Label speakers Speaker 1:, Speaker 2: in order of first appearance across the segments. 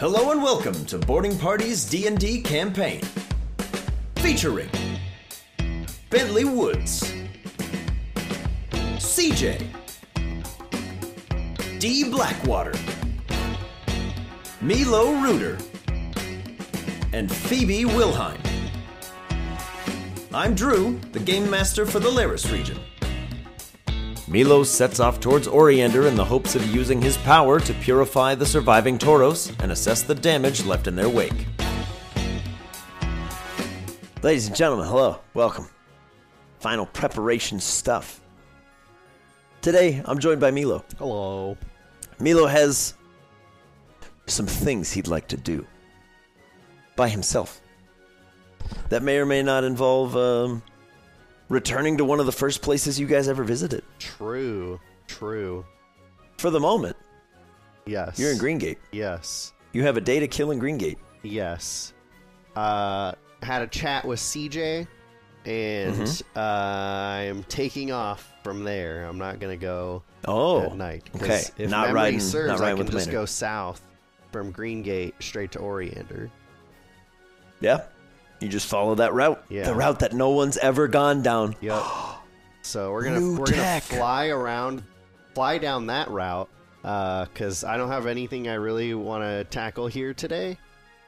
Speaker 1: Hello and welcome to Boarding Party's D&D campaign. Featuring Bentley Woods, CJ, D Blackwater, Milo Reuter, and Phoebe Wilhine. I'm Drew, the game master for the Laris region. Milo sets off towards Oriander in the hopes of using his power to purify the surviving Tauros and assess the damage left in their wake. Ladies and gentlemen, hello, welcome. Final preparation stuff. Today, I'm joined by Milo.
Speaker 2: Hello.
Speaker 1: Milo has some things he'd like to do by himself. That may or may not involve um, returning to one of the first places you guys ever visited.
Speaker 2: True. True.
Speaker 1: For the moment,
Speaker 2: Yes.
Speaker 1: you're in Greengate.
Speaker 2: Yes.
Speaker 1: You have a day to kill in Greengate.
Speaker 2: Yes. Uh, had a chat with CJ, and
Speaker 1: Mm-hmm.
Speaker 2: uh, I'm taking off from there. I'm not gonna go
Speaker 1: Oh,
Speaker 2: at night. 'cause
Speaker 1: okay.
Speaker 2: If
Speaker 1: not
Speaker 2: memory
Speaker 1: riding,
Speaker 2: serves,
Speaker 1: not
Speaker 2: I
Speaker 1: riding
Speaker 2: can
Speaker 1: with
Speaker 2: just
Speaker 1: Commander.
Speaker 2: go south from Greengate straight to Oriander.
Speaker 1: Yeah, you just follow that route.
Speaker 2: Yeah.
Speaker 1: the route that no one's ever gone down.
Speaker 2: Yep. so we're gonna
Speaker 1: New
Speaker 2: we're
Speaker 1: tech.
Speaker 2: gonna fly around, fly down that route, because I don't have anything I really want to tackle here today.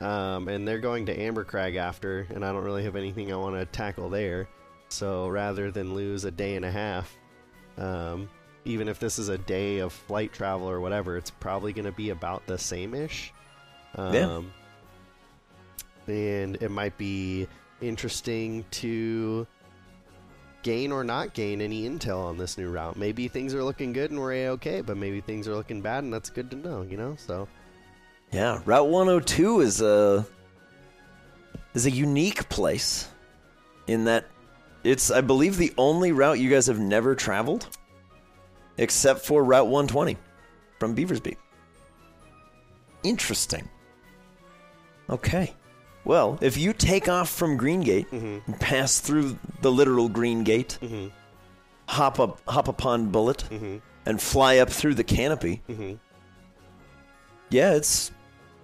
Speaker 2: Um, and they're going to Ambercrag after, and I don't really have anything I want to tackle there. So rather than lose a day and a half, um, even if this is a day of flight travel or whatever, it's probably going to be about the same ish. Um,
Speaker 1: Yeah.
Speaker 2: And it might be interesting to gain or not gain any intel on this new route. Maybe things are looking good and we're a-okay, but maybe things are looking bad and that's good to know, you know? So,
Speaker 1: Yeah, Route 102 is a is a unique place in that it's I believe the only route you guys have never traveled except for Route 120 from Beaversby. Interesting. Okay. Well, if you take off from Greengate and pass through the literal Green Gate, hop up hop upon Bullet and fly up through the canopy, yeah, it's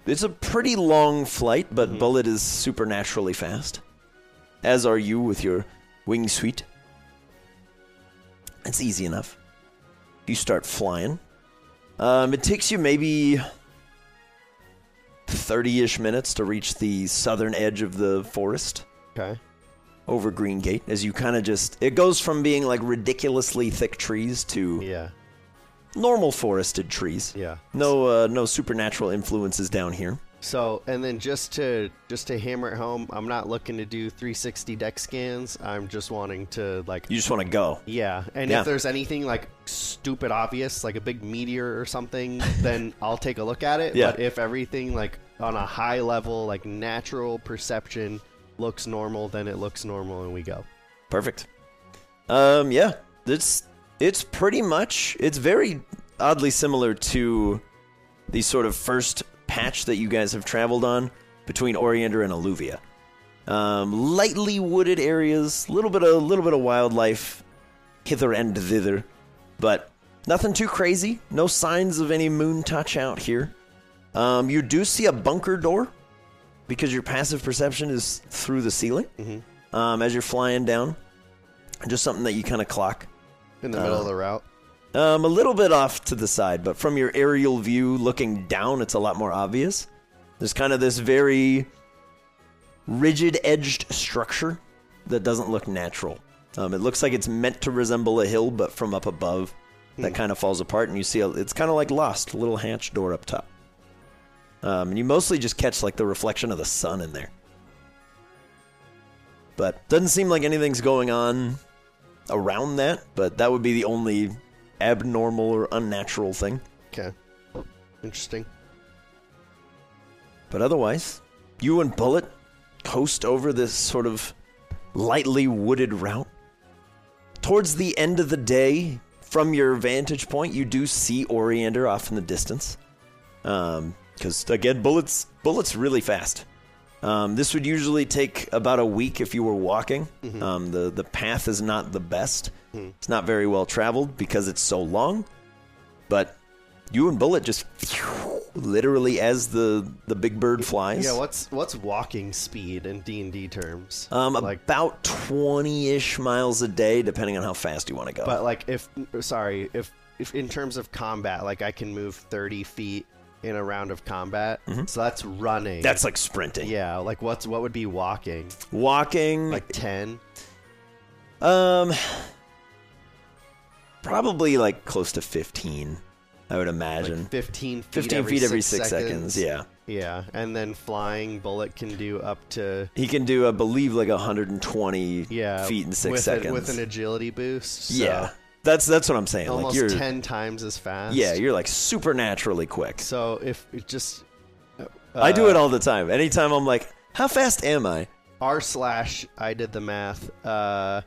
Speaker 1: it's a pretty long flight, but
Speaker 2: Mm-hmm.
Speaker 1: Bullet is supernaturally fast. As are you with your wing suite. It's easy enough. You start flying. Um, it takes you maybe 30 ish minutes to reach the southern edge of the forest
Speaker 2: okay.
Speaker 1: over Green Gate as you kind of just. It goes from being like ridiculously thick trees to
Speaker 2: Yeah.
Speaker 1: normal forested trees.
Speaker 2: Yeah.
Speaker 1: No, uh, no supernatural influences down here.
Speaker 2: So, and then just to just to hammer it home, I'm not looking to do 360 deck scans. I'm just wanting to like
Speaker 1: You just want to go.
Speaker 2: Yeah, and
Speaker 1: Yeah.
Speaker 2: if there's anything like stupid obvious, like a big meteor or something, then I'll take a look at it.
Speaker 1: Yeah.
Speaker 2: But if everything like on a high level, like natural perception looks normal, then it looks normal and we go.
Speaker 1: Perfect. Um, yeah, it's it's pretty much it's very oddly similar to the sort of first patch that you guys have traveled on between Oriander and Alluvia. Um, lightly wooded areas, little bit of little bit of wildlife hither and thither, but nothing too crazy. No signs of any moon touch out here. Um, you do see a bunker door because your passive perception is through the ceiling um, as you're flying down. Just something that you kind of clock.
Speaker 2: In the
Speaker 1: Oh.
Speaker 2: middle of the route.
Speaker 1: Um, a little bit off to the side, but from your aerial view looking down, it's a lot more obvious. There's kind of this very rigid edged structure that doesn't look natural. Um, it looks like it's meant to resemble a hill, but from up above, that kind of falls apart, and you see a, it's kind of like lost, a little hatch door up top. Um, and you mostly just catch like the reflection of the sun in there. But doesn't seem like anything's going on around that, but that would be the only abnormal or unnatural thing.
Speaker 2: Okay. Interesting.
Speaker 1: But otherwise, you and Bullet coast over this sort of lightly wooded route. Towards the end of the day, from your vantage point, you do see Oriander off in the distance. Because, again, Bullet's, Bullet's really fast. Um, this would usually take about a week if you were walking. Um, the, the path is not the best, it's not very well traveled because it's so long. But you and Bullet just literally as the the big bird flies.
Speaker 2: Yeah, what's what's walking speed in D and D terms?
Speaker 1: Um,
Speaker 2: like,
Speaker 1: about twenty-ish miles a day, depending on how fast you want to go.
Speaker 2: but like if sorry, if if in terms of combat, like I can move thirty feet in a round of combat,
Speaker 1: Mm-hmm.
Speaker 2: so that's running.
Speaker 1: That's like sprinting.
Speaker 2: yeah. Like what's what would be walking?
Speaker 1: Walking,
Speaker 2: Like ten.
Speaker 1: um, probably like close to fifteen. I would imagine
Speaker 2: Like 15 feet
Speaker 1: 15
Speaker 2: every
Speaker 1: feet every
Speaker 2: six, seconds.
Speaker 1: Yeah,
Speaker 2: Yeah, and then flying bullet can do up to
Speaker 1: he can do, I believe, like 120
Speaker 2: yeah
Speaker 1: feet in six
Speaker 2: with a-
Speaker 1: seconds.
Speaker 2: with an agility boost. so
Speaker 1: yeah, that's that's what I'm saying.
Speaker 2: almost
Speaker 1: like you're,
Speaker 2: ten times as fast.
Speaker 1: yeah, you're like supernaturally quick.
Speaker 2: so if it just
Speaker 1: I
Speaker 2: Uh,
Speaker 1: do it all the time. Anytime I'm like, how fast am I?
Speaker 2: r slash I did the math. Uh,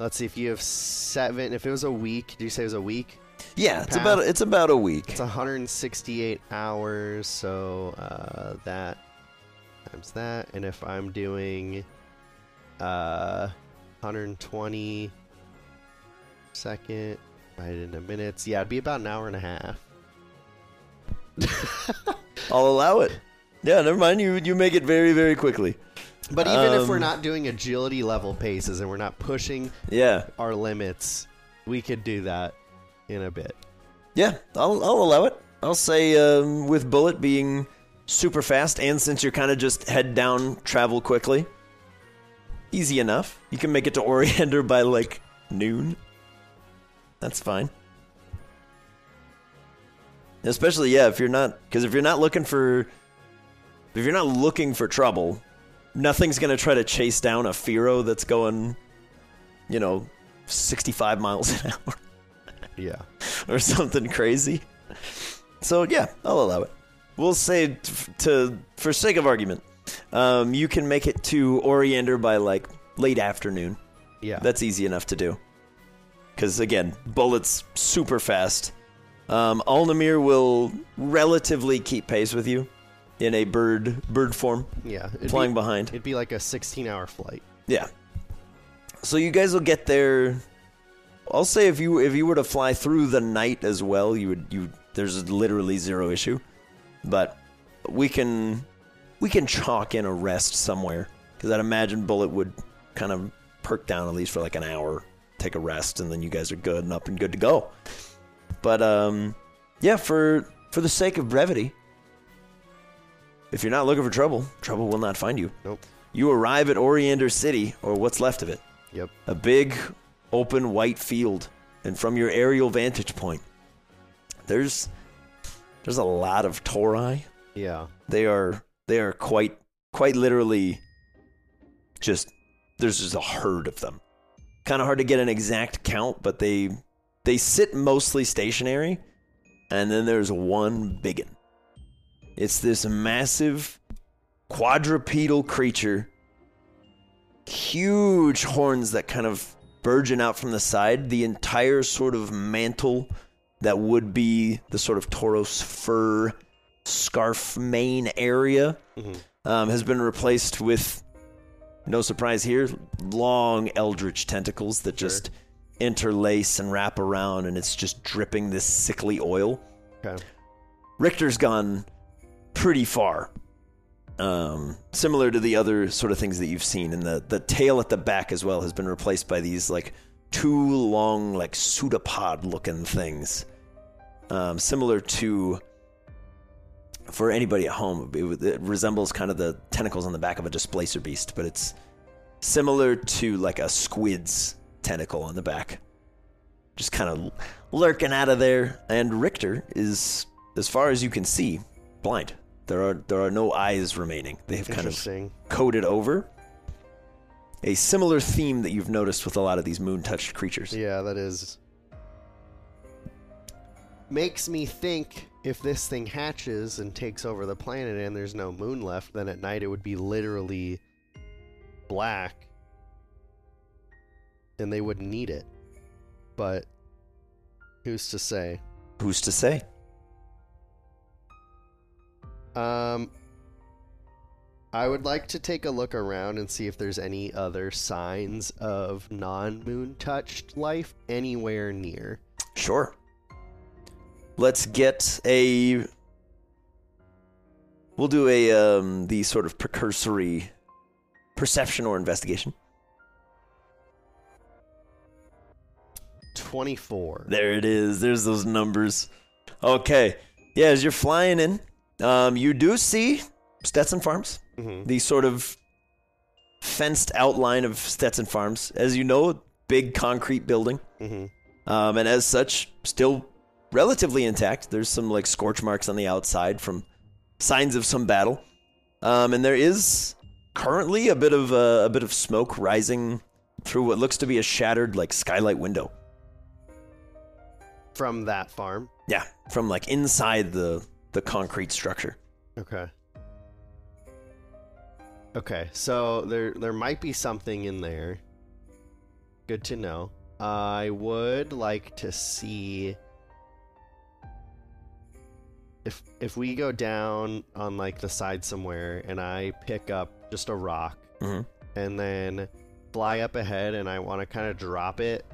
Speaker 2: let's see if you have seven. If it was a week, did you say it was a week?
Speaker 1: Yeah, it's
Speaker 2: Path.
Speaker 1: about it's about a week.
Speaker 2: It's 168 hours. So uh, that times that, and if I'm doing uh, 120 second divided into minutes, yeah, it'd be about an hour and a half.
Speaker 1: I'll allow it. Yeah, never mind. You you make it very very quickly.
Speaker 2: But even if we're
Speaker 1: Um,
Speaker 2: not doing agility level paces and we're not pushing
Speaker 1: Yeah,
Speaker 2: our limits, we could do that in a bit.
Speaker 1: yeah. I'll I'll allow it. I'll say um, with bullet being super fast, and since you're kind of just head down, travel quickly. Easy enough. You can make it to Oriander by like noon. That's fine. Especially yeah, if you're not because if you're not looking for if you're not looking for trouble, nothing's gonna try to chase down a Firo that's going, you know, 65 miles an hour
Speaker 2: Yeah.
Speaker 1: or something crazy. So yeah, I'll allow it. We'll say t- f- to for sake of argument, um, you can make it to Oriander by like late afternoon.
Speaker 2: Yeah.
Speaker 1: That's easy enough to do. Because again, bullets super fast. Um, Alnamir will relatively keep pace with you in a bird bird form,
Speaker 2: yeah. It'd
Speaker 1: flying
Speaker 2: be,
Speaker 1: behind.
Speaker 2: It'd be like a 16 hour flight.
Speaker 1: Yeah. So you guys will get there. I'll say if you if you were to fly through the night as well, you would you there's literally zero issue. But we can we can chalk in a rest somewhere because I'd imagine Bullet would kind of perk down at least for like an hour, take a rest, and then you guys are good and up and good to go. But um, yeah, for for the sake of brevity, if you're not looking for trouble, trouble will not find you.
Speaker 2: Nope.
Speaker 1: You arrive at Oriander City, or what's left of it.
Speaker 2: Yep.
Speaker 1: A big, open white field, and from your aerial vantage point, there's there's a lot of Torai.
Speaker 2: Yeah.
Speaker 1: They are they are quite quite literally just there's just a herd of them. Kind of hard to get an exact count, but they they sit mostly stationary, and then there's one biggin. It's this massive quadrupedal creature, huge horns that kind of burgeon out from the side, the entire sort of mantle that would be the sort of Tauros fur scarf mane area um, has been replaced with, no surprise here, long eldritch tentacles that just interlace and wrap around, and it's just dripping this sickly oil.
Speaker 2: Okay.
Speaker 1: Richter's gone pretty far. Um, similar to the other sort of things that you've seen, and the the tail at the back as well has been replaced by these like two long like pseudopod looking things, um, similar to. For anybody at home, it, would- it resembles kind of the tentacles on the back of a displacer beast, but it's similar to like a squid's tentacle on the back just kind of lurking out of there. And Richter is, as far as you can see, blind. There are there are no eyes remaining. They have kind of
Speaker 2: Interesting.
Speaker 1: coated over. A similar theme that you've noticed with a lot of these moon-touched creatures.
Speaker 2: Yeah, that is. Makes me think if this thing hatches and takes over the planet and there's no moon left, then at night it would be literally black and they wouldn't need it. But who's to say?
Speaker 1: Who's to say?
Speaker 2: Um, I would like to take a look around and see if there's any other signs of non moon touched life anywhere near.
Speaker 1: Sure. Let's get a We'll do a um the sort of precursory perception or investigation.
Speaker 2: 24.
Speaker 1: There it is. There's those numbers. Okay. Yeah, as you're flying in, um, you do see Stetson Farms,
Speaker 2: Mhm.
Speaker 1: the sort of fenced outline of Stetson Farms. As you know, big concrete building.
Speaker 2: Mhm.
Speaker 1: Um, and as such, still relatively intact. There's some like scorch marks on the outside from signs of some battle, um, and there is currently a bit of uh, a bit of smoke rising through what looks to be a shattered like skylight window.
Speaker 2: From that farm.
Speaker 1: Yeah, from like inside the the concrete structure.
Speaker 2: Okay. Okay, so there there might be something in there. Good to know. I would like to see if if we go down on like the side somewhere and I pick up just a rock
Speaker 1: Mhm.
Speaker 2: and then fly up ahead and I want to kind of drop it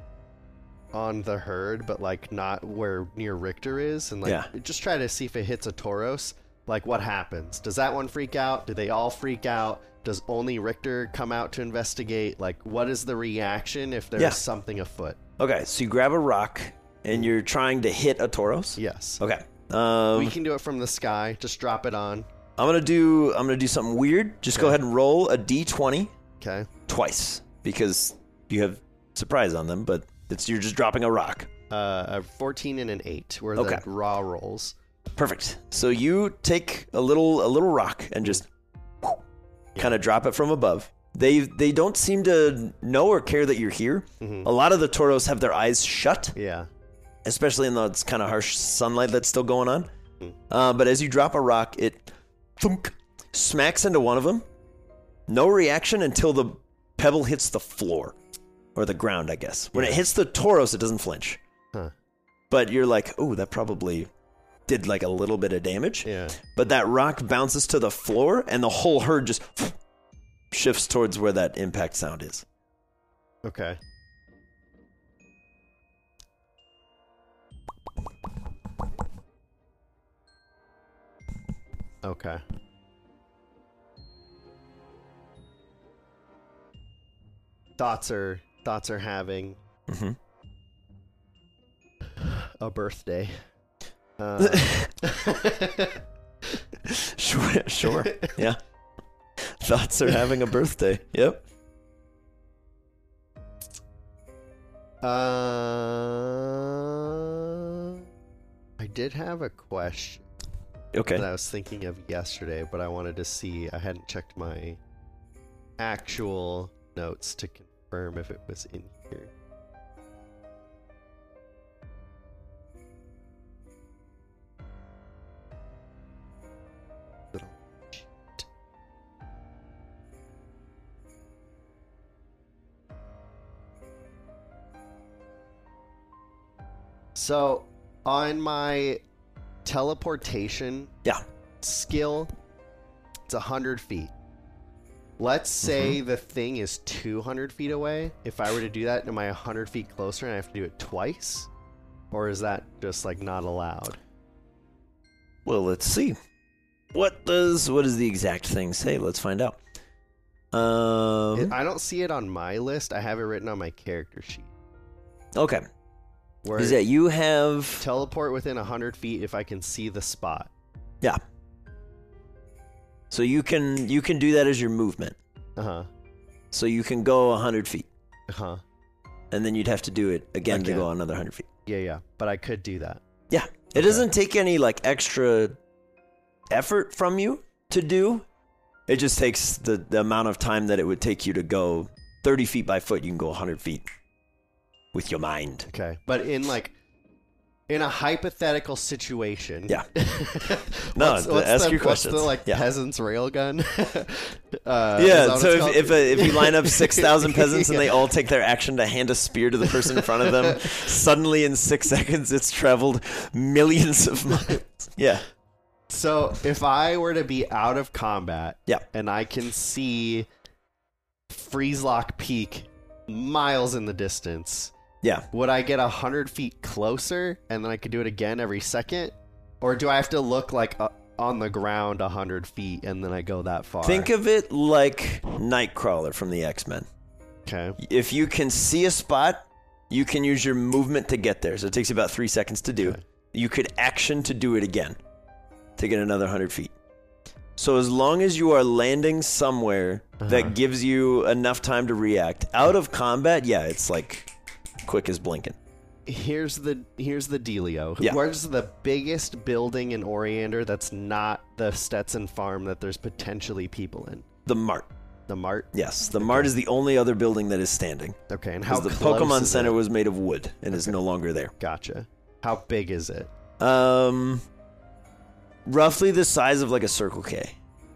Speaker 2: on the herd but like not where near Richter is and like
Speaker 1: Yeah.
Speaker 2: just try to see if it hits a Tauros like what happens? Does that one freak out? Do they all freak out? Does only Richter come out to investigate? Like, what is the reaction if there's
Speaker 1: Yeah.
Speaker 2: something afoot?
Speaker 1: Okay, so you grab a rock and you're trying to hit a Tauros.
Speaker 2: Yes.
Speaker 1: Okay. Um,
Speaker 2: We can do it from the sky. Just drop it on.
Speaker 1: I'm gonna do I'm gonna do something weird. Just go
Speaker 2: Okay.
Speaker 1: ahead and roll a d20
Speaker 2: Okay.
Speaker 1: twice because you have surprise on them, but it's you're just dropping a rock.
Speaker 2: Uh, a 14 and an 8 were
Speaker 1: Okay.
Speaker 2: the raw rolls.
Speaker 1: Perfect. So you take a little a little rock and just kind of drop it from above. They they don't seem to know or care that you're here. A lot of the toros have their eyes shut,
Speaker 2: Yeah.
Speaker 1: especially in the kind of harsh sunlight that's still going on.
Speaker 2: Hmm.
Speaker 1: Uh, but as you drop a rock, it thunk, smacks into one of them. No reaction until the pebble hits the floor or the ground, I guess. When it hits the Tauros, it doesn't flinch.
Speaker 2: Huh.
Speaker 1: But you're like, oh, that probably did like a little bit of damage.
Speaker 2: Yeah.
Speaker 1: But that rock bounces to the floor, and the whole herd just shifts towards where that impact sound is.
Speaker 2: Okay. Okay. Thoughts are thoughts are having
Speaker 1: Mhm.
Speaker 2: a birthday. Uh,
Speaker 1: Sure, sure. yeah. Thoughts are having a birthday. Yep.
Speaker 2: uh, I did have a question.
Speaker 1: Okay.
Speaker 2: that I was thinking of yesterday, but I wanted to see. I hadn't checked my actual notes to confirm if it was in here. So, on my teleportation
Speaker 1: Yeah.
Speaker 2: skill, it's 100 feet. Let's
Speaker 1: Mm-hmm.
Speaker 2: say the thing is 200 feet away. If I were to do that, am I 100 feet closer and I have to do it twice? Or is that just like not allowed?
Speaker 1: Well, let's see. What does what does the exact thing say? Let's find out. Um.
Speaker 2: I don't see it on my list. I have it written on my character sheet.
Speaker 1: okay.
Speaker 2: Where
Speaker 1: Is that you have?
Speaker 2: teleport within 100 feet if I can see the spot.
Speaker 1: Yeah. So you can you can do that as your movement.
Speaker 2: Uh huh.
Speaker 1: So you can go hundred feet,
Speaker 2: Uh huh.
Speaker 1: and then you'd have to do it again, to
Speaker 2: Again.
Speaker 1: go another hundred feet.
Speaker 2: Yeah, yeah. But I could do that.
Speaker 1: Yeah. It doesn't take any like extra effort from you to do. It just takes the, the amount of time that it would take you to go 30 feet by foot. You can go 100 feet with your mind.
Speaker 2: Okay. But in like in a hypothetical situation.
Speaker 1: Yeah.
Speaker 2: what's,
Speaker 1: No,
Speaker 2: what's
Speaker 1: ask
Speaker 2: the,
Speaker 1: your questions.
Speaker 2: What's the like
Speaker 1: Yeah.
Speaker 2: peasant's railgun? uh, is that
Speaker 1: yeah,
Speaker 2: what
Speaker 1: so
Speaker 2: it's
Speaker 1: if,
Speaker 2: called?
Speaker 1: if, a, if you line up 6,000 peasants and they
Speaker 2: Yeah.
Speaker 1: all take their action to hand a spear to the person in front of them, suddenly in six seconds it's traveled millions of miles. Yeah.
Speaker 2: So if I were to be out of combat
Speaker 1: Yeah.
Speaker 2: and I can see Freezelock Peak miles in the distance,
Speaker 1: Yeah.
Speaker 2: would I get a hundred feet closer and then I could do it again every second, or do I have to look like a, on the ground a hundred feet, and then I go that far.
Speaker 1: Think of it like Nightcrawler from the X Men.
Speaker 2: okay.
Speaker 1: If you can see a spot, you can use your movement to get there. So it takes you about three seconds to do.
Speaker 2: Okay.
Speaker 1: You could action to do it again to get another 100 feet. So as long as you are landing somewhere
Speaker 2: Uh-huh.
Speaker 1: that gives you enough time to react, out of combat, yeah, it's like quick as blinking.
Speaker 2: Here's the here's the dealio.
Speaker 1: Yeah.
Speaker 2: Where's the biggest building in Oriander that's not the Stetson Farm that there's potentially people in?
Speaker 1: The Mart.
Speaker 2: The Mart.
Speaker 1: Yes, the Mart is the only other building that is standing.
Speaker 2: Okay, and how
Speaker 1: Because the
Speaker 2: close
Speaker 1: Pokemon
Speaker 2: is
Speaker 1: Center
Speaker 2: It?
Speaker 1: was made of wood and is no longer there.
Speaker 2: Gotcha. How big is it?
Speaker 1: Um, roughly the size of like a Circle K,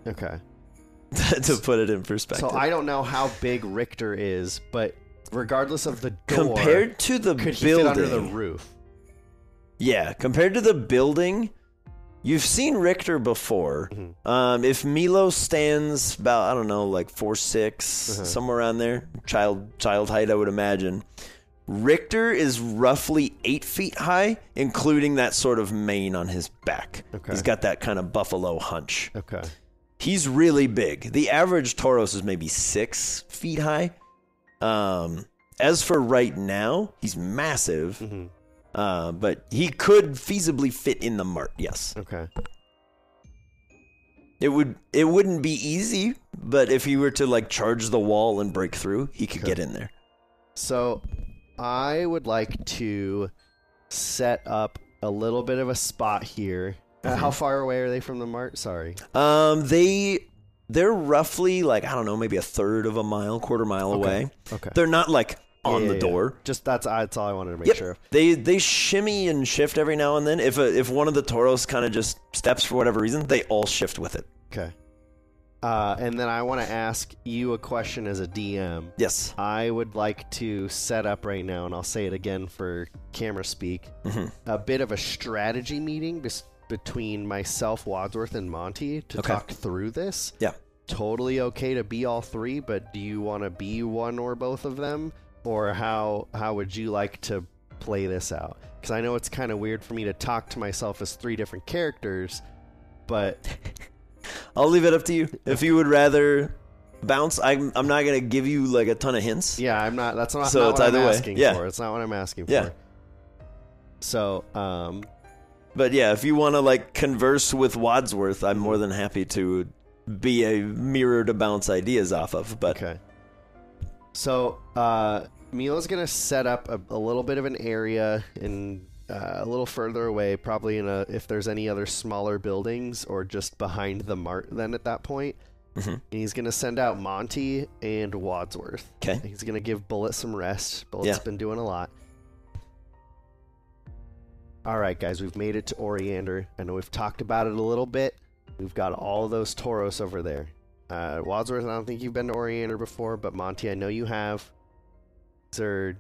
Speaker 2: Okay.
Speaker 1: to put it in
Speaker 2: So
Speaker 1: perspective.
Speaker 2: I don't know how big Richter is, but regardless of the door,
Speaker 1: compared to the
Speaker 2: could he
Speaker 1: building,
Speaker 2: fit under the roof?
Speaker 1: yeah, compared to the building, you've seen Richter before.
Speaker 2: Mm-hmm.
Speaker 1: Um, if Milo stands about I don't know, like four six,
Speaker 2: Uh-huh.
Speaker 1: somewhere around there, child child height, I would imagine. Richter is roughly eight feet high, including that sort of mane on his back.
Speaker 2: Okay.
Speaker 1: He's got that kind of buffalo hunch.
Speaker 2: Okay.
Speaker 1: He's really big. The average Tauros is maybe six feet high. Um, as for right now, he's massive,
Speaker 2: hmm
Speaker 1: uh, but he could feasibly fit in the mart. Yes,
Speaker 2: Okay.
Speaker 1: it would. It wouldn't be easy, but if he were to like charge the wall and break through, he could
Speaker 2: Okay.
Speaker 1: get in there.
Speaker 2: So I would like to set up a little bit of a spot here.
Speaker 1: Mm-hmm.
Speaker 2: Uh, how far away are they from the mart? Sorry.
Speaker 1: Um, they they're roughly like I don't know, maybe a third of a mile, quarter mile away.
Speaker 2: Okay.
Speaker 1: They're not like on
Speaker 2: Yeah,
Speaker 1: the
Speaker 2: yeah,
Speaker 1: door.
Speaker 2: yeah. Just that's that's all I wanted to make
Speaker 1: Yep.
Speaker 2: sure of.
Speaker 1: They they shimmy and shift every now and then. If a, if one of the toros kind of just steps for whatever reason, they all shift with it.
Speaker 2: Okay. Uh, and then I want to ask you a question as a DM.
Speaker 1: Yes.
Speaker 2: I would like to set up right now, and I'll say it again for camera speak,
Speaker 1: Mhm.
Speaker 2: a bit of a strategy meeting bes- between myself, Wadsworth, and Monty to
Speaker 1: Okay.
Speaker 2: talk through this.
Speaker 1: Yeah.
Speaker 2: Totally okay to be all three, but do you want to be one or both of them, or how how would you like to play this out? Because I know it's kind of weird for me to talk to myself as three different characters, but
Speaker 1: I'll leave it up to you. If you would rather bounce, I'm I'm not gonna give you like a ton of hints.
Speaker 2: Yeah, I'm not. That's not,
Speaker 1: So
Speaker 2: not
Speaker 1: it's
Speaker 2: what I'm
Speaker 1: either way.
Speaker 2: asking
Speaker 1: Yeah.
Speaker 2: for. It's not what I'm asking
Speaker 1: Yeah.
Speaker 2: for. So, um,
Speaker 1: But yeah, if you want to like converse with Wadsworth, I'm more than happy to be a mirror to bounce ideas off of. But
Speaker 2: okay. So, uh, Mila's gonna set up a, a little bit of an area and uh, a little further away, probably in a if there's any other smaller buildings or just behind the mart. Then at that point,
Speaker 1: Mhm.
Speaker 2: and he's gonna send out Monty and Wadsworth.
Speaker 1: okay,
Speaker 2: He's gonna give Bullet some rest. Bullet's
Speaker 1: Yeah.
Speaker 2: been doing a lot. All right, guys, we've made it to Oriander. I know we've talked about it a little bit. We've got all those Tauros over there. Uh, Wadsworth, I don't think you've been to Oriander before, but Monty, I know you have. These are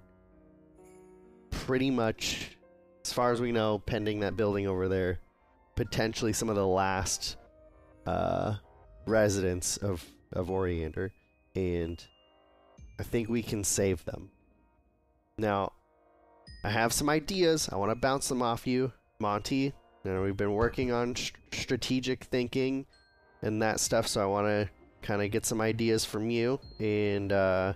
Speaker 2: pretty much, as far as we know, pending that building over there, potentially some of the last uh, residents of of Oriander, and I think we can save them. Now, I have some ideas. I want to bounce them off you, Monty. You know, we've been working on st- strategic thinking and that stuff, so I want to kind of get some ideas from you and uh,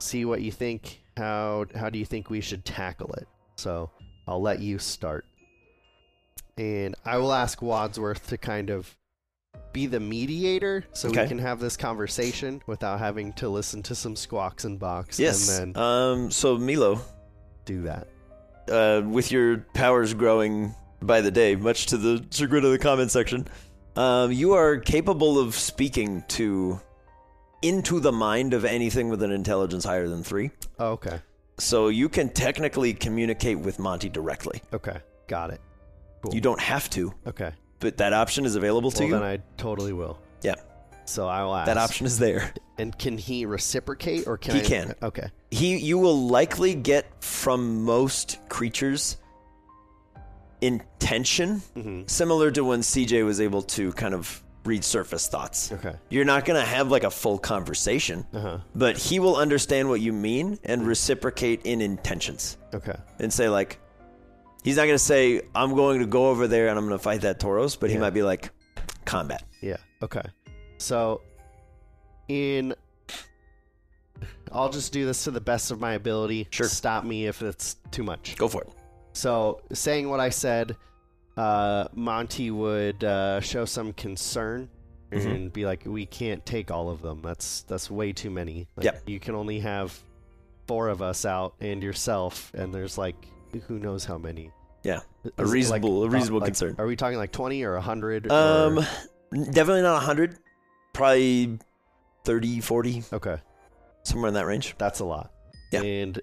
Speaker 2: see what you think. How how do you think we should tackle it? So I'll let you start, and I will ask Wadsworth to kind of be the mediator, so we
Speaker 1: Okay.
Speaker 2: can have this conversation without having to listen to some squawks and box,
Speaker 1: yes.
Speaker 2: and then
Speaker 1: Um. So Milo,
Speaker 2: do that.
Speaker 1: uh, with your powers growing by the day, much to the chagrin of the comment section, um, you are capable of speaking to into the mind of anything with an intelligence higher than three.
Speaker 2: Oh, okay,
Speaker 1: So you can technically communicate with Monty directly.
Speaker 2: okay, got it. Cool.
Speaker 1: You don't have to,
Speaker 2: Okay.
Speaker 1: but that option is available to
Speaker 2: Well,
Speaker 1: you.
Speaker 2: then I totally will.
Speaker 1: Yeah.
Speaker 2: So I will ask.
Speaker 1: that option is there.
Speaker 2: And can he reciprocate, or can
Speaker 1: He
Speaker 2: I-
Speaker 1: can.
Speaker 2: Okay.
Speaker 1: He, you will likely get from most creatures intention
Speaker 2: hmm
Speaker 1: similar to when CJ was able to kind of read surface thoughts.
Speaker 2: Okay.
Speaker 1: You're not going to have like a full conversation,
Speaker 2: Uh huh.
Speaker 1: but he will understand what you mean and reciprocate in intentions
Speaker 2: Okay.
Speaker 1: and say like, He's not going to say, I'm going to go over there and I'm going to fight that Tauros, but he
Speaker 2: Yeah.
Speaker 1: might be like, combat.
Speaker 2: Yeah. Okay. So, in. I'll just do this to the best of my ability.
Speaker 1: Sure.
Speaker 2: Stop me if it's too much.
Speaker 1: Go for it.
Speaker 2: So, saying what I said, uh, Monty would uh, show some concern
Speaker 1: Mm-hmm.
Speaker 2: and be like, "We can't take all of them. That's that's way too many. Like,
Speaker 1: Yep.
Speaker 2: You can only have four of us out and yourself, and there's like who knows how many.
Speaker 1: Yeah.
Speaker 2: Is it
Speaker 1: A
Speaker 2: like-
Speaker 1: reasonable, a
Speaker 2: uh,
Speaker 1: reasonable
Speaker 2: like,
Speaker 1: concern.
Speaker 2: Are we talking like twenty or hundred?
Speaker 1: Um, definitely not 100. Probably 30, 40,
Speaker 2: okay,
Speaker 1: somewhere in that range.
Speaker 2: that's a lot.
Speaker 1: Yeah.
Speaker 2: And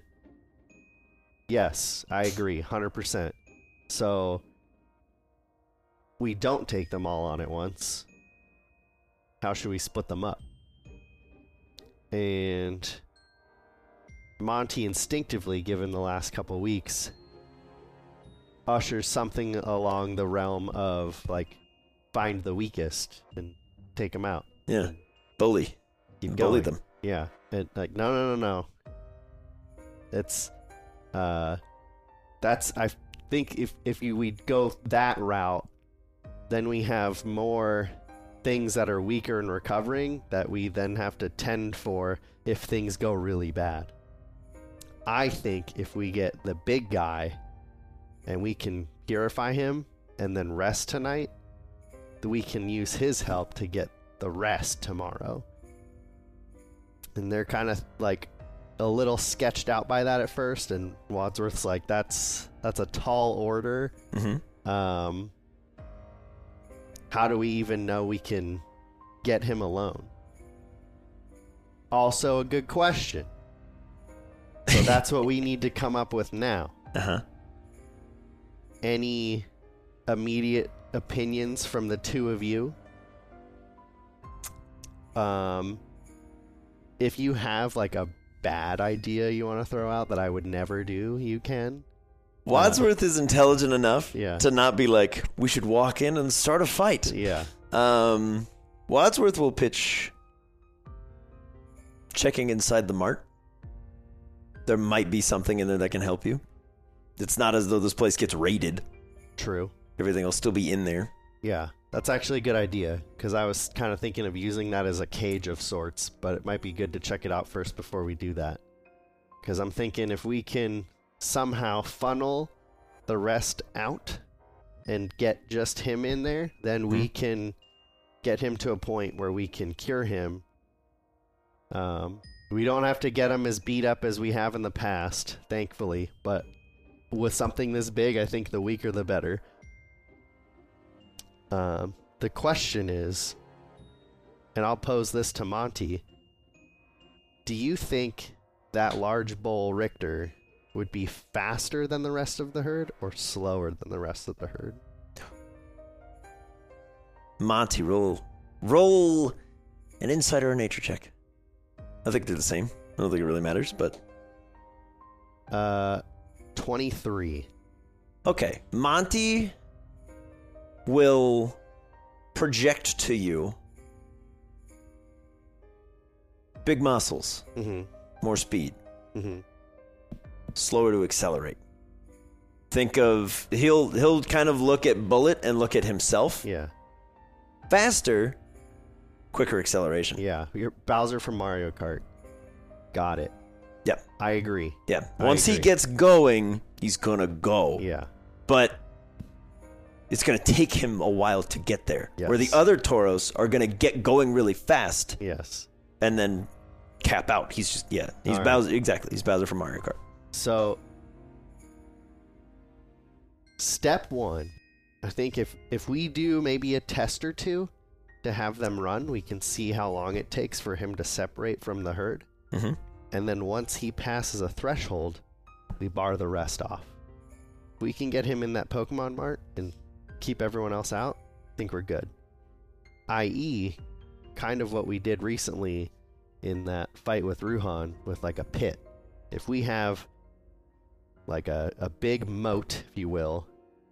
Speaker 2: yes, I agree, hundred percent. So we don't take them all on at once. How should we split them up? And Monty instinctively, given the last couple weeks, ushers something along the realm of like find the weakest and take them out.
Speaker 1: Yeah. Bully.
Speaker 2: Keep
Speaker 1: Bully
Speaker 2: going.
Speaker 1: them.
Speaker 2: Yeah. It, like no no no no. It's uh that's I think if if you we'd go that route, then we have more things that are weaker and recovering that we then have to tend for if things go really bad. I think if we get the big guy and we can purify him and then rest tonight, that we can use his help to get the rest tomorrow and they're kind of like a little sketched out by that at first and wadsworth's like that's that's a tall order
Speaker 1: hmm
Speaker 2: um how do we even know we can get him alone also a good question so that's what we need to come up with now
Speaker 1: Uh huh.
Speaker 2: any immediate opinions from the two of you. Um, if you have like a bad idea you want to throw out that I would never do, you can.
Speaker 1: Wadsworth is intelligent enough
Speaker 2: Yeah.
Speaker 1: to not be like, we should walk in and start a fight.
Speaker 2: Yeah.
Speaker 1: Um, Wadsworth will pitch checking inside the mart. There might be something in there that can help you. It's not as though this place gets raided.
Speaker 2: True.
Speaker 1: Everything will still be in there.
Speaker 2: Yeah. That's actually a good idea because I was kind of thinking of using that as a cage of sorts, but it might be good to check it out first before we do that. Because I'm thinking if we can somehow funnel the rest out and get just him in there, then we can get him to a point where we can cure him. Um, we don't have to get him as beat up as we have in the past, thankfully, but with something this big, I think the weaker the better. Um, the question is, and I'll pose this to Monty. Do you think that large bull Richter would be faster than the rest of the herd or slower than the rest of the herd?
Speaker 1: Monty, roll, roll an insight or a nature check. I think they're the same. I don't think it really matters, but
Speaker 2: Uh, 23.
Speaker 1: Okay. Monty will project to you big muscles,
Speaker 2: Mm-hmm.
Speaker 1: more speed,
Speaker 2: Mm-hmm.
Speaker 1: slower to accelerate. Think of he'll he'll kind of look at Bullet and look at himself.
Speaker 2: Yeah.
Speaker 1: Faster, quicker acceleration.
Speaker 2: Yeah. Your Bowser from Mario Kart. Got it.
Speaker 1: Yep.
Speaker 2: I agree.
Speaker 1: Yeah.
Speaker 2: I
Speaker 1: Once he
Speaker 2: agree.
Speaker 1: gets going, he's going to go.
Speaker 2: Yeah.
Speaker 1: but it's going to take him a while to get there. Where the
Speaker 2: Yes.
Speaker 1: other toros are going to get going really fast
Speaker 2: Yes.
Speaker 1: and then cap out. He's just yeah, he's
Speaker 2: Alright.
Speaker 1: Bowser exactly. He's Bowser from Mario Kart.
Speaker 2: So, step one, I think if if we do maybe a test or two to have them run, we can see how long it takes for him to separate from the herd,
Speaker 1: Mhm.
Speaker 2: and then once he passes a threshold, we bar the rest off. We can get him in that Pokemon Mart and keep everyone else out. I think we're good. I.e., kind of what we did recently in that fight with Ruhan with like a pit. If we have like a, a big moat, if you will,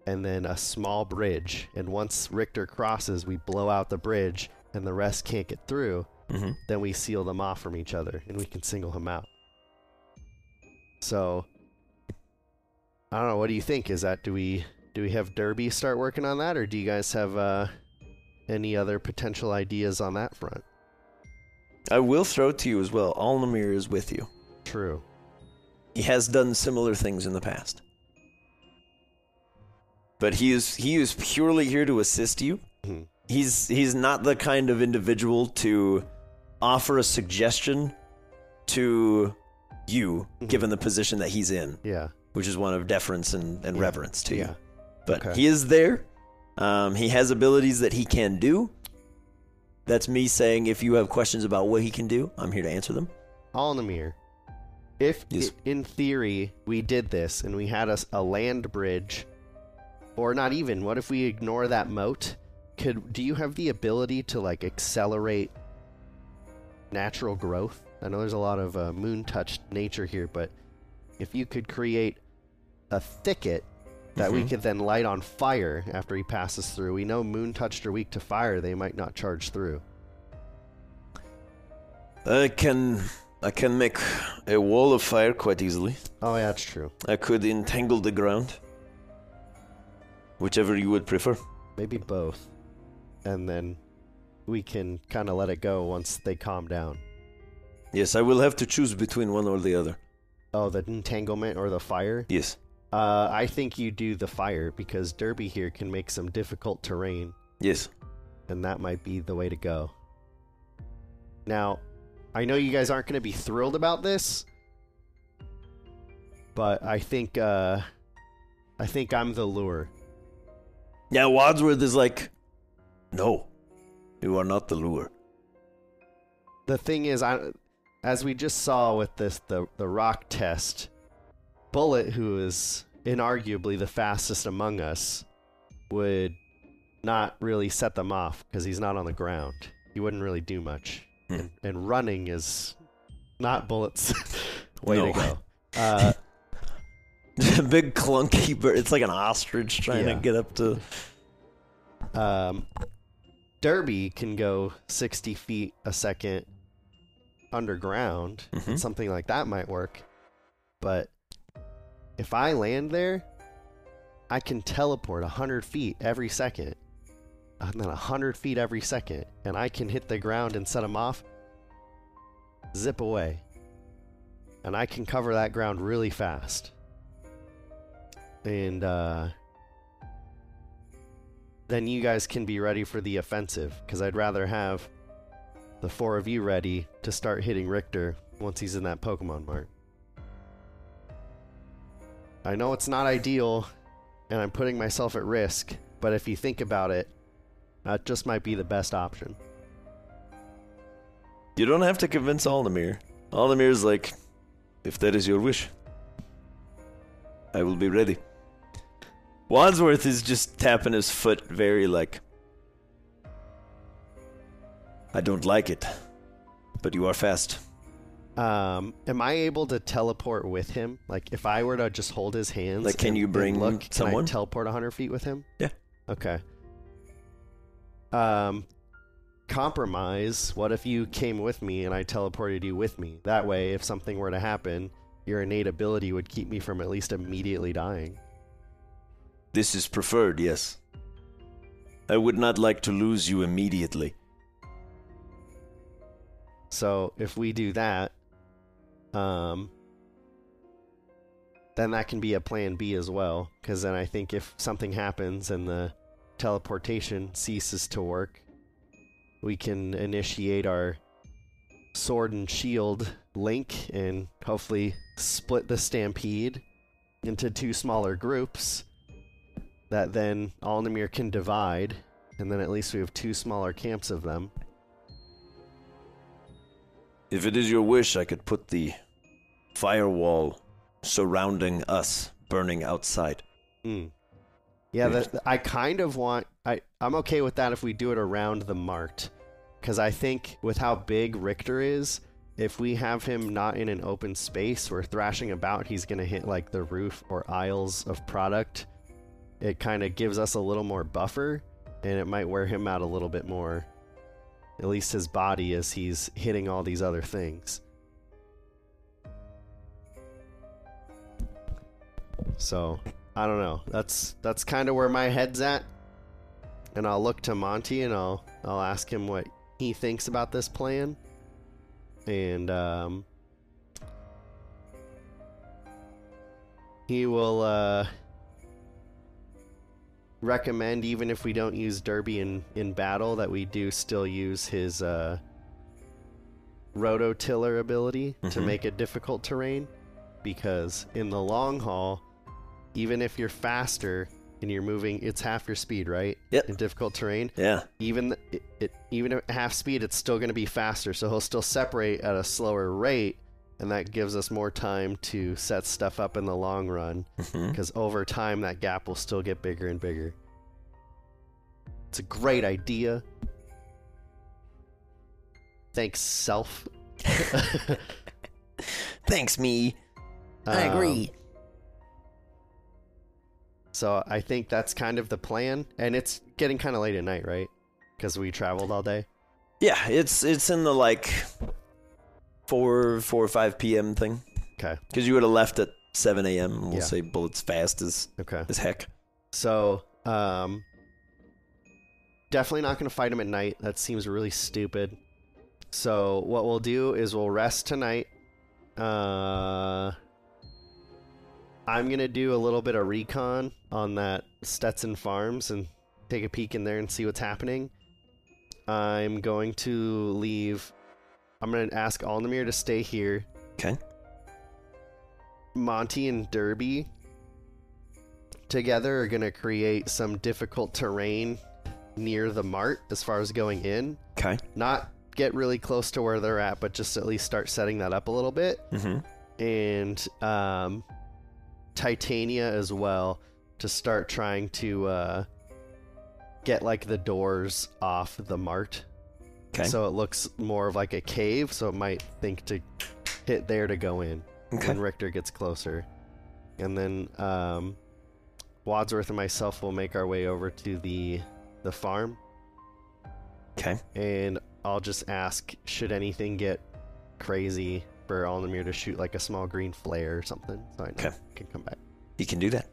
Speaker 2: and then a small bridge. And once Richter crosses, we blow out the bridge and the rest can't get through.
Speaker 1: Mhm.
Speaker 2: Then we seal them off from each other and we can single him out. So I don't know. What do you think? Is that do we do we have Derby start working on that, or do you guys have uh, any other potential ideas on that front?
Speaker 1: I will throw to you as well. Alnamir is with you.
Speaker 2: True.
Speaker 1: He has done similar things in the past. But he is he is purely here to assist you.
Speaker 2: Mhm.
Speaker 1: He's he's not the kind of individual to offer a suggestion to you,
Speaker 2: Hmm.
Speaker 1: given the position that he's in,
Speaker 2: Yeah.
Speaker 1: which is one of deference and, and reverence to you.
Speaker 2: Yeah.
Speaker 1: But
Speaker 2: Okay.
Speaker 1: he is there. Um, he has abilities that he can do. That's me saying if you have questions about what he can do, I'm here to answer them.
Speaker 2: All in the mirror. If,
Speaker 1: Yes.
Speaker 2: i- in theory, we did this and we had a, s- a land bridge, or not even, what if we ignore that moat? Could do you have the ability to like accelerate natural growth? I know there's a lot of uh, moon touched nature here, but if you could create a thicket that we
Speaker 1: Mhm.
Speaker 2: could then light on fire after he passes through, we know moon touched are weak to fire; they might not charge through.
Speaker 1: I can I can make a wall of fire quite easily.
Speaker 2: Oh, yeah, that's true.
Speaker 1: I could entangle the ground. Whichever you would prefer.
Speaker 2: Maybe both. And then we can kind of let it go once they calm down.
Speaker 1: Yes, I will have to choose between one or the other.
Speaker 2: Oh, the entanglement or the fire?
Speaker 1: Yes.
Speaker 2: Uh, I think you do the fire because Derby here can make some difficult terrain,
Speaker 1: Yes.
Speaker 2: and that might be the way to go. Now, I know you guys aren't going to be thrilled about this, but I think uh, I think I'm the lure.
Speaker 1: Yeah, Wadsworth is like No. You are not the lure.
Speaker 2: the thing is, I, as we just saw with this the the rock test, Bullet, who is inarguably the fastest among us, would not really set them off because he's not on the ground. He wouldn't really do much,
Speaker 1: Hmm.
Speaker 2: and, and running is not Bullet's way
Speaker 1: No.
Speaker 2: to go. Uh,
Speaker 1: Big clunky bird. It's like an ostrich trying
Speaker 2: Yeah.
Speaker 1: to get up to
Speaker 2: um, Derby can go sixty feet a second underground,
Speaker 1: Mhm.
Speaker 2: something like that might work. But if I land there, I can teleport 100 feet every second. And then 100 feet every second. And I can hit the ground and set them off, zip away. And I can cover that ground really fast. And uh, then you guys can be ready for the offensive. Because I'd rather have the four of you ready to start hitting Richter once he's in that Pokemon Mart. I know it's not ideal, and I'm putting myself at risk, but if you think about it, that just might be the best option.
Speaker 1: You don't have to convince Aldemir. Aldemir is like, if that is your wish, I will be ready. Wadsworth is just tapping his foot, very like, I don't like it, but you are fast.
Speaker 2: Um, am I able to teleport with him? Like, if I were to just hold his hands,
Speaker 1: Like, can
Speaker 2: and-
Speaker 1: you
Speaker 2: and
Speaker 1: bring
Speaker 2: look, can I
Speaker 1: someone?
Speaker 2: teleport 100 feet with him?
Speaker 1: Yeah.
Speaker 2: Okay. Um, compromise. What if you came with me and I teleported you with me? That way, if something were to happen, your innate ability would keep me from at least immediately dying.
Speaker 1: This is preferred, yes. I would not like to lose you immediately.
Speaker 2: So if we do that, um, then that can be a plan B as well. Because then I think if something happens and the teleportation ceases to work, we can initiate our sword and shield link and hopefully split the stampede into two smaller groups that then Alnamir can divide, and then at least we have two smaller camps of them.
Speaker 1: If it is your wish, I could put the firewall surrounding us, burning outside.
Speaker 2: Mm. Yeah,
Speaker 1: Yes.
Speaker 2: that, I kind of want. I I'm okay with that if we do it around the mart, because I think with how big Richter is, if we have him not in an open space or thrashing about, he's gonna hit like the roof or aisles of product. It kind of gives us a little more buffer, and it might wear him out a little bit more. At least his body as he's hitting all these other things. So I don't know. That's that's kind of where my head's at. And I'll look to Monty and I'll I'll ask him what he thinks about this plan. And um, he will uh, recommend even if we don't use Derby in, in battle that we do still use his uh, rototiller ability to
Speaker 1: Mhm.
Speaker 2: make it difficult terrain because in the long haul even if you're faster and you're moving it's half your speed right
Speaker 1: Yep.
Speaker 2: in difficult terrain
Speaker 1: Yeah.
Speaker 2: even th- it, it even at half speed it's still going to be faster so he'll still separate at a slower rate and that gives us more time to set stuff up in the long run
Speaker 1: Mhm.
Speaker 2: because over time that gap will still get bigger and bigger it's a great idea thanks self
Speaker 1: Thanks, me. I
Speaker 2: Um,
Speaker 1: agree.
Speaker 2: so i think that's kind of the plan and it's getting kind of late at night right because we traveled all day
Speaker 1: Yeah, it's it's in the like four four or five p.m. thing
Speaker 2: okay
Speaker 1: because you would have left at seven a.m. We'll
Speaker 2: Yeah.
Speaker 1: say bullets fast as
Speaker 2: okay
Speaker 1: as heck.
Speaker 2: So, um, definitely not going to fight him at night. That seems really stupid. So, what we'll do is we'll rest tonight. Uh, I'm going to do a little bit of recon on that Stetson Farms and take a peek in there and see what's happening. I'm going to leave. I'm going to ask Alnamir to stay here.
Speaker 1: 'Kay.
Speaker 2: Monty and Derby together are going to create some difficult terrain near the mart as far as going in.
Speaker 1: Okay.
Speaker 2: Not get really close to where they're at, but just at least start setting that up a little bit.
Speaker 1: Mm-hmm.
Speaker 2: And um, Titania as well to start trying to uh, get like the doors off the mart.
Speaker 1: 'Kay.
Speaker 2: So it looks more of like a cave, so it might think to hit there to go in
Speaker 1: Okay.
Speaker 2: when Richter gets closer. And then um, Wadsworth and myself will make our way over to the the farm,
Speaker 1: Okay.
Speaker 2: and I'll just ask: Should anything get crazy for Alnamir to shoot like a small green flare or something? So I know
Speaker 1: Okay.
Speaker 2: I can come back.
Speaker 1: You can do that.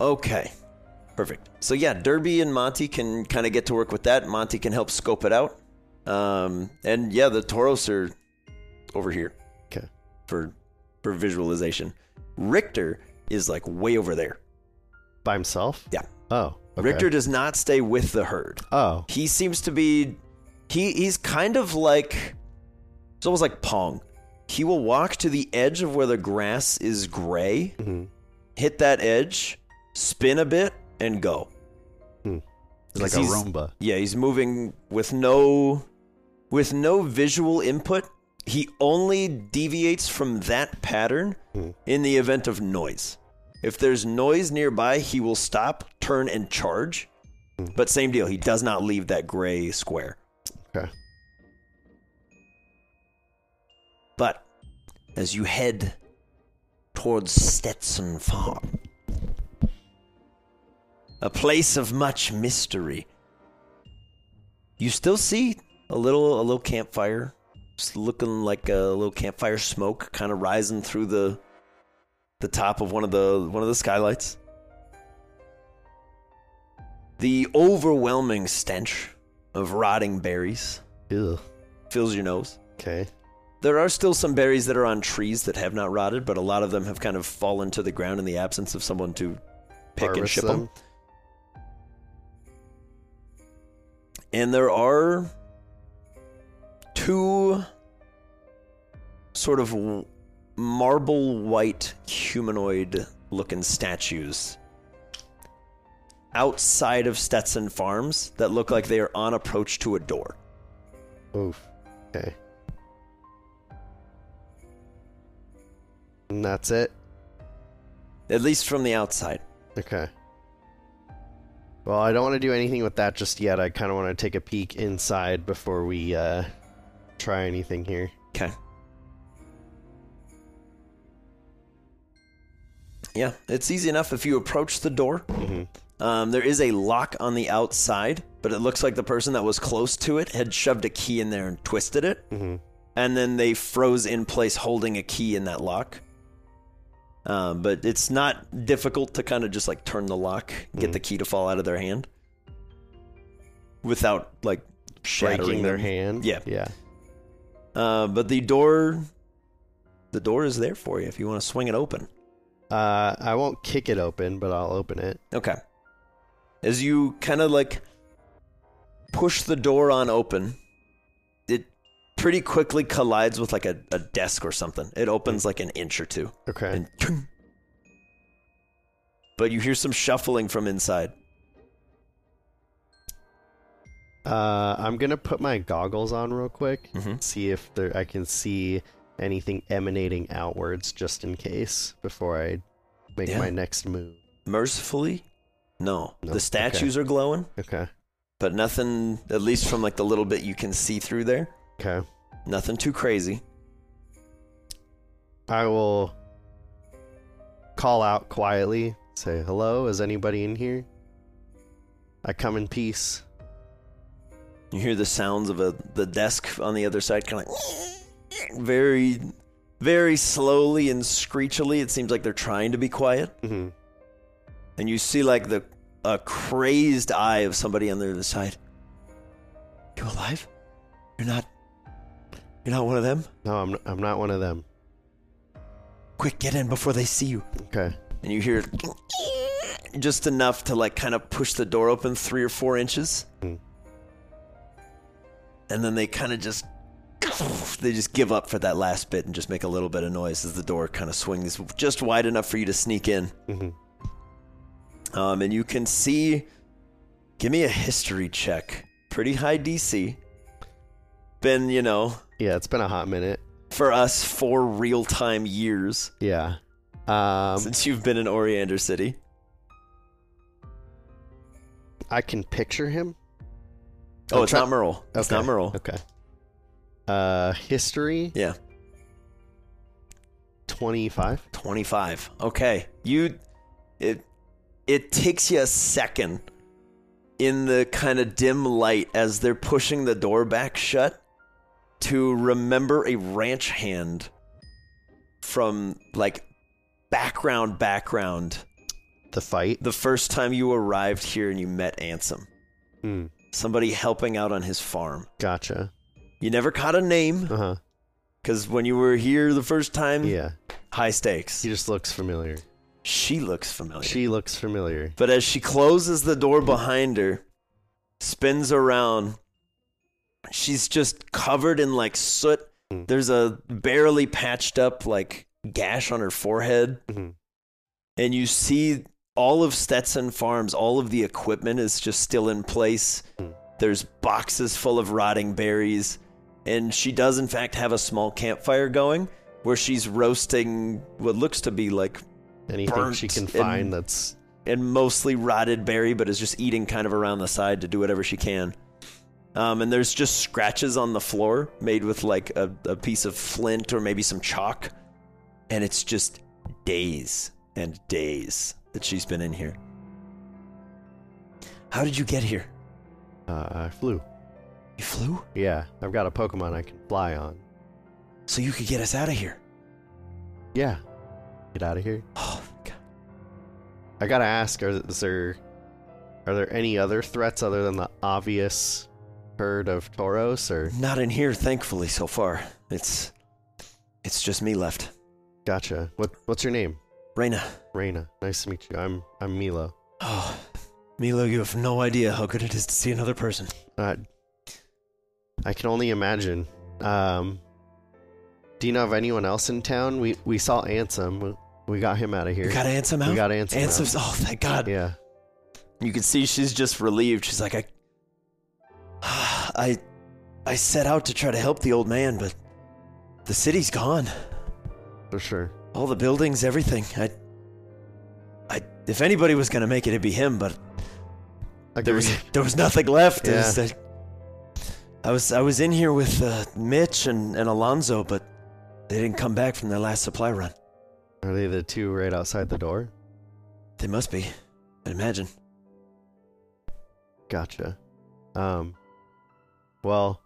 Speaker 1: Okay. Perfect. So yeah, Derby and Monty can kind of get to work with that. Monty can help scope it out. Um, and yeah, the Toros are over here.
Speaker 2: 'Kay.
Speaker 1: For for visualization. Richter is like way over there.
Speaker 2: By himself?
Speaker 1: Yeah.
Speaker 2: Oh, okay.
Speaker 1: Richter does not stay with the herd.
Speaker 2: Oh,
Speaker 1: He seems to be he he's kind of like it's almost like Pong. He will walk to the edge of where the grass is gray
Speaker 2: hmm
Speaker 1: hit that edge, spin a bit, and go.
Speaker 2: Hmm.
Speaker 1: It's
Speaker 2: like a
Speaker 1: he's-
Speaker 2: Roomba.
Speaker 1: Yeah, he's moving with no with no visual input. He only deviates from that pattern
Speaker 2: Hmm.
Speaker 1: in the event of noise. If there's noise nearby, he will stop, turn, and charge. But same deal, he does not leave that gray square.
Speaker 2: Okay.
Speaker 1: But as you head towards Stetson Farm, a place of much mystery, you still see a little a little campfire, just looking like a little campfire smoke, kind of rising through the the top of one of the one of the skylights. The overwhelming stench of rotting berries
Speaker 2: Ew.
Speaker 1: fills your nose.
Speaker 2: Okay.
Speaker 1: There are still some berries that are on trees that have not rotted, but a lot of them have kind of fallen to the ground in the absence of someone to pick and
Speaker 2: Harvest
Speaker 1: ship them. And there are two sort of w- marble white humanoid looking statues outside of Stetson Farms that look like they are on approach to a door.
Speaker 2: Oof. Okay. And that's it.
Speaker 1: At least from the outside.
Speaker 2: Okay. Well, I don't want to do anything with that just yet. I kind of want to take a peek inside before we uh, try anything here.
Speaker 1: Okay. Yeah, it's easy enough if you approach the door.
Speaker 2: Mm-hmm.
Speaker 1: Um, there is a lock on the outside, but it looks like the person that was close to it had shoved a key in there and twisted it,
Speaker 2: Mm-hmm.
Speaker 1: and then they froze in place holding a key in that lock. Um, but it's not difficult to kind of just like turn the lock, get
Speaker 2: Mm-hmm.
Speaker 1: the key to fall out of their hand without like shattering
Speaker 2: breaking
Speaker 1: their
Speaker 2: their
Speaker 1: hand.
Speaker 2: hand.
Speaker 1: Yeah.
Speaker 2: yeah.
Speaker 1: Uh, but the door, the door is there for you if you want to swing it open.
Speaker 2: Uh, I won't kick it open, but I'll open it.
Speaker 1: Okay. As you kind of like push the door on open, it pretty quickly collides with like a, a desk or something. It opens like an inch or two.
Speaker 2: Okay.
Speaker 1: And chung. but you hear some shuffling from inside.
Speaker 2: Uh, I'm gonna put my goggles on real quick,
Speaker 1: Mhm.
Speaker 2: see if there I can see anything emanating outwards, just in case, before I make
Speaker 1: Yeah.
Speaker 2: my next move.
Speaker 1: Mercifully, no.
Speaker 2: No,
Speaker 1: The statues are glowing,
Speaker 2: Okay.
Speaker 1: but nothing, at least from like the little bit you can see through there,
Speaker 2: Okay.
Speaker 1: nothing too crazy.
Speaker 2: I will call out quietly. Say hello. Is anybody in here? I come in peace.
Speaker 1: You hear the sounds of a the desk on the other side, kind of like very, very slowly and screechily. It seems like they're trying to be quiet,
Speaker 2: hmm
Speaker 1: and you see like the a crazed eye of somebody on the other side. You alive? You're not. You're not one of them.
Speaker 2: No, I'm I'm not one of them.
Speaker 1: Quick, get in before they see you.
Speaker 2: Okay.
Speaker 1: And you hear just enough to like kind of push the door open three or four inches,
Speaker 2: Hmm.
Speaker 1: and then they kind of just they just give up for that last bit and just make a little bit of noise as the door kind of swings just wide enough for you to sneak in.
Speaker 2: hmm
Speaker 1: Um, and you can see. Give me a history check. Pretty high DC. Been, you know,
Speaker 2: Yeah, it's been a hot minute.
Speaker 1: for us four real time years
Speaker 2: Yeah. Um,
Speaker 1: since you've been in Oriander City.
Speaker 2: I can picture him.
Speaker 1: Oh,
Speaker 2: I'm
Speaker 1: it's
Speaker 2: try-
Speaker 1: not Merle. It's
Speaker 2: Okay,
Speaker 1: not Merle.
Speaker 2: Okay. Uh, history
Speaker 1: Yeah.
Speaker 2: twenty five.
Speaker 1: 25. Okay. You it it takes you a second in the kind of dim light as they're pushing the door back shut to remember a ranch hand from like background background
Speaker 2: The fight.
Speaker 1: the first time you arrived here and you met Ansem.
Speaker 2: Hmm,
Speaker 1: Somebody helping out on his farm.
Speaker 2: gotcha.
Speaker 1: You never caught a name
Speaker 2: Uh huh.
Speaker 1: because when you were here the first time,
Speaker 2: Yeah.
Speaker 1: high stakes.
Speaker 2: He just looks familiar.
Speaker 1: She looks familiar.
Speaker 2: She looks familiar.
Speaker 1: But as she closes the door behind her, spins around, she's just covered in like soot.
Speaker 2: Mm.
Speaker 1: There's a barely patched up like gash on her forehead.
Speaker 2: Mhm.
Speaker 1: And you see all of Stetson Farms, all of the equipment is just still in place.
Speaker 2: Mm.
Speaker 1: There's boxes full of rotting berries. And she does, in fact, have a small campfire going where she's roasting what looks to be like
Speaker 2: Anything she
Speaker 1: Burnt
Speaker 2: can
Speaker 1: and-
Speaker 2: find that's
Speaker 1: and mostly rotted berry, but is just eating kind of around the side to do whatever she can. Um, and there's just scratches on the floor made with like a, a piece of flint or maybe some chalk. And it's just days and days that she's been in here. How did you get here?
Speaker 2: uh, I flew.
Speaker 1: You flew?
Speaker 2: Yeah, I've got a Pokemon I can fly on.
Speaker 1: So you could get us out of here.
Speaker 2: Yeah. Get out of here.
Speaker 1: Oh, my God.
Speaker 2: I gotta ask: Are is there are there any other threats other than the obvious herd of Tauros? Or
Speaker 1: Not in here, thankfully, so far. It's. It's just me left.
Speaker 2: gotcha. What what's your name?
Speaker 1: Reina.
Speaker 2: Reina. Nice to meet you. I'm I'm Milo.
Speaker 1: Oh, Milo, you have no idea how good it is to see another person.
Speaker 2: Uh, I can only imagine. Um, do you know of anyone else in town? We we saw Ansem. We, we got him out of here.
Speaker 1: You got Ansem out?
Speaker 2: we got Ansem. out.
Speaker 1: Ansem's, oh, thank God.
Speaker 2: Yeah.
Speaker 1: You can see she's just relieved. She's like, I, I, I set out to try to help the old man, but the city's gone.
Speaker 2: For sure.
Speaker 1: All the buildings, everything. I, I, if anybody was gonna make it, it'd be him. But
Speaker 2: Like
Speaker 1: there was there was nothing left. It was
Speaker 2: Yeah.
Speaker 1: like- I was I was in here with uh, Mitch and, and Alonzo, but they didn't come back from their last supply run.
Speaker 2: are they the two right outside the door?
Speaker 1: They must be. I'd imagine.
Speaker 2: Gotcha. Um. Well,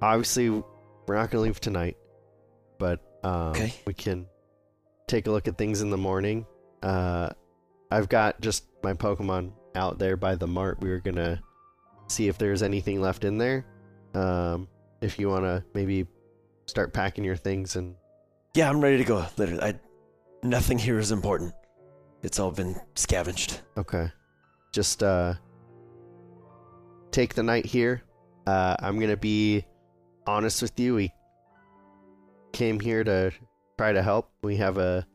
Speaker 2: obviously we're not gonna leave tonight, but um,
Speaker 1: Okay.
Speaker 2: we can take a look at things in the morning. Uh, I've got just my Pokemon out there by the mart. We were gonna see if there's anything left in there. Um, if you wanna maybe start packing your things and
Speaker 1: Yeah, I'm ready to go. Literally, I, nothing here is important. It's all been scavenged.
Speaker 2: Okay. Just uh take the night here. Uh I'm going to be honest with you. We came here to try to help. We have a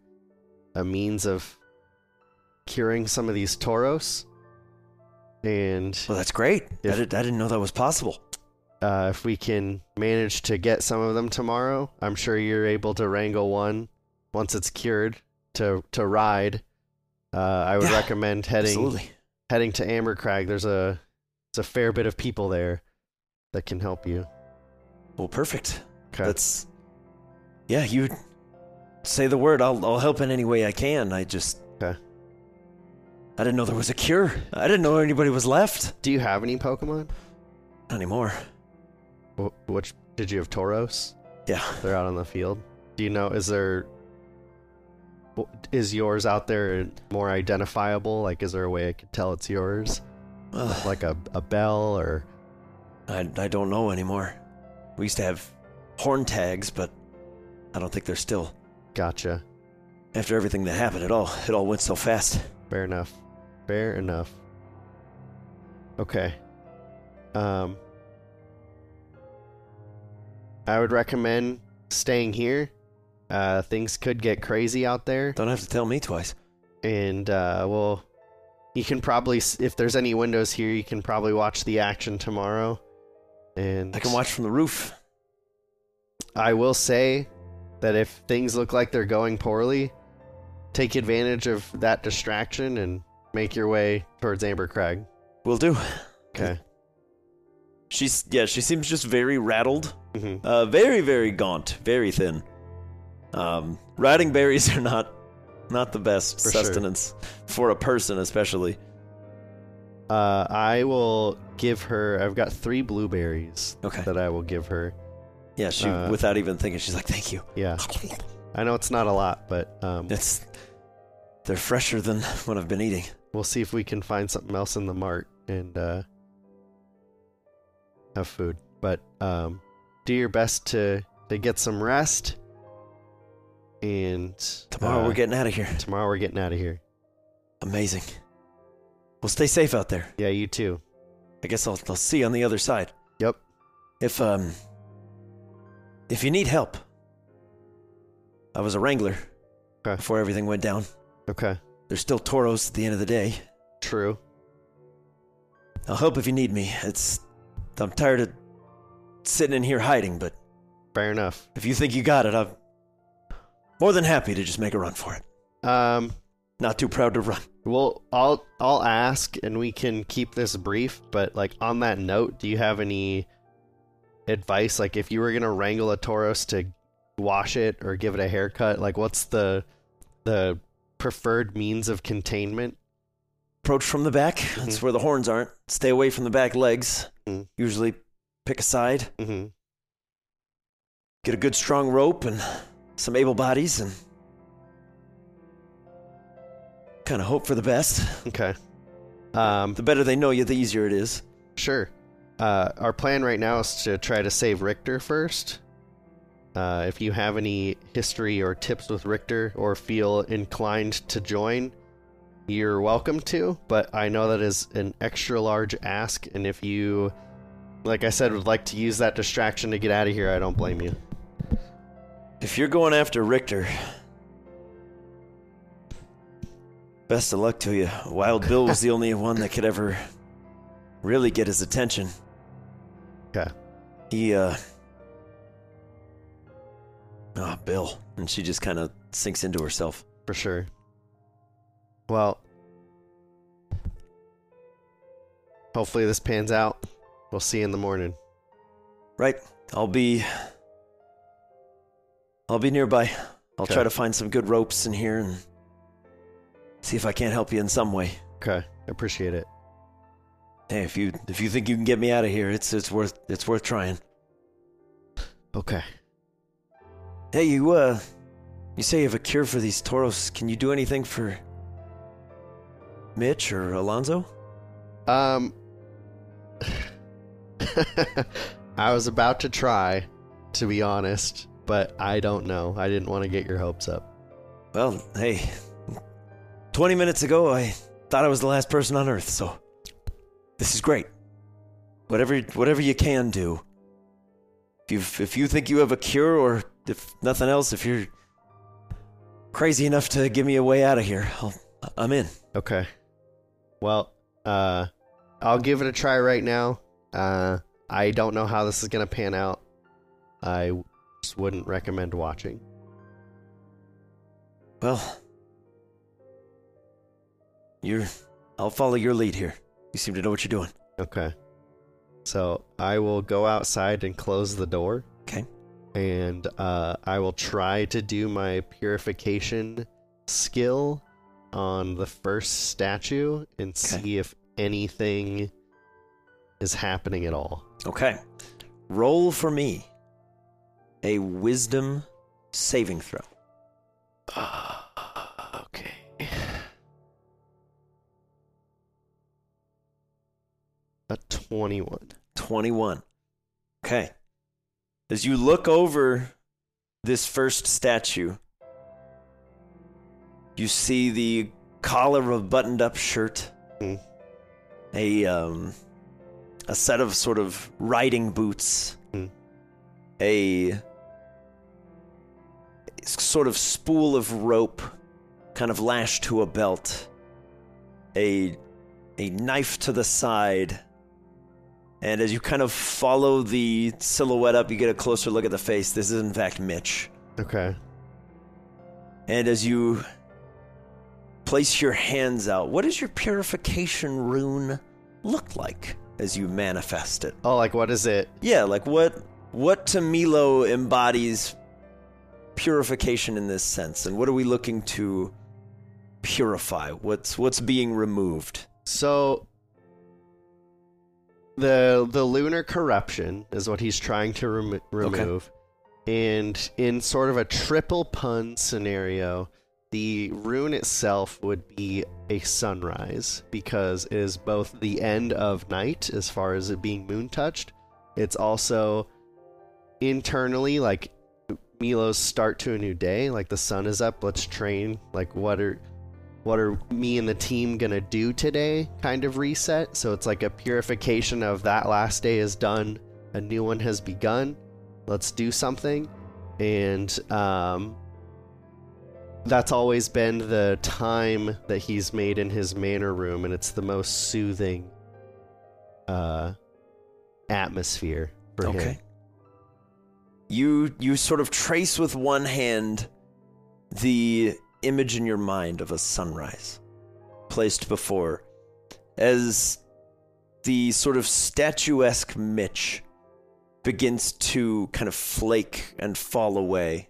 Speaker 2: a means of curing some of these toros. And
Speaker 1: Well, that's great.
Speaker 2: Yeah.
Speaker 1: I, did, I didn't know that was possible.
Speaker 2: uh, if we can manage to get some of them tomorrow, I'm sure you're able to wrangle one once it's cured to to ride. Uh, I would
Speaker 1: Yeah,
Speaker 2: recommend heading
Speaker 1: Absolutely.
Speaker 2: heading to Ambercrag, there's a it's a fair bit of people there that can help you.
Speaker 1: Well, perfect.
Speaker 2: Okay.
Speaker 1: That's yeah. You say the word. I'll I'll help in any way I can. I just
Speaker 2: Okay.
Speaker 1: I didn't know there was a cure. I didn't know anybody was left
Speaker 2: Do you have any Pokemon?
Speaker 1: Not anymore.
Speaker 2: Wh- Which did you have Tauros?
Speaker 1: Yeah.
Speaker 2: They're out on the field. Do you know? Is there? wh- Is yours out there more identifiable? Like, is there a way I could tell it's yours?
Speaker 1: Well,
Speaker 2: Like a, a bell or
Speaker 1: I I don't know anymore. We used to have horn tags, but I don't think they're still.
Speaker 2: gotcha.
Speaker 1: After everything that happened, it all it all went so fast.
Speaker 2: Fair enough. Fair enough. Okay. Um I would recommend staying here. Uh things could get crazy out there
Speaker 1: Don't have to tell me twice.
Speaker 2: and uh well you can probably s- if there's any windows here you can probably watch the action tomorrow. And
Speaker 1: I can watch from the roof.
Speaker 2: I will say that if things look like they're going poorly, take advantage of that distraction and make your way towards Amber Crag.
Speaker 1: Will do.
Speaker 2: Okay.
Speaker 1: She's yeah. She seems just very rattled.
Speaker 2: hmm
Speaker 1: Uh, very, very gaunt, very thin. Um, riding berries are not not the best
Speaker 2: For sure.
Speaker 1: sustenance for a person, especially.
Speaker 2: Uh, I will give her. I've got three blueberries
Speaker 1: Okay.
Speaker 2: that I will give her.
Speaker 1: Yeah, she
Speaker 2: Uh,
Speaker 1: without even thinking, she's like, "Thank you."
Speaker 2: Yeah, I know it's not a lot, but um,
Speaker 1: It's they're fresher than what I've been eating.
Speaker 2: we'll see if we can find something else in the mart and uh, have food. But um, do your best to to get some rest. And
Speaker 1: Tomorrow
Speaker 2: uh,
Speaker 1: we're getting out of here.
Speaker 2: tomorrow we're getting out of here.
Speaker 1: Amazing. Well, stay safe out there.
Speaker 2: Yeah, you too.
Speaker 1: I guess I'll I'll see you on the other side.
Speaker 2: Yep.
Speaker 1: If um if you need help, I was a wrangler
Speaker 2: Okay.
Speaker 1: before everything went down.
Speaker 2: Okay.
Speaker 1: There's still toros at the end of the day.
Speaker 2: True.
Speaker 1: I'll help if you need me. It's I'm tired of sitting in here hiding, but
Speaker 2: Fair enough.
Speaker 1: if you think you got it, I'm more than happy to just make a run for it.
Speaker 2: Um,
Speaker 1: Not too proud to run.
Speaker 2: Well, I'll I'll ask, and we can keep this brief. But like on that note, do you have any advice? Like if you were gonna wrangle a Tauros to wash it or give it a haircut, like what's the the preferred means of containment?
Speaker 1: Approach from the back.
Speaker 2: Mm-hmm.
Speaker 1: That's where the horns aren't. Stay away from the back legs.
Speaker 2: Mhm.
Speaker 1: Usually pick a side,
Speaker 2: Mm-hmm.
Speaker 1: get a good strong rope and some able bodies and kind of hope for the best.
Speaker 2: Okay. Um,
Speaker 1: The better they know you, the easier it is.
Speaker 2: Sure. Uh, our plan right now is to try to save Richter first. Uh, if you have any history or tips with Richter or feel inclined to join, you're welcome to, but I know that is an extra large ask. And if you, like I said, would like to use that distraction to get out of here, I don't blame you.
Speaker 1: If you're going after Richter, best of luck to you. Wild Bill was the only one that could ever really get his attention.
Speaker 2: Okay.
Speaker 1: He, uh. Ah, Bill. And she just kind of sinks into herself.
Speaker 2: For sure. Well, hopefully this pans out. We'll see you in the morning.
Speaker 1: Right. I'll be. I'll be nearby. I'll
Speaker 2: Okay.
Speaker 1: try to find some good ropes in here and see if I can't help you in some way.
Speaker 2: Okay. I appreciate it.
Speaker 1: Hey, if you if you think you can get me out of here, it's it's worth it's worth trying.
Speaker 2: Okay.
Speaker 1: Hey, you uh You say you have a cure for these toros. Can you do anything for Mitch or Alonzo?
Speaker 2: Um, I was about to try, to be honest, but I don't know. I didn't want to get your hopes up.
Speaker 1: Well, hey, 20 minutes ago, I thought I was the last person on Earth, so this is great. Whatever, whatever you can do. If, you've, if you think you have a cure, or if nothing else, if you're crazy enough to give me a way out of here, I'll, I'm in.
Speaker 2: Okay. Well, uh, I'll give it a try right now. Uh, I don't know how this is gonna pan out. I just wouldn't recommend watching.
Speaker 1: Well, you're. I'll follow your lead here. You seem to know what you're doing.
Speaker 2: Okay. So I will go outside and close the door.
Speaker 1: Okay.
Speaker 2: And uh, I will try to do my purification skill on the first statue and see if anything is happening at all.
Speaker 1: Okay. Roll for me a wisdom saving throw.
Speaker 2: okay. A 21.
Speaker 1: 21. Okay. As you look over this first statue, you see the collar of a buttoned up shirt,
Speaker 2: Mm.
Speaker 1: a, um, a set of sort of riding boots,
Speaker 2: Mm.
Speaker 1: a s- sort of spool of rope kind of lashed to a belt, a, a knife to the side. And as you kind of follow the silhouette up, you get a closer look at the face. This is, in fact, Mitch.
Speaker 2: Okay.
Speaker 1: And as you place your hands out, what does your purification rune look like as you manifest it?
Speaker 2: Oh, like what is it?
Speaker 1: Yeah, like what what to Milo embodies purification in this sense, and what are we looking to purify? What's what's being removed?
Speaker 2: So the the lunar corruption is what he's trying to remo remove. And in sort of a triple pun scenario, the rune itself would be a sunrise because it is both the end of night as far as it being moon touched. It's also internally like Milo's start to a new day, like the sun is up, let's train, like what are what are me and the team gonna do today kind of reset so it's like a purification of that last day is done a new one has begun let's do something and um that's always been the time that he's made in his manor room and it's the most soothing uh atmosphere for him
Speaker 1: You you sort of trace with one hand the image in your mind of a sunrise placed before as the sort of statuesque Mitch begins to kind of flake and fall away.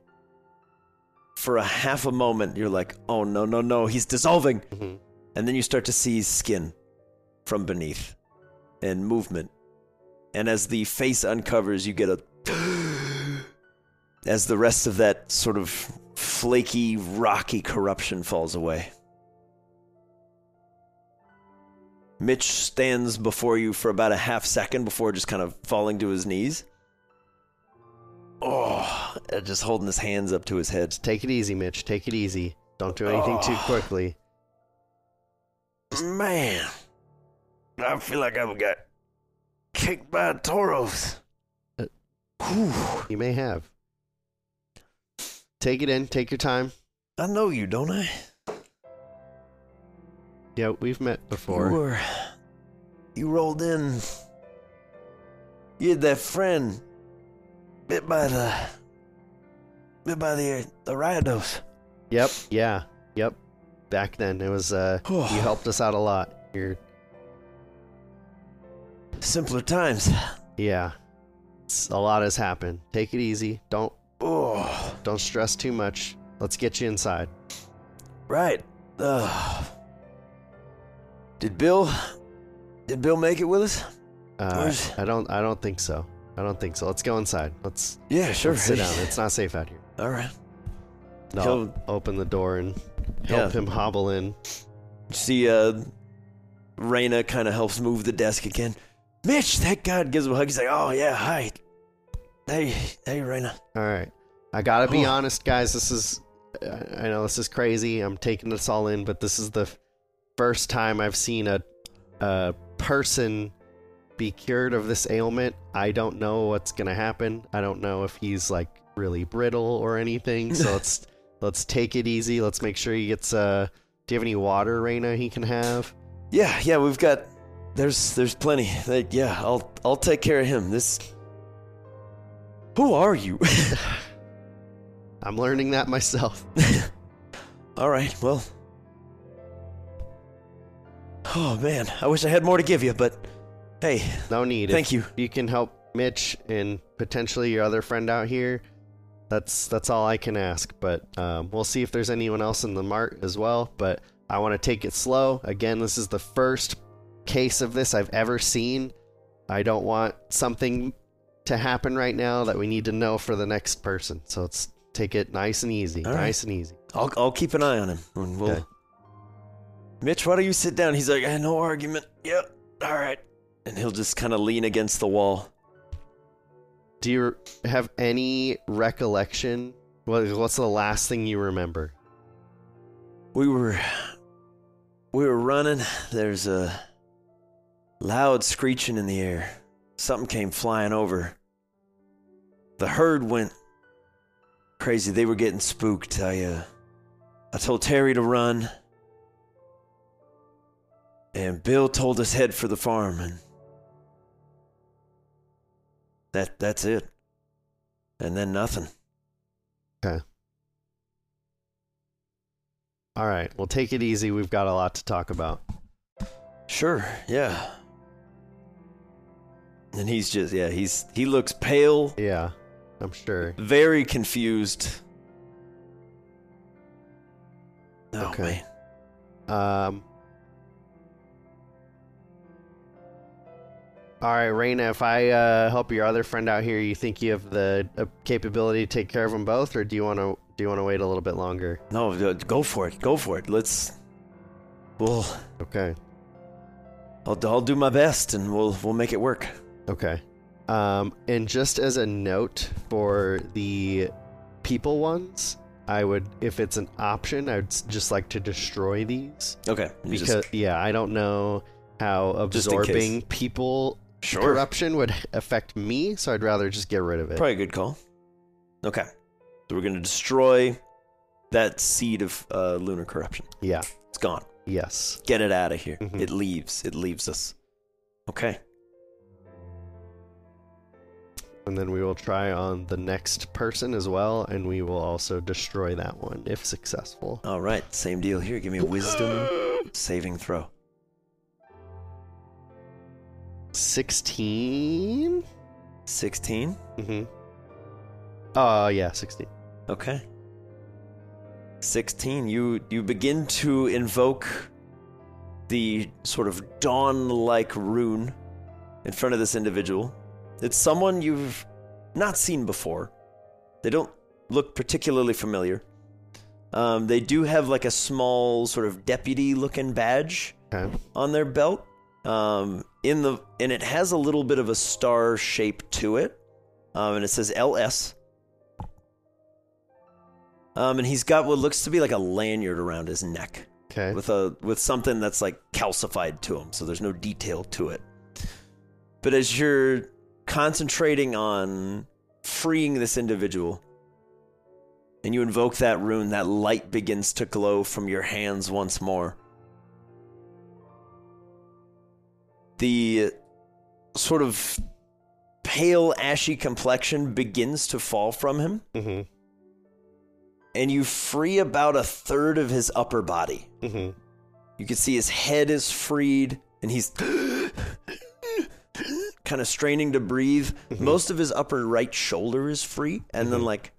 Speaker 1: For a half a moment, you're like, oh no, no, no, he's dissolving.
Speaker 2: Mhm.
Speaker 1: And then you start to see skin from beneath and movement. And as the face uncovers, you get a. as the rest of that sort of flaky, rocky corruption falls away. Mitch stands before you for about a half second before just kind of falling to his knees. Oh, and just holding his hands up to his head.
Speaker 2: take it easy mitch take it easy don't do anything too
Speaker 1: Oh.
Speaker 2: quickly
Speaker 1: Man, I feel like I've got kicked by toros.
Speaker 2: Uh,
Speaker 1: Whew.
Speaker 2: You may have. Take it in. Take your time.
Speaker 1: I know you, don't I?
Speaker 2: Yeah, we've met
Speaker 1: You
Speaker 2: before.
Speaker 1: were. You rolled in. You had that friend bit by the. bit by the the Ryados.
Speaker 2: Yep. Yeah. Yep. Back then, it was. uh You helped us out a lot. You're.
Speaker 1: Simpler times.
Speaker 2: Yeah. It's- a lot has happened. Take it easy. Don't
Speaker 1: Oh,
Speaker 2: don't stress too much. Let's get you inside.
Speaker 1: right. Uh, did Bill? Did Bill make it with us?
Speaker 2: Uh,
Speaker 1: Where's-
Speaker 2: I don't. I don't think so. I don't think so. Let's go inside. Let's,
Speaker 1: Yeah, sure.
Speaker 2: let's sit down. It's not safe out here.
Speaker 1: All right.
Speaker 2: No,
Speaker 1: He'll-
Speaker 2: open the door and help
Speaker 1: Yeah.
Speaker 2: him hobble in.
Speaker 1: See, uh, Raina kind of helps move the desk again. Mitch, that god gives him a hug. He's like, "Oh yeah, hi, hey, hey, Raina."
Speaker 2: All right. I gotta be
Speaker 1: Oh.
Speaker 2: honest, guys. This is, I I know this is crazy. I'm taking this all in, but this is the f- first time I've seen a, a person be cured of this ailment. I don't know what's gonna happen. I don't know if he's like really brittle or anything. So let's let's take it easy. Let's make sure he gets. Uh, do you have any water, Reyna? He can have.
Speaker 1: Yeah, yeah, we've got. There's there's plenty. Like, yeah, I'll I'll take care of him. This. Who are you?
Speaker 2: I'm learning that myself.
Speaker 1: All right, well. Oh man, I wish I had more to give you, but hey,
Speaker 2: No need.
Speaker 1: thank you.
Speaker 2: you can help Mitch and potentially your other friend out here. That's that's all I can ask. But um, we'll see if there's anyone else in the mart as well. But I want to take it slow. Again, this is the first case of this I've ever seen. I don't want something to happen right now that we need to know for the next person. So let's take it nice and easy.
Speaker 1: All right.
Speaker 2: Nice and easy.
Speaker 1: I'll I'll keep an eye on him, and we'll.
Speaker 2: Okay.
Speaker 1: Mitch, why don't you sit down? He's like, eh, no argument. Yep. All right. And he'll just kind of lean against the wall.
Speaker 2: Do you have any recollection? What, what's the last thing you remember?
Speaker 1: We were we were running. There's a loud screeching in the air. Something came flying over. The herd went crazy. They were getting spooked. I uh I told Terry to run. And Bill told us head for the farm and that that's it. And then nothing.
Speaker 2: All right, well, take it easy. We've got a lot to talk about.
Speaker 1: Sure, yeah. And he's just yeah, he's he looks pale,
Speaker 2: Yeah, I'm sure.
Speaker 1: very confused. Oh
Speaker 2: Okay.
Speaker 1: man.
Speaker 2: Um. All right, Raina. If I uh, help your other friend out here, you think you have the uh, capability to take care of them both, or do you want to do you want to wait a little bit longer?
Speaker 1: No, uh, go for it. Go for it. Let's We'll
Speaker 2: Okay.
Speaker 1: I'll, I'll do my best and we'll we'll make it work.
Speaker 2: Okay. Um, and just as a note for the people ones, I would, if it's an option, I'd s- just like to destroy these
Speaker 1: Okay. you
Speaker 2: because
Speaker 1: just-
Speaker 2: yeah, I don't know how
Speaker 1: Just in case.
Speaker 2: absorbing people
Speaker 1: sure.
Speaker 2: corruption would affect me, so I'd rather just get rid of it.
Speaker 1: Probably a good call. Okay. So we're going to destroy that seed of uh, lunar corruption.
Speaker 2: Yeah.
Speaker 1: It's gone.
Speaker 2: Yes.
Speaker 1: Get it out of here.
Speaker 2: Mhm.
Speaker 1: It leaves. It leaves us. Okay.
Speaker 2: And then we will try on the next person as well, and we will also destroy that one if successful.
Speaker 1: All right, same deal here. Give me a wisdom saving throw.
Speaker 2: 16?
Speaker 1: 16.
Speaker 2: Mm-hmm. Oh, yeah, 16.
Speaker 1: Okay. 16. You you begin to invoke the sort of dawn-like rune in front of this individual. It's someone you've not seen before. They don't look particularly familiar. Um, they do have like a small sort of deputy-looking badge.
Speaker 2: Okay.
Speaker 1: on their belt. Um, in the and it has a little bit of a star shape to it, um, and it says LS. Um, and he's got what looks to be like a lanyard around his neck
Speaker 2: Okay.
Speaker 1: with a with something that's like calcified to him, so there's no detail to it. But as you're concentrating on freeing this individual, and you invoke that rune, that light begins to glow from your hands once more. The sort of pale, ashy complexion begins to fall from him,
Speaker 2: Mm-hmm.
Speaker 1: and you free about a third of his upper body.
Speaker 2: Mm-hmm.
Speaker 1: You can see his head is freed, and he's kind of straining to breathe.
Speaker 2: Mhm.
Speaker 1: Most of his upper right shoulder is free, and then
Speaker 2: Mhm.
Speaker 1: like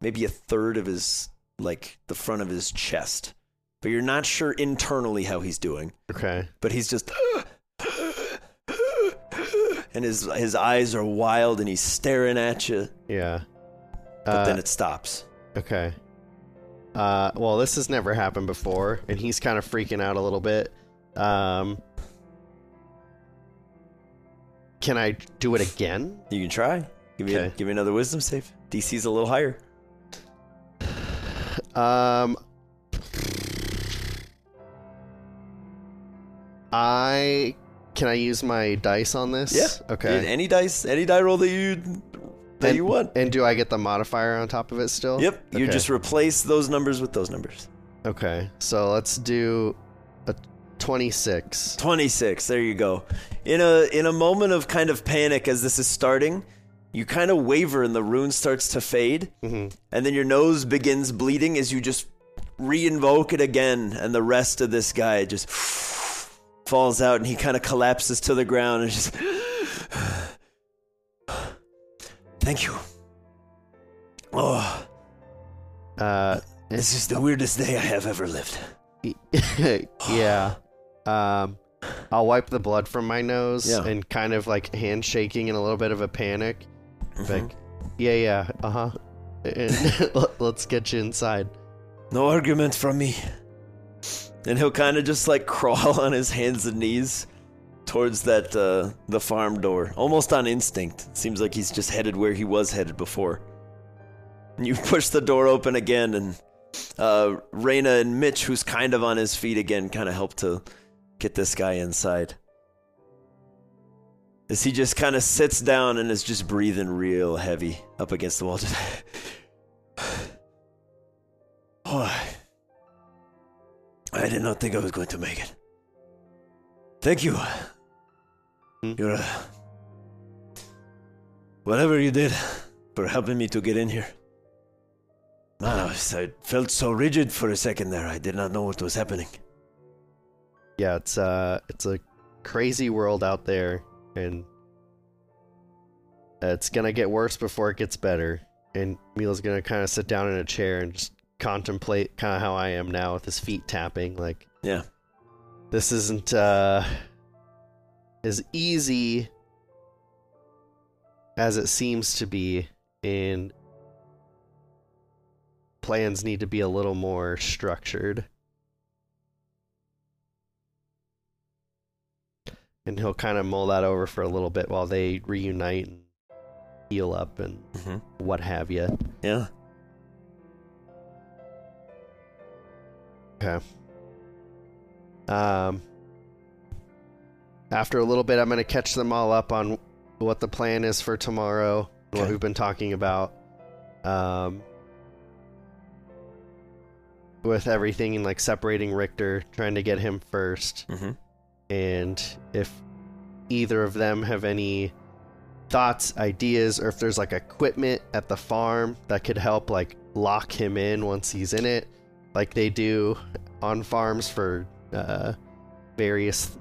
Speaker 1: maybe a third of his like the front of his chest. But you're not sure internally how he's doing.
Speaker 2: Okay.
Speaker 1: But he's just and his his eyes are wild, and he's staring at you.
Speaker 2: Yeah.
Speaker 1: But then it stops.
Speaker 2: Okay. Uh, well, this has never happened before, and he's kind of freaking out a little bit. Um, can I do it again?
Speaker 1: You can try. Give me,
Speaker 2: Okay.
Speaker 1: give me another wisdom save. DC's a little higher.
Speaker 2: Um, I can I use my dice on this?
Speaker 1: Yeah.
Speaker 2: Okay.
Speaker 1: Any dice, any die roll that you that
Speaker 2: and,
Speaker 1: you want.
Speaker 2: And do I get the modifier on top of it still?
Speaker 1: Yep. You
Speaker 2: Okay.
Speaker 1: just replace those numbers with those numbers.
Speaker 2: Okay. So let's do a twenty-six.
Speaker 1: 26 there you go in a in a moment of kind of panic as this is starting you kind of waver and the rune starts to fade
Speaker 2: Mhm.
Speaker 1: and then your nose begins bleeding as you just re-invoke it again and the rest of this guy just falls out and he kind of collapses to the ground and just thank you oh
Speaker 2: Uh,
Speaker 1: this is the weirdest day i have ever lived
Speaker 2: yeah. Um, I'll wipe the blood from my nose
Speaker 1: Yeah.
Speaker 2: and kind of like handshaking in a little bit of a panic.
Speaker 1: Mhm.
Speaker 2: Like, yeah, yeah, uh huh. Let's get you inside.
Speaker 1: No argument from me. And he'll kind of just like crawl on his hands and knees towards that uh, the farm door, almost on instinct. It seems like he's just headed where he was headed before. And you push the door open again, and uh, Reyna and Mitch, who's kind of on his feet again, kind of help to get this guy inside. As he just kind of sits down and is just breathing real heavy up against the wall. Just Oh, I did not think I was going to make it. Thank you. You're uh, whatever you did for helping me to get in here. Man, I, was, I felt so rigid for a second there. I did not know what was happening.
Speaker 2: Yeah, it's uh, it's a crazy world out there, and it's gonna get worse before it gets better. And Mila's gonna kind of sit down in a chair and just contemplate kind of how I am now with his feet tapping. Like,
Speaker 1: Yeah.
Speaker 2: this isn't uh as easy as it seems to be, and plans need to be a little more structured. and he'll kind of mull that over for a little bit while they reunite and heal up and
Speaker 1: Mm-hmm.
Speaker 2: what have you.
Speaker 1: Yeah.
Speaker 2: Um, after a little bit, I'm going to catch them all up on what the plan is for tomorrow, and what
Speaker 1: Okay.
Speaker 2: we've been talking about, um, with everything and like separating Richter, trying to get him first.
Speaker 1: Mm-hmm.
Speaker 2: and if either of them have any thoughts, ideas, or if there's like equipment at the farm that could help like lock him in once he's in it, like they do on farms for uh, various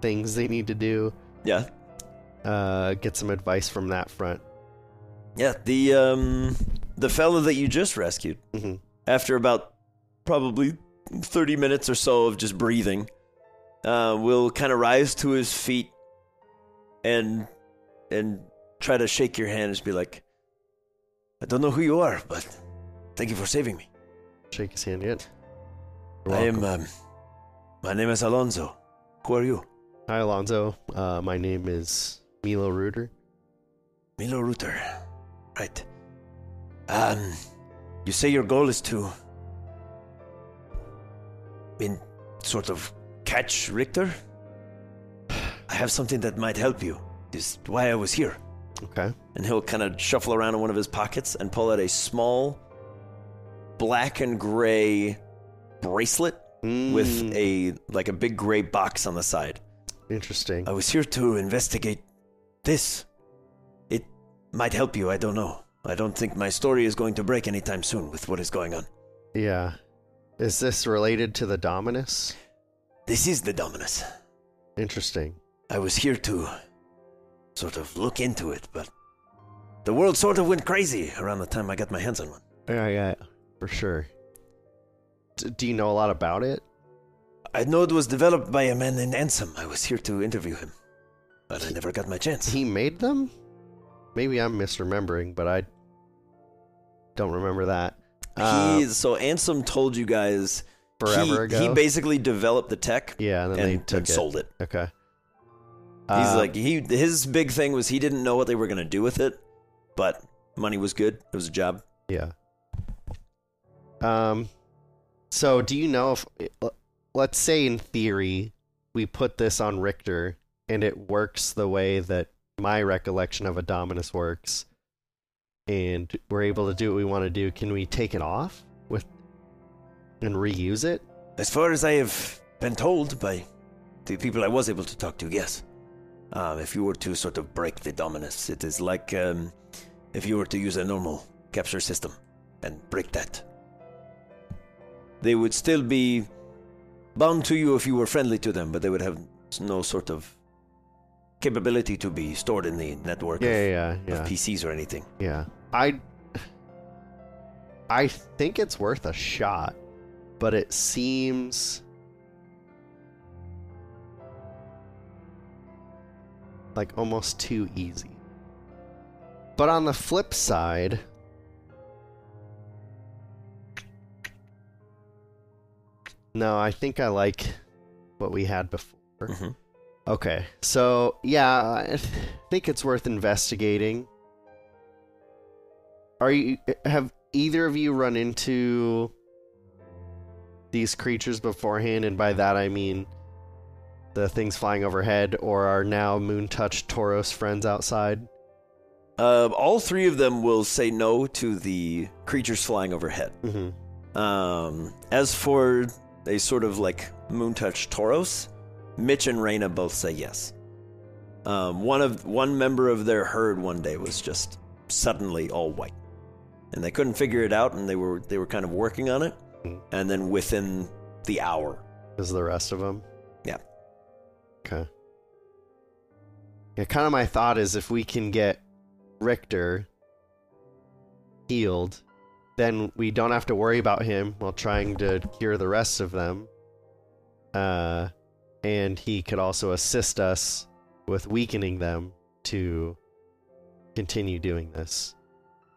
Speaker 2: things they need to do.
Speaker 1: Yeah.
Speaker 2: Uh, get some advice from that front.
Speaker 1: Yeah. The um, the fellow that you just rescued.
Speaker 2: Mhm.
Speaker 1: after about probably 30 minutes or so of just breathing, uh, will kind of rise to his feet and and try to shake your hand and just be like, "I don't know who you are, but thank you for saving me.
Speaker 2: Shake his hand yet. You're
Speaker 1: I am.
Speaker 2: welcome.
Speaker 1: Um, my name is Alonso. Who are you?
Speaker 2: Hi, Alonzo. Uh, my name is Milo Reuter.
Speaker 1: Milo Ruter. Right. Um, you say your goal is to, in sort of catch Richter. I have something that might help you. Is why I was here.
Speaker 2: Okay.
Speaker 1: And he'll kind of shuffle around in one of his pockets and pull out a small, black and gray bracelet with
Speaker 2: Mm,
Speaker 1: a like a big gray box on the side.
Speaker 2: interesting.
Speaker 1: I was here to investigate this. It might help you, I don't know. I don't think my story is going to break anytime soon with what is going on.
Speaker 2: Yeah. Is this related to the Dominus?
Speaker 1: This is the Dominus.
Speaker 2: Interesting.
Speaker 1: I was here to sort of look into it, but the world sort of went crazy around the time I got my hands on one.
Speaker 2: Yeah, yeah, for sure. D- do you know a lot about it?
Speaker 1: I know it was developed by a man named Ansem. I was here to interview him, but I never got my chance.
Speaker 2: He made them? Maybe I'm misremembering, but I don't remember that. Uh,
Speaker 1: he so Ansem told you guys he,
Speaker 2: forever ago.
Speaker 1: He basically developed the tech
Speaker 2: yeah, and then
Speaker 1: and,
Speaker 2: they took
Speaker 1: and
Speaker 2: it.
Speaker 1: sold it.
Speaker 2: Okay.
Speaker 1: He's
Speaker 2: Uh,
Speaker 1: like he his big thing was he didn't know what they were gonna do with it, but money was good. It was a job.
Speaker 2: Yeah. Um so do you know if uh, let's say in theory we put this on Richter and it works the way that my recollection of Adominus works and we're able to do what we want to do, can we take it off with and reuse it?
Speaker 1: As far as I have been told by the people I was able to talk to, yes. Um, if you were to sort of break the dominus, it is like um, if you were to use a normal capture system and break that. They would still be bound to you if you were friendly to them, but they would have no sort of capability to be stored in the network
Speaker 2: Yeah,
Speaker 1: of,
Speaker 2: yeah, yeah.
Speaker 1: of
Speaker 2: yeah.
Speaker 1: PCs or anything.
Speaker 2: Yeah. I I think it's worth a shot, but it seems like almost too easy. But on the flip side, no, I think I like what we had before.
Speaker 1: Mhm.
Speaker 2: Okay. So, yeah, I think it's worth investigating. Are you have either of you run into these creatures beforehand and by that I mean the things flying overhead or are now moon touched Tauros friends outside?
Speaker 1: Uh, all three of them will say no to the creatures flying overhead.
Speaker 2: Mm-hmm.
Speaker 1: Um, as for a sort of like moon touch Tauros, Mitch and Reyna both say yes. Um, one of one member of their herd one day was just suddenly all white, and they couldn't figure it out, and they were they were kind of working on it,
Speaker 2: Mm.
Speaker 1: and then within the hour,
Speaker 2: Is the rest of them?
Speaker 1: Yeah.
Speaker 2: Okay. Yeah, kind of my thought is if we can get Richter healed, then we don't have to worry about him while trying to cure the rest of them. Uh, and he could also assist us with weakening them to continue doing this.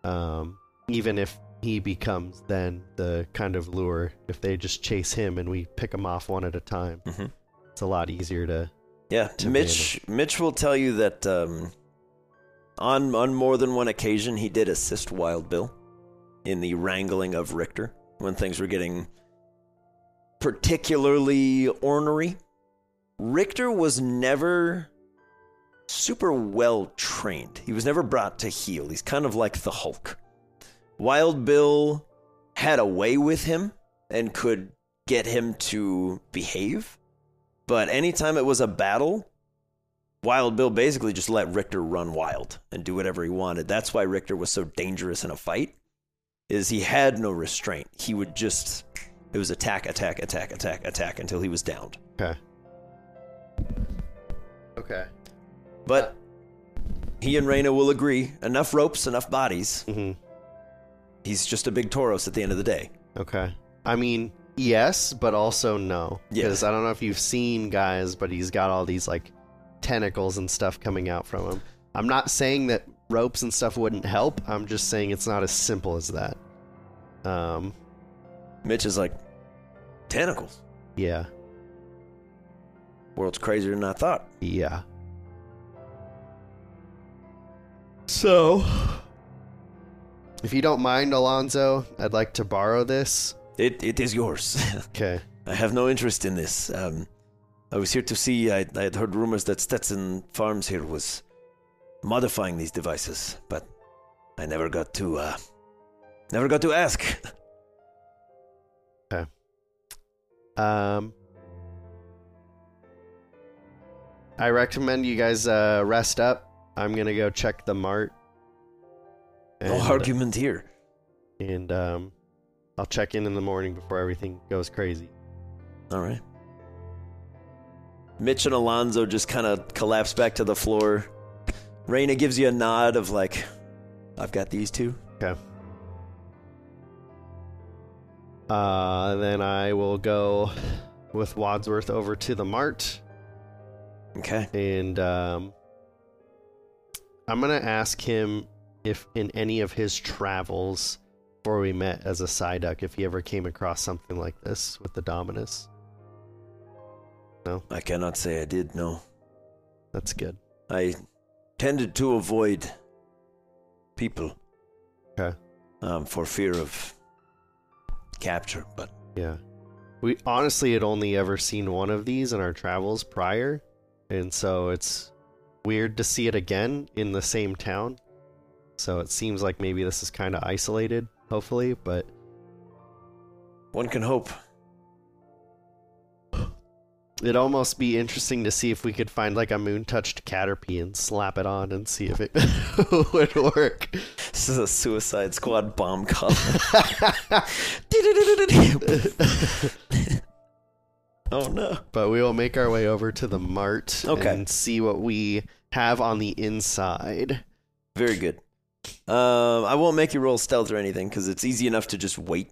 Speaker 2: Um, even if he becomes then the kind of lure if they just chase him and we pick him off one at a time.
Speaker 1: Mhm.
Speaker 2: It's a lot easier to.
Speaker 1: yeah.
Speaker 2: To
Speaker 1: Mitch Mitch will tell you that um, on on more than one occasion he did assist Wild Bill in the wrangling of Richter when things were getting particularly ornery. Richter was never super well trained. He was never brought to heel. He's kind of like the Hulk. Wild Bill had a way with him and could get him to behave. But anytime it was a battle, Wild Bill basically just let Richter run wild and do whatever he wanted. That's why Richter was so dangerous in a fight is he had no restraint. He would just it was attack, attack, attack, attack, attack until he was downed.
Speaker 2: Okay. Okay.
Speaker 1: But he and Reyna will agree, enough ropes, enough bodies.
Speaker 2: hmm
Speaker 1: He's just a big Tauros at the end of the day.
Speaker 2: Okay. I mean, yes, but also no.
Speaker 1: Yeah.
Speaker 2: Because I don't know if you've seen guys, but he's got all these like tentacles and stuff coming out from him. I'm not saying that ropes and stuff wouldn't help. I'm just saying it's not as simple as that. Um.
Speaker 1: Mitch is like tentacles.
Speaker 2: Yeah.
Speaker 1: World's crazier than I thought.
Speaker 2: Yeah. So, if you don't mind, Alonzo, I'd like to borrow this.
Speaker 1: It it is yours.
Speaker 2: Okay.
Speaker 1: I have no interest in this. Um, I was here to see. I, I had heard rumors that Stetson Farms here was modifying these devices, but I never got to uh, never got to ask.
Speaker 2: Um, I recommend you guys uh, rest up. I'm gonna go check the mart. Oh,
Speaker 1: no
Speaker 2: uh,
Speaker 1: argument here.
Speaker 2: And um, I'll check in in the morning before everything goes crazy.
Speaker 1: All right. Mitch and Alonzo just kind of collapse back to the floor. Raina gives you a nod of like, "I've got these two.
Speaker 2: Uh, then I will go with Wadsworth over to the mart.
Speaker 1: Okay.
Speaker 2: and um, I'm gonna ask him if in any of his travels before we met as a Psyduck if he ever came across something like this with the Dominus.
Speaker 1: I cannot say I did, no.
Speaker 2: That's good.
Speaker 1: I tended to avoid people.
Speaker 2: Okay.
Speaker 1: Um, for fear of capture, but
Speaker 2: Yeah. We honestly had only ever seen one of these in our travels prior, and so it's weird to see it again in the same town. So it seems like maybe this is kind of isolated, hopefully, but
Speaker 1: one can hope.
Speaker 2: it'd almost be interesting to see if we could find like a moon touched Caterpie and slap it on and see if it would work.
Speaker 1: This is a Suicide Squad bomb collar. oh no.
Speaker 2: but we will make our way over to the mart
Speaker 1: Okay.
Speaker 2: and see what we have on the inside.
Speaker 1: Very good. Um, I won't make you roll stealth or anything because it's easy enough to just wait.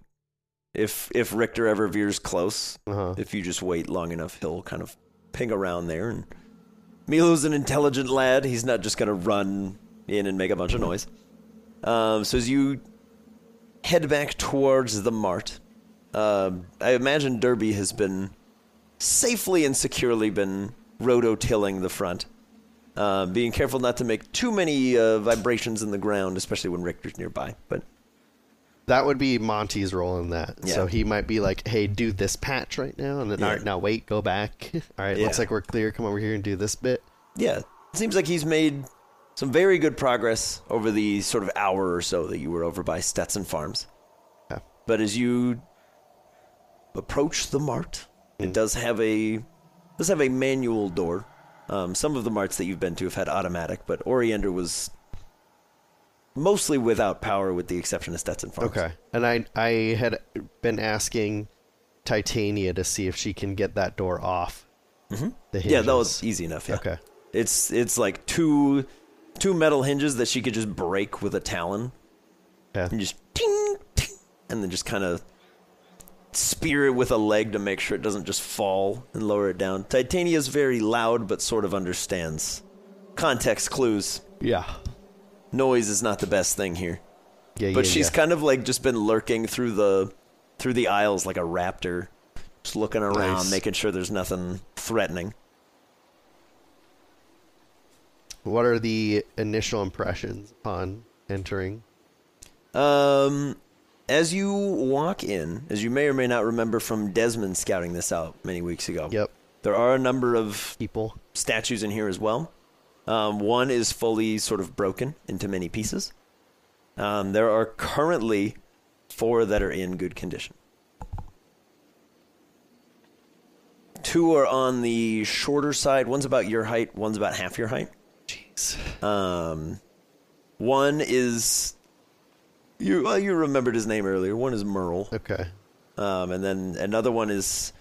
Speaker 1: If if Richter ever veers close,
Speaker 2: Uh-huh.
Speaker 1: if you just wait long enough, he'll kind of ping around there. And Milo's an intelligent lad; he's not just gonna run in and make a bunch of noise. Um, so as you head back towards the mart, um, I imagine Derby has been safely and securely been rototilling the front, uh, being careful not to make too many uh, vibrations in the ground, especially when Richter's nearby. But
Speaker 2: That would be Monty's role in that.
Speaker 1: Yeah.
Speaker 2: So he might be like, "Hey, do this patch right now," and then,
Speaker 1: Yeah.
Speaker 2: "All right, now wait, go back. All right, looks
Speaker 1: Yeah.
Speaker 2: like we're clear. Come over here and do this bit."
Speaker 1: yeah, it seems like he's made some very good progress over the sort of hour or so that you were over by Stetson Farms.
Speaker 2: Yeah.
Speaker 1: But as you approach the mart, it does have a does have a manual door. Um, some of the marts that you've been to have had automatic, but Orienter was mostly without power, with the exception of Stetson Farms.
Speaker 2: Okay. And I I had been asking Titania to see if she can get that door off. Mm-hmm. The
Speaker 1: Yeah, that
Speaker 2: hinges.
Speaker 1: was easy enough. Yeah.
Speaker 2: Okay.
Speaker 1: It's it's like two two metal hinges that she could just break with a talon.
Speaker 2: Yeah.
Speaker 1: And just ting, ting, and then just kind of spear it with a leg to make sure it doesn't just fall and lower it down. Titania's very loud but sort of understands context clues.
Speaker 2: Yeah.
Speaker 1: Noise is not the best thing here.
Speaker 2: Yeah.
Speaker 1: But
Speaker 2: yeah,
Speaker 1: she's
Speaker 2: yeah.
Speaker 1: kind of like just been lurking through the through the aisles like a raptor, just looking around,
Speaker 2: Nice.
Speaker 1: making sure there's nothing threatening.
Speaker 2: What are the initial impressions upon entering?
Speaker 1: Um, as you walk in, as you may or may not remember from Desmond scouting this out many weeks ago,
Speaker 2: Yep.
Speaker 1: there are a number of
Speaker 2: People.
Speaker 1: statues in here as well. Um, one is fully sort of broken into many pieces. Um, there are currently four that are in good condition. Two are on the shorter side. One's about your height. One's about half your height.
Speaker 2: Jeez.
Speaker 1: Um, one is you. Well, you remembered his name earlier. One is Merle,
Speaker 2: Okay.
Speaker 1: um, and then another one is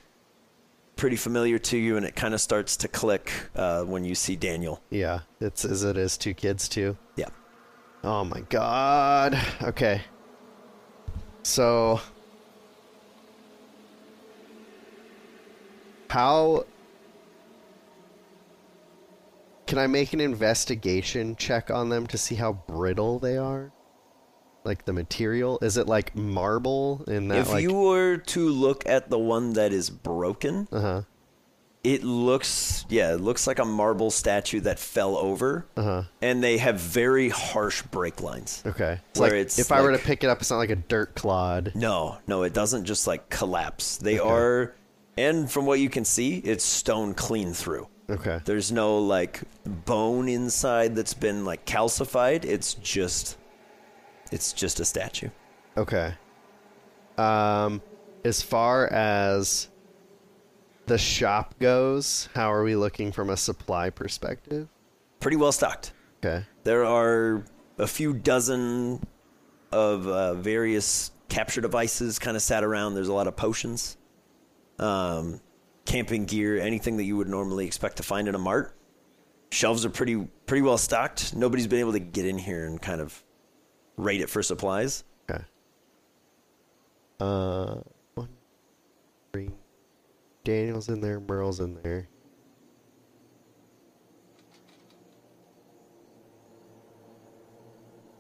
Speaker 1: pretty familiar to you, and it kind of starts to click uh, when you see Daniel.
Speaker 2: Yeah. It's as it is. Two kids too.
Speaker 1: Yeah,
Speaker 2: Oh my god. Okay. So how can I make an investigation check on them to see how brittle they are? Like the material? Is it like marble in that
Speaker 1: if
Speaker 2: like
Speaker 1: you were to look at the one that is broken,
Speaker 2: uh-huh.
Speaker 1: it looks yeah, it looks like a marble statue that fell over,
Speaker 2: Uh-huh.
Speaker 1: and they have very harsh break lines.
Speaker 2: Okay. It's
Speaker 1: Where
Speaker 2: like
Speaker 1: it's
Speaker 2: if I were to
Speaker 1: like-
Speaker 2: pick it up, it's not like a dirt clod.
Speaker 1: No, no, it doesn't just like collapse. They
Speaker 2: Okay.
Speaker 1: are, and from what you can see, it's stone clean through.
Speaker 2: Okay.
Speaker 1: There's no like bone inside that's been like calcified. It's just, it's just a statue.
Speaker 2: Okay. Um, as far as the shop goes, how are we looking from a supply perspective?
Speaker 1: Pretty well stocked.
Speaker 2: Okay.
Speaker 1: There are a few dozen of uh, various capture devices kind of sat around. There's a lot of potions, um, camping gear, anything that you would normally expect to find in a mart. Shelves are pretty pretty well stocked. Nobody's been able to get in here and kind of rate it for supplies.
Speaker 2: Okay. Uh, one, three. Daniel's in there. Merle's in there.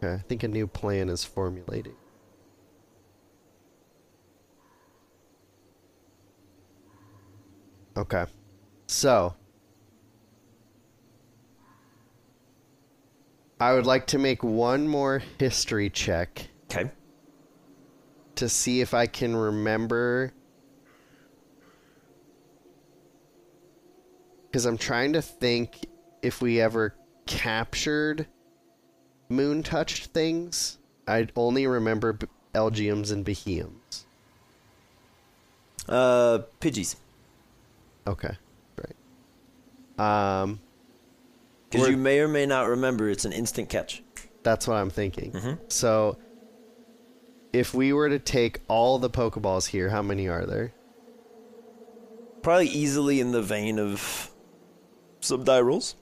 Speaker 2: Okay. I think a new plan is formulating. Okay. So, I would like to make one more history check
Speaker 1: Okay.
Speaker 2: to see if I can remember. Because I'm trying to think if we ever captured moon touched things. I only remember b- Elgiums and Beheums.
Speaker 1: Uh, Pidgeys.
Speaker 2: Okay. Right. Um,
Speaker 1: Because
Speaker 2: We're-
Speaker 1: you may or may not remember, it's an instant catch.
Speaker 2: That's what I'm thinking. So, if we were to take all the Pokeballs here, how many are there?
Speaker 1: Probably easily in the vein of subdirals.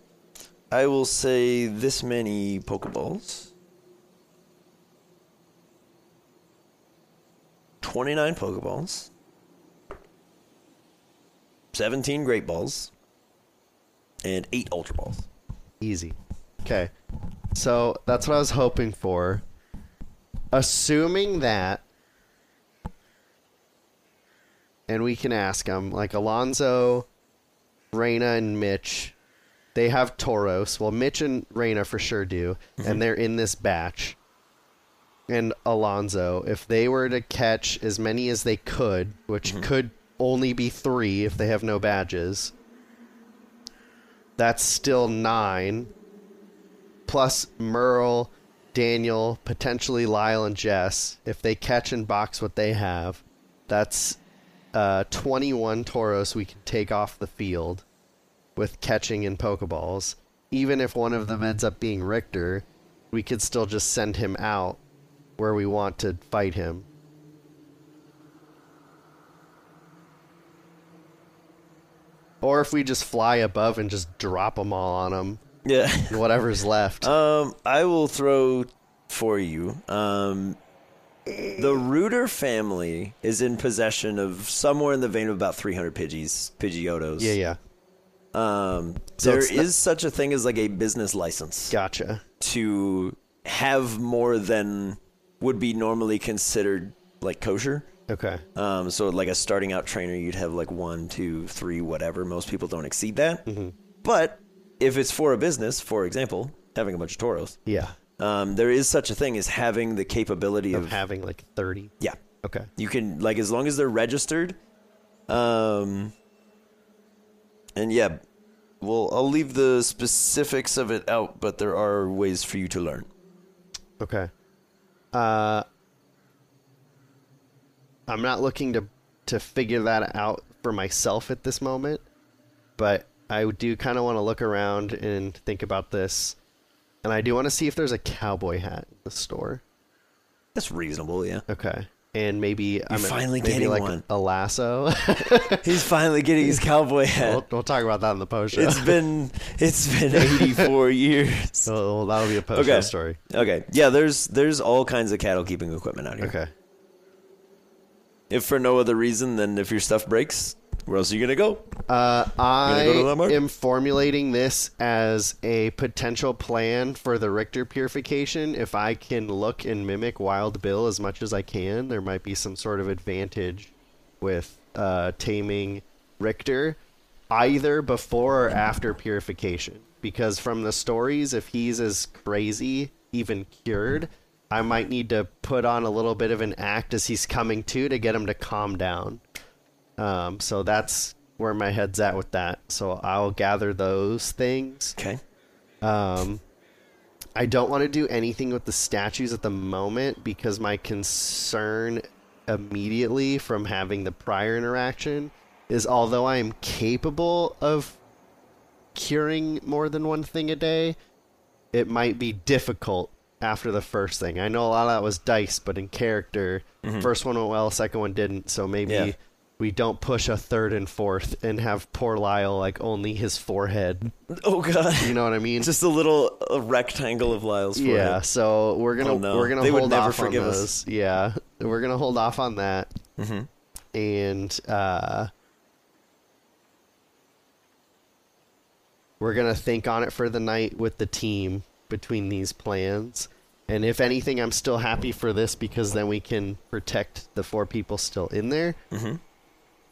Speaker 1: I will say this many Pokeballs. 29 Pokeballs. 17 Great Balls. And 8 Ultra Balls.
Speaker 2: Easy. Okay. So, that's what I was hoping for. Assuming that, and we can ask them, like Alonzo, Reyna, and Mitch, they have Tauros. Well, Mitch and Reyna for sure do, and they're in this batch. and Alonzo, if they were to catch as many as they could, which could only be three if they have no badges, that's still nine. Plus Merle, Daniel, potentially Lyle and Jess, if they catch and box what they have, that's uh, 21 Toros we can take off the field with catching and Pokeballs. Even if one of them ends up being Richter, we could still just send him out where we want to fight him. Or if we just fly above and just drop them all on him,
Speaker 1: Yeah.
Speaker 2: whatever's left.
Speaker 1: Um, I will throw for you. Um, the Rooter family is in possession of somewhere in the vein of about 300 Pidgeys, Pidgeotos.
Speaker 2: yeah, yeah.
Speaker 1: Um,
Speaker 2: So
Speaker 1: there
Speaker 2: it's
Speaker 1: is
Speaker 2: not-
Speaker 1: such a thing as like a business license
Speaker 2: Gotcha.
Speaker 1: to have more than would be normally considered like kosher.
Speaker 2: Okay.
Speaker 1: Um, so like a starting out trainer, you'd have like one, two, three, whatever. Most people don't exceed that.
Speaker 2: Mm-hmm.
Speaker 1: But if it's for a business, for example, having a bunch of toros,
Speaker 2: Yeah.
Speaker 1: um, there is such a thing as having the capability
Speaker 2: Of
Speaker 1: of,
Speaker 2: having like 30.
Speaker 1: yeah
Speaker 2: Okay.
Speaker 1: you can like as long as they're registered um and yeah well i'll leave the specifics of it out but there are ways for you to learn
Speaker 2: Okay. Uh, I'm not looking to to figure that out for myself at this moment, but I do kind of want to look around and think about this, and I do want to see if there's a cowboy hat in the store.
Speaker 1: that's reasonable yeah
Speaker 2: Okay. And maybe I'm
Speaker 1: finally
Speaker 2: maybe
Speaker 1: getting
Speaker 2: like
Speaker 1: one.
Speaker 2: a lasso.
Speaker 1: he's finally getting his cowboy hat
Speaker 2: we'll, we'll talk about that in the post show.
Speaker 1: it's been it's been 84 years
Speaker 2: So that'll be a post show
Speaker 1: okay
Speaker 2: story.
Speaker 1: okay yeah there's there's all kinds of cattle keeping equipment out here
Speaker 2: Okay.
Speaker 1: if for no other reason than if your stuff breaks where else are you gonna go
Speaker 2: Uh, I
Speaker 1: go to that market?
Speaker 2: am formulating this as a potential plan for the Richter purification. If I can look and mimic Wild Bill as much as I can, there might be some sort of advantage with uh, taming Richter, either before or after purification. Because from the stories, if he's as crazy, even cured, I might need to put on a little bit of an act as he's coming to to get him to calm down. Um, so that's where my head's at with that. So I'll gather those things.
Speaker 1: okay
Speaker 2: Um, I don't want to do anything with the statues at the moment because my concern immediately from having the prior interaction is although I am capable of curing more than one thing a day, it might be difficult after the first thing. I know a lot of that was dice, but in character, first one went well, second one didn't, so maybe
Speaker 1: Yeah.
Speaker 2: we don't push a third and fourth and have poor Lyle like only his forehead.
Speaker 1: oh god
Speaker 2: You know what I mean?
Speaker 1: just a little uh rectangle of Lyle's forehead.
Speaker 2: Yeah, so we're gonna
Speaker 1: Oh, no.
Speaker 2: we're gonna
Speaker 1: They would
Speaker 2: hold
Speaker 1: never
Speaker 2: off
Speaker 1: forgive
Speaker 2: on
Speaker 1: us.
Speaker 2: those. Yeah, we're gonna hold off on that. Mm-hmm. And uh, we're gonna think on it for the night with the team between these plans. And if anything, I'm still
Speaker 1: Mm-hmm.
Speaker 2: happy for this because then we can protect the four people still in there.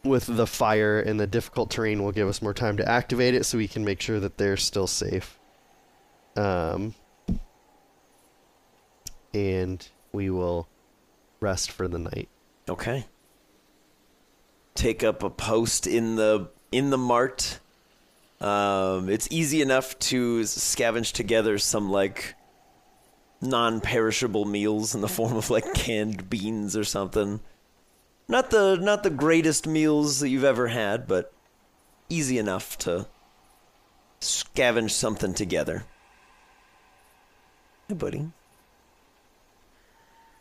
Speaker 2: with the fire and the difficult terrain will give us more time to activate it so we can make sure that they're still safe. Um, and we will rest for the night.
Speaker 1: Okay. Take up a post in the in the mart. Um, it's easy enough to scavenge together some like non-perishable meals in the form of like canned beans or something. Not the not the greatest meals that you've ever had, but easy enough to scavenge something together. Hey, buddy.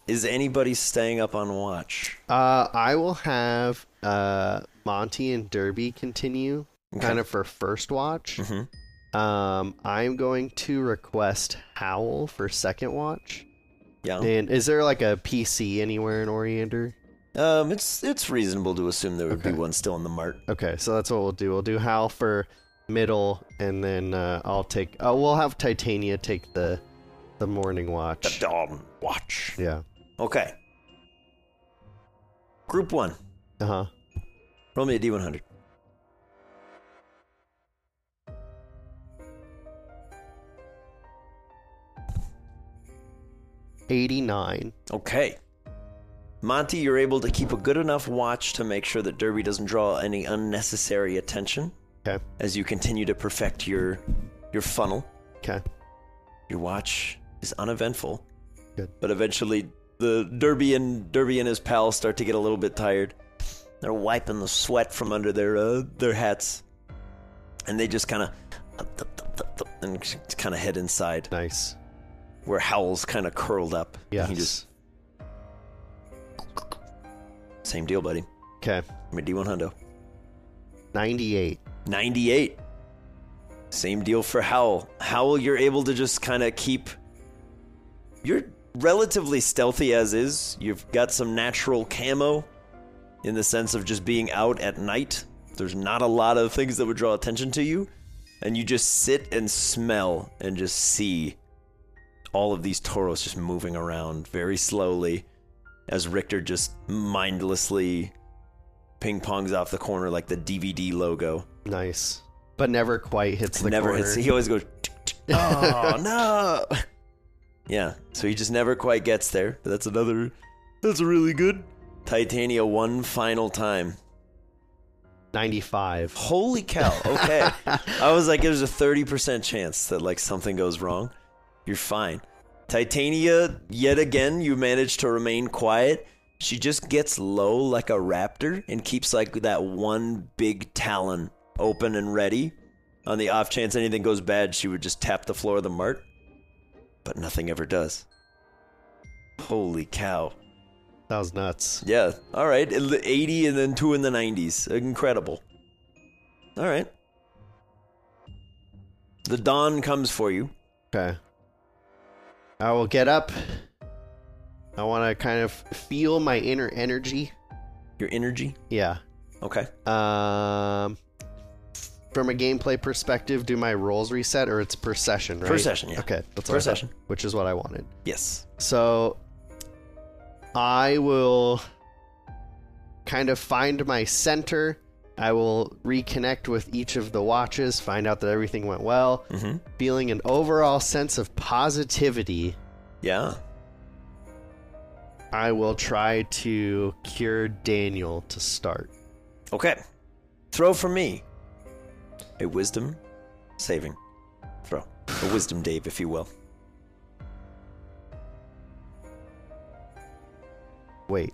Speaker 1: Is anybody staying up on watch?
Speaker 2: Uh, I will have uh, Monty and Derby continue kind of for first watch.
Speaker 1: Mhm.
Speaker 2: Um, I'm going to request Howl for second watch.
Speaker 1: Yeah.
Speaker 2: And is there like a PC anywhere in Oriander?
Speaker 1: Um, it's it's reasonable to assume there would be
Speaker 2: Okay.
Speaker 1: one still in the mart.
Speaker 2: Okay, so that's what we'll do. We'll do Hal for middle, and then uh, I'll take. Oh, we'll have Titania take the the morning
Speaker 1: The
Speaker 2: watch.
Speaker 1: dawn watch.
Speaker 2: Yeah.
Speaker 1: Okay. Group one.
Speaker 2: Uh huh.
Speaker 1: Roll me a d100.
Speaker 2: Eighty nine.
Speaker 1: Okay. Monty, you're able to keep a good enough watch to make sure that Derby doesn't draw any unnecessary attention
Speaker 2: Okay.
Speaker 1: as you continue to perfect your your funnel.
Speaker 2: Okay.
Speaker 1: Your watch is uneventful.
Speaker 2: Good.
Speaker 1: But eventually the Derby and Derby and his pals start to get a little bit tired. They're wiping the sweat from under their uh, their hats. And they just kind of and kind of head inside
Speaker 2: Nice.
Speaker 1: where Howl's kind of curled up.
Speaker 2: Yes.
Speaker 1: He just same deal, buddy.
Speaker 2: Okay.
Speaker 1: I'm a D1 hundo.
Speaker 2: Ninety eight.
Speaker 1: 98. Same deal for Howl. Howl, you're able to just kind of keep. You're relatively stealthy as is. You've got some natural camo in the sense of just being out at night. There's not a lot of things that would draw attention to you. And you just sit and smell and just see all of these toros just moving around very slowly as Richter just mindlessly ping pongs off the corner like the DVD logo
Speaker 2: Nice. But never quite hits the
Speaker 1: never
Speaker 2: corner.
Speaker 1: hits. He always goes. "Tick, tick." Oh no! Yeah, so he just never quite gets there. But that's another. That's really good. Titania one final time.
Speaker 2: Ninety five.
Speaker 1: Holy cow! Okay, I was like, there's a thirty percent chance that like something goes wrong. You're fine. Titania, yet again, you manage to remain quiet. She just gets low like a raptor and keeps like that one big talon open and ready. On the off chance anything goes bad, she would just tap the floor of the mart. But nothing ever does. Holy cow.
Speaker 2: That was nuts.
Speaker 1: Yeah. All right. In the 80 and then two in the 90s. Incredible. All right. The dawn comes for you.
Speaker 2: Okay. I will get up. I want to kind of feel my inner energy.
Speaker 1: Your energy.
Speaker 2: Yeah.
Speaker 1: Okay.
Speaker 2: Um, from a gameplay perspective, do my rolls reset or it's per session, right?
Speaker 1: Per session, yeah.
Speaker 2: Okay, that's
Speaker 1: Per
Speaker 2: what I thought,
Speaker 1: session.
Speaker 2: which is what I wanted.
Speaker 1: Yes.
Speaker 2: So I will kind of find my center. I will reconnect with each of the watches, find out that everything went well,
Speaker 1: Mhm.
Speaker 2: feeling an overall sense of positivity.
Speaker 1: Yeah.
Speaker 2: I will try to cure Daniel to start.
Speaker 1: Okay. Throw for me. A wisdom saving throw. A wisdom Dave, if you will.
Speaker 2: Wait,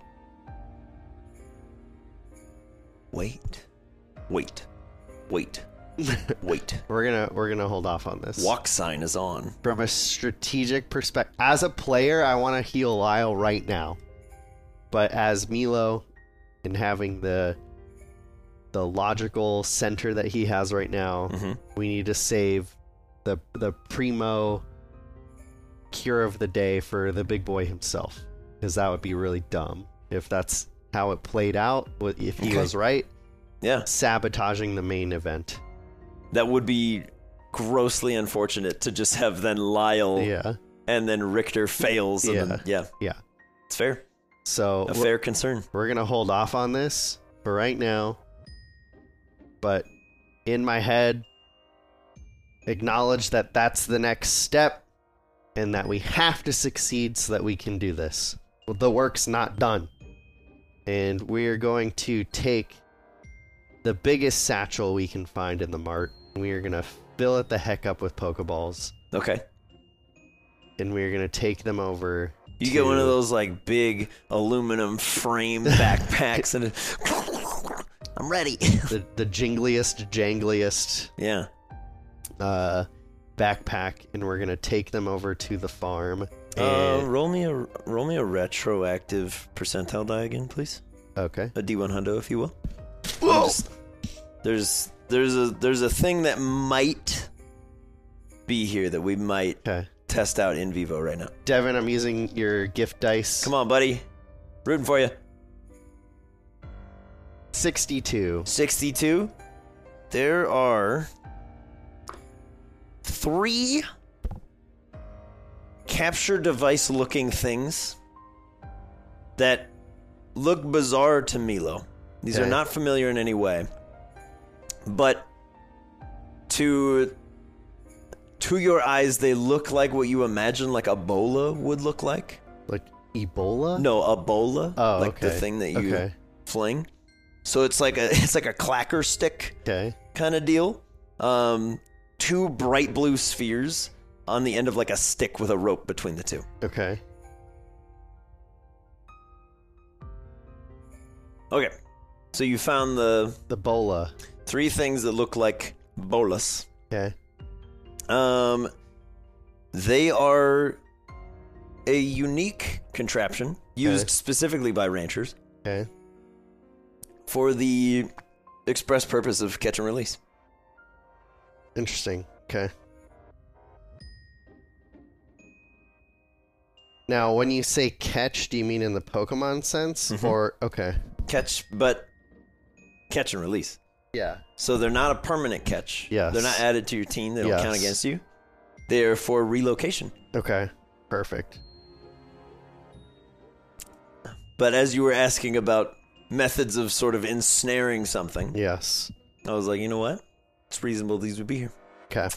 Speaker 1: Wait. Wait. Wait. Wait.
Speaker 2: we're gonna we're gonna hold off on this.
Speaker 1: Walk sign is on.
Speaker 2: from a strategic perspective as a player i want to heal lyle right now but as milo and having the the logical center that he has right now
Speaker 1: Mhm.
Speaker 2: we need to save the the primo cure of the day for the big boy himself because that would be really dumb if that's how it played out wh- if he
Speaker 1: Okay.
Speaker 2: was right
Speaker 1: Yeah.
Speaker 2: sabotaging the main event
Speaker 1: That would be grossly unfortunate to just have then Lyle
Speaker 2: yeah
Speaker 1: and then Richter fails. And yeah. Then, yeah,
Speaker 2: yeah
Speaker 1: it's fair.
Speaker 2: so
Speaker 1: A
Speaker 2: we're-
Speaker 1: fair concern.
Speaker 2: we're gonna hold off on this for right now. But in my head, acknowledge that that's the next step and that we have to succeed so that we can do this. The work's not done. And we're going to take the biggest satchel we can find in the mart. We are going to fill it the heck up with Pokeballs
Speaker 1: Okay.
Speaker 2: and we're going to take them over.
Speaker 1: You
Speaker 2: to-
Speaker 1: get one of those like big aluminum frame backpacks and it- I'm ready.
Speaker 2: The, the jingliest, jangliest
Speaker 1: yeah.
Speaker 2: uh, backpack, and we're going to take them over to the farm.
Speaker 1: Uh,
Speaker 2: And,
Speaker 1: roll me a roll me a retroactive percentile die again, please.
Speaker 2: okay.
Speaker 1: A D one hundo, if you will. Just- there's there's a there's a thing that might be here that we might
Speaker 2: Okay.
Speaker 1: test out in vivo right now.
Speaker 2: Devin, I'm using your gift dice.
Speaker 1: Come on, buddy. Rooting for you.
Speaker 2: 62.
Speaker 1: 62. There are three capture device looking things that look bizarre to Milo. These are
Speaker 2: Okay.
Speaker 1: not familiar in any way. But to to your eyes they look like what you imagine like a bola would look like.
Speaker 2: Like Ebola?
Speaker 1: No, a bola.
Speaker 2: Oh,
Speaker 1: like the
Speaker 2: okay.
Speaker 1: thing that you
Speaker 2: Okay.
Speaker 1: fling. So it's like a it's like a clacker stick
Speaker 2: Okay.
Speaker 1: kind of deal. Um, two bright blue spheres on the end of like a stick with a rope between the two.
Speaker 2: Okay.
Speaker 1: Okay, so you found the
Speaker 2: The Bola.
Speaker 1: three things that look like bolus.
Speaker 2: Okay.
Speaker 1: Um, they are a unique contraption used
Speaker 2: Okay.
Speaker 1: specifically by ranchers
Speaker 2: Okay.
Speaker 1: for the express purpose of catch and release.
Speaker 2: Interesting. Okay. Now, when you say catch, do you mean in the Pokemon sense?
Speaker 1: Mhm.
Speaker 2: Or, okay.
Speaker 1: Catch, but catch and release.
Speaker 2: Yeah.
Speaker 1: So they're not a permanent catch.
Speaker 2: Yes.
Speaker 1: They're not added to your team. They don't count
Speaker 2: Yes.
Speaker 1: against you. They're for relocation.
Speaker 2: Okay. Perfect.
Speaker 1: But as you were asking about methods of sort of ensnaring something,
Speaker 2: Yes.
Speaker 1: I was like, you know what? It's reasonable these would be here.
Speaker 2: Okay.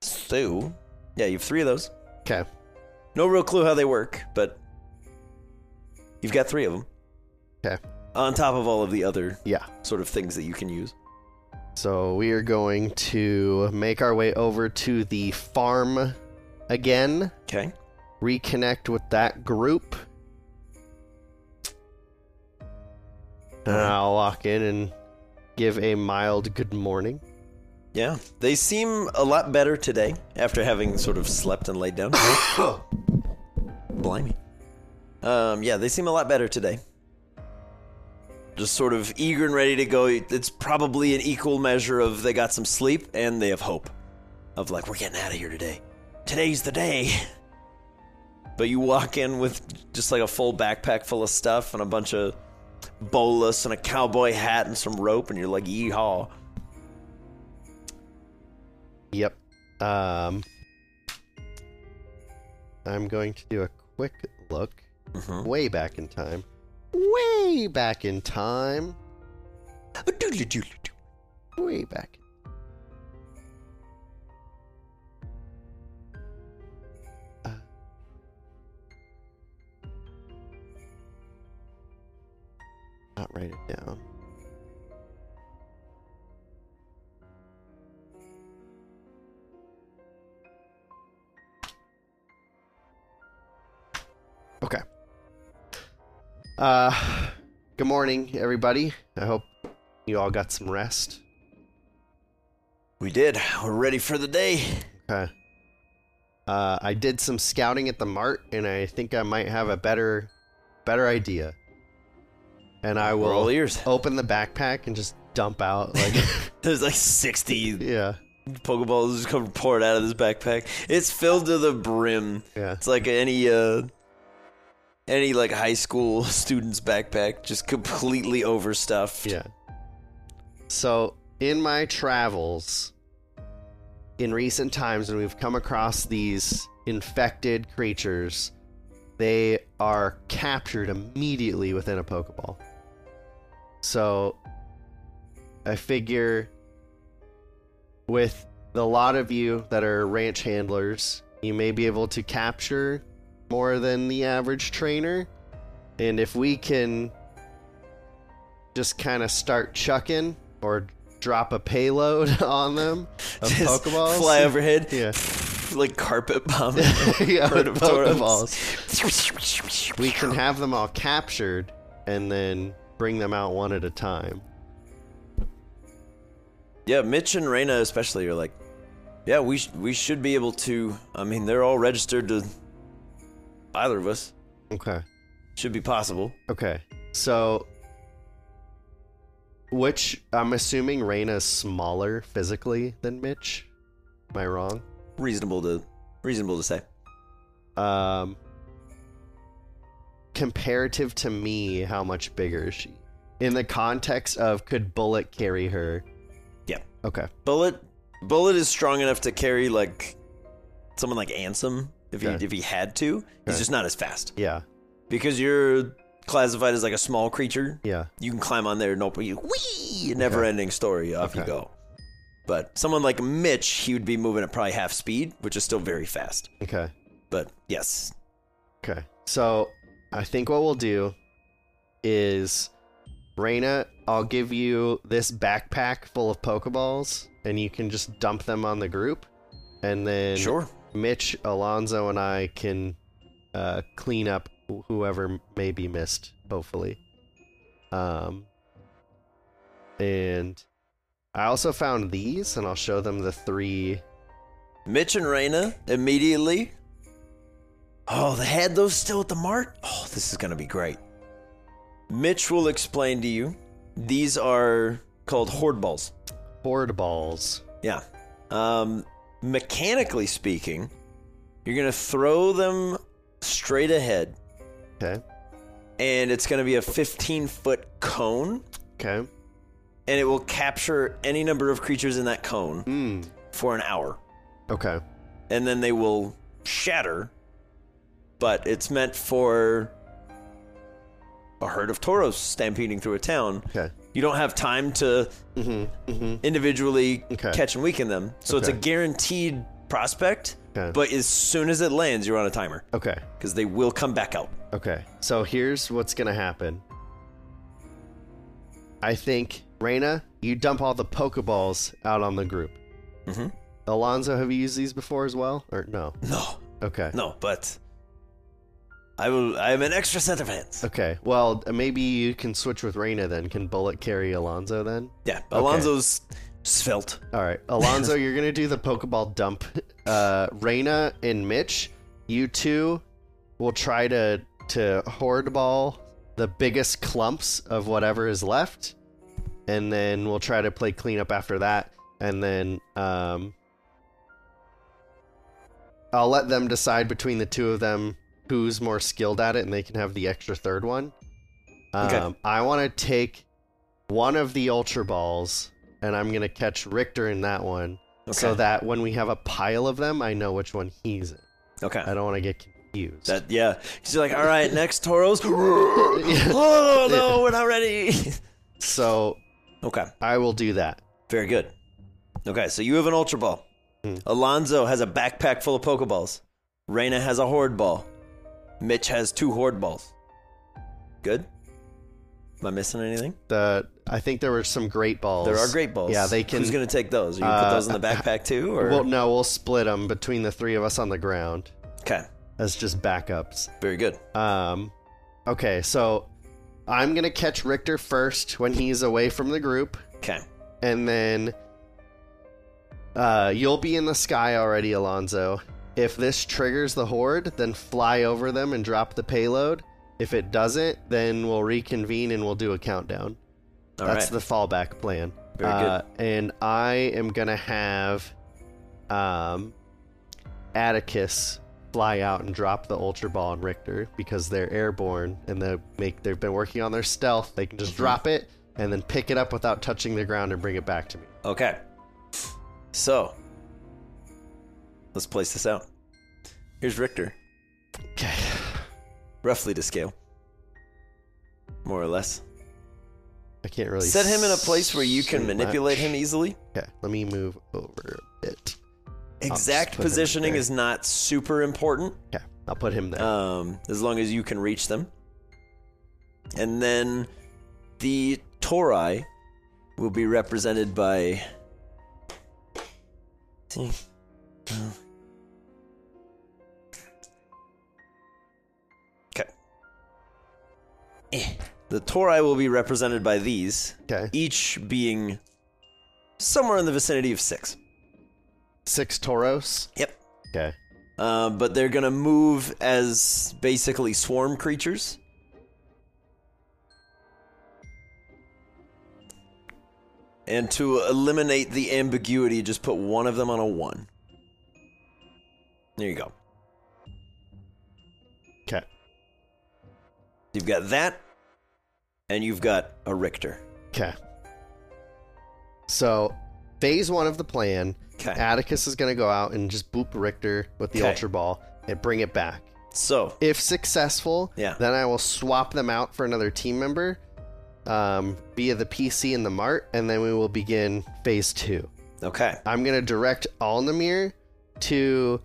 Speaker 1: So, yeah, you have three of those.
Speaker 2: Okay.
Speaker 1: No real clue how they work, but you've got three of them.
Speaker 2: 'Kay.
Speaker 1: On top of all of the other
Speaker 2: Yeah.
Speaker 1: sort of things that you can use.
Speaker 2: So we are going to make our way over to the farm again,
Speaker 1: Okay.
Speaker 2: reconnect with that group. And I'll walk in and give a mild good morning.
Speaker 1: Yeah. They seem a lot better today after having sort of slept and laid down. Blimey. Um, yeah, they seem a lot better today. Just sort of eager and ready to go. It's probably an equal measure of they got some sleep and they have hope. Of like, we're getting out of here today. Today's the day. But you walk in with just like a full backpack full of stuff and a bunch of bolus and a cowboy hat and some rope, and you're like, yeehaw.
Speaker 2: Yep. Um, I'm going to do a quick look
Speaker 1: Mhm.
Speaker 2: way back in time. Way back in time. Way back. Uh, Not write it down. Okay. Uh, good morning, everybody. I hope you all got some rest.
Speaker 1: We did. We're ready for the day.
Speaker 2: Okay. Uh, I did some scouting at the mart, and I think I might have a better, better idea. And I
Speaker 1: We're all
Speaker 2: will
Speaker 1: ears.
Speaker 2: open the backpack and just dump out like
Speaker 1: There's like 60
Speaker 2: yeah,
Speaker 1: Pokeballs just come poured out of this backpack. It's filled to the brim.
Speaker 2: yeah,
Speaker 1: It's like any uh any like high school student's backpack, just completely overstuffed.
Speaker 2: yeah. So in my travels, in recent times, when we've come across these infected creatures, they are captured immediately within a Pokeball. So I figure with the lot of you that are ranch handlers, you may be able to capture more than the average trainer. And if we can just kind of start chucking or drop a payload on them of
Speaker 1: Just
Speaker 2: Pokeballs.
Speaker 1: fly overhead,
Speaker 2: Yeah.
Speaker 1: like carpet bomb.
Speaker 2: yeah,
Speaker 1: Bird
Speaker 2: with
Speaker 1: of Torums.
Speaker 2: Pokeballs. We can have them all captured and then bring them out one at a time.
Speaker 1: Yeah, Mitch and Reyna especially are like, yeah, we sh- we should be able to. I mean, they're all registered to either of us.
Speaker 2: Okay.
Speaker 1: Should be possible.
Speaker 2: Okay. So which I'm assuming Reyna's smaller physically than Mitch. Am I wrong?
Speaker 1: Reasonable to reasonable to say.
Speaker 2: Um comparative to me, how much bigger is she? In the context of could Bullet carry her?
Speaker 1: Yeah.
Speaker 2: Okay.
Speaker 1: Bullet Bullet is strong enough to carry like someone like Ansem if he
Speaker 2: Okay.
Speaker 1: if he had to. He's
Speaker 2: Okay.
Speaker 1: just not as fast
Speaker 2: Yeah.
Speaker 1: because you're classified as like a small creature.
Speaker 2: Yeah.
Speaker 1: You can climb on there, no, but you wee, never ending story. Off you
Speaker 2: Okay.
Speaker 1: go. But someone like Mitch, he would be moving at probably half speed, which is still very fast.
Speaker 2: Okay.
Speaker 1: But yes,
Speaker 2: Okay. So I think what we'll do is Reyna, I'll give you this backpack full of Pokeballs, and you can just dump them on the group. And then
Speaker 1: sure.
Speaker 2: Mitch, Alonzo, and I can uh, clean up wh- whoever may be missed, hopefully. Um, and I also found these, and I'll show them the three.
Speaker 1: Mitch and Reyna immediately. Oh, they had those still at the mart? Oh, this is going to be great. Mitch will explain to you. These are called horde balls.
Speaker 2: Board balls.
Speaker 1: Yeah. Um, mechanically speaking, you're going to throw them straight ahead,
Speaker 2: Okay.
Speaker 1: and it's going to be a 15 foot cone,
Speaker 2: Okay.
Speaker 1: and it will capture any number of creatures in that cone
Speaker 2: Mm.
Speaker 1: for an hour.
Speaker 2: Okay.
Speaker 1: and then they will shatter. But it's meant for a herd of toros stampeding through a town.
Speaker 2: Okay.
Speaker 1: You don't have time to
Speaker 2: Mm-hmm. Mm-hmm.
Speaker 1: individually
Speaker 2: Okay.
Speaker 1: catch and weaken them. So it's a
Speaker 2: Okay.
Speaker 1: guaranteed prospect,
Speaker 2: Okay.
Speaker 1: but as soon as it lands, you're on a timer
Speaker 2: Okay.
Speaker 1: because they will come back out.
Speaker 2: Okay. So here's what's gonna happen. I think Reyna, you dump all the Pokeballs out on the group. Mm-hmm.
Speaker 1: Mhm.
Speaker 2: Alonzo, have you used these before as well, or no?
Speaker 1: No,
Speaker 2: Okay.
Speaker 1: no, but I will. I am an extra set of hands.
Speaker 2: Okay. Well, uh, maybe you can switch with Reyna then. Can Bullet carry Alonzo then?
Speaker 1: Yeah, Alonzo's svelte.
Speaker 2: All right, Alonzo, you're gonna do the Pokeball dump. Uh, Reyna and Mitch, you two will try to to hoard ball the biggest clumps of whatever is left, and then we'll try to play cleanup after that. And then um, I'll let them decide between the two of them who's more skilled at it, and they can have the extra third one. Um,
Speaker 1: Okay.
Speaker 2: I want to take one of the Ultra Balls, and I'm gonna catch Richter in that one,
Speaker 1: Okay.
Speaker 2: so that when we have a pile of them, I know which one he's in.
Speaker 1: okay.
Speaker 2: I don't want to get confused.
Speaker 1: That yeah. She's like, all right, next Toros. oh no, we're not ready.
Speaker 2: so
Speaker 1: okay,
Speaker 2: I will do that.
Speaker 1: very good. Okay, so you have an ultra ball.
Speaker 2: Hmm.
Speaker 1: Alonzo has a backpack full of Pokeballs. Reyna has a horde ball. Mitch has two horde balls. Good. Am I missing anything?
Speaker 2: The I think there were some great balls.
Speaker 1: There are great balls.
Speaker 2: Yeah, they can.
Speaker 1: Who's gonna take those? Are you gonna put
Speaker 2: Uh,
Speaker 1: those in the backpack too? Or
Speaker 2: Well, no, we'll split them between the three of us on the ground
Speaker 1: okay,
Speaker 2: as just backups.
Speaker 1: very good.
Speaker 2: Um, okay, so I'm gonna catch Richter first when he's away from the group,
Speaker 1: Okay,
Speaker 2: and then uh, you'll be in the sky already, Alonzo. If this triggers the horde, then fly over them and drop the payload. If it doesn't, then we'll reconvene and we'll do a countdown.
Speaker 1: all right.
Speaker 2: That's the fallback plan. Uh,
Speaker 1: Very good.
Speaker 2: And I am gonna have um, Atticus fly out and drop the Ultra Ball on Richter because they're airborne and they make they've been working on their stealth. They can just
Speaker 1: Mm-hmm.
Speaker 2: drop it and then pick it up without touching the ground and bring it back to me.
Speaker 1: Okay. So, let's place this out. Here's Richter,
Speaker 2: Okay.
Speaker 1: roughly to scale, more or less.
Speaker 2: I can't really
Speaker 1: Set him in a place where you can
Speaker 2: see
Speaker 1: manipulate
Speaker 2: much.
Speaker 1: him easily.
Speaker 2: Okay, let me move over a bit.
Speaker 1: Exact
Speaker 2: put him in
Speaker 1: positioning
Speaker 2: there.
Speaker 1: is not super important,
Speaker 2: Okay, I'll put him there.
Speaker 1: um, as long as you can reach them. And then the Torai will be represented by. See, uh, Okay. Eh. The Torai will be represented by these,
Speaker 2: okay,
Speaker 1: each being somewhere in the vicinity of six.
Speaker 2: six toros.
Speaker 1: Yep.
Speaker 2: Okay,
Speaker 1: Uh, but they're gonna move as basically swarm creatures. And to eliminate the ambiguity, just put one of them on a one. There you go.
Speaker 2: okay,
Speaker 1: You've got that, and you've got a Richter.
Speaker 2: okay. So, phase one of the plan,
Speaker 1: Okay.
Speaker 2: Atticus is going to go out and just boop Richter with the
Speaker 1: Okay.
Speaker 2: Ultra Ball and bring it back.
Speaker 1: So,
Speaker 2: If successful,
Speaker 1: Yeah.
Speaker 2: then I will swap them out for another team member um, via the PC and the Mart, and then we will begin phase two.
Speaker 1: okay.
Speaker 2: I'm gonna direct Alnamir to,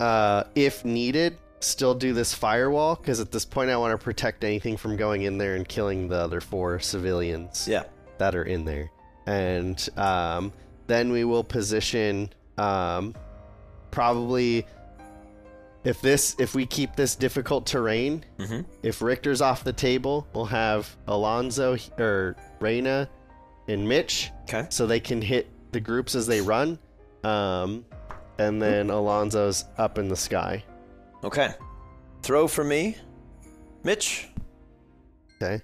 Speaker 2: uh, if needed, still do this firewall because at this point I want to protect anything from going in there and killing the other four civilians
Speaker 1: Yeah.
Speaker 2: that are in there, and um, then we will position um, probably if this if we keep this difficult terrain.
Speaker 1: Mhm.
Speaker 2: If Richter's off the table, we'll have Alonzo or Reyna and Mitch
Speaker 1: Okay.
Speaker 2: so they can hit the groups as they run. Um, and then Alonzo's up in the sky.
Speaker 1: Okay. Throw for me, Mitch.
Speaker 2: Okay.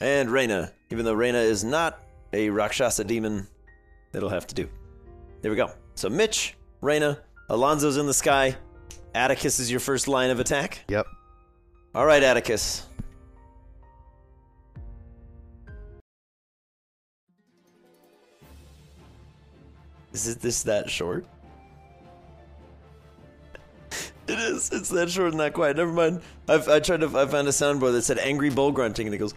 Speaker 1: And Reyna, even though Reyna is not a Rakshasa demon, it'll have to do. There we go. So Mitch, Reyna, Alonzo's in the sky. Atticus is your first line of attack.
Speaker 2: Yep.
Speaker 1: All right, Atticus. Is it this that short? It is. It's that short and that quiet. Never mind. I've, I tried to. I found a soundboard that said "angry bull grunting" and it goes.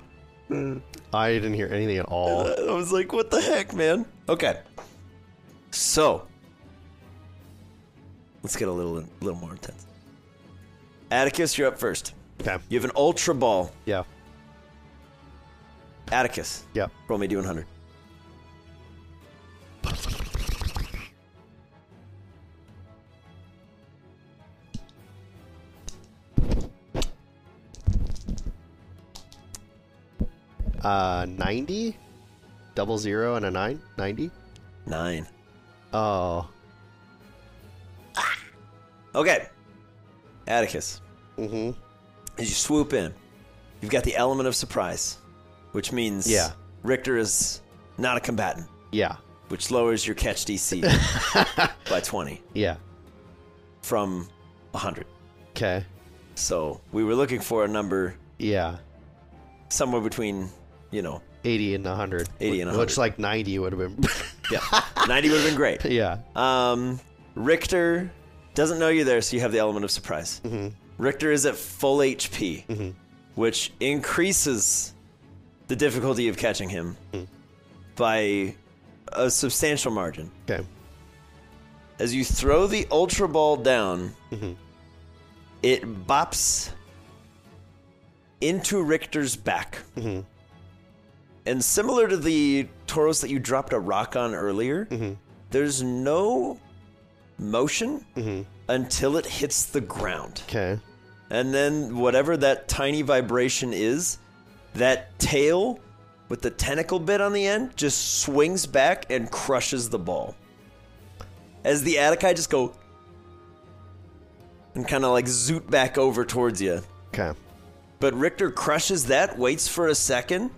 Speaker 2: I didn't hear anything at all.
Speaker 1: I was like, what the heck, man? Okay. So, let's get a little little more intense. Atticus, you're up first.
Speaker 2: Okay.
Speaker 1: You have an ultra ball.
Speaker 2: Yeah.
Speaker 1: Atticus,
Speaker 2: Yeah.
Speaker 1: roll me D100.
Speaker 2: Uh, 90? Double zero and a nine? 90?
Speaker 1: Nine.
Speaker 2: Oh.
Speaker 1: Okay. Atticus,
Speaker 2: Mm-hmm.
Speaker 1: as you swoop in, you've got the element of surprise, which means
Speaker 2: Yeah.
Speaker 1: Richter is not a combatant,
Speaker 2: Yeah.
Speaker 1: which lowers your catch DC by 20
Speaker 2: Yeah.
Speaker 1: from 100.
Speaker 2: Okay.
Speaker 1: So we were looking for a number
Speaker 2: Yeah.
Speaker 1: somewhere between, you know,
Speaker 2: 80 and 100.
Speaker 1: 80 and 100.
Speaker 2: Looks like 90 would have been.
Speaker 1: yeah, 90 would have been great.
Speaker 2: yeah.
Speaker 1: Um, Richter doesn't know you're there, so you have the element of surprise. Richter is at full HP, which increases the difficulty of catching him by a substantial margin.
Speaker 2: Okay.
Speaker 1: As you throw the Ultra Ball down, it bops into Richter's back. And similar to the Tauros that you dropped a rock on earlier, there's no motion until it hits the ground.
Speaker 2: Okay.
Speaker 1: And then whatever that tiny vibration is, that tail with the tentacle bit on the end just swings back and crushes the ball. As the Atakai just go and kind of like zoot back over towards you.
Speaker 2: Okay.
Speaker 1: But Richter crushes that, waits for a second,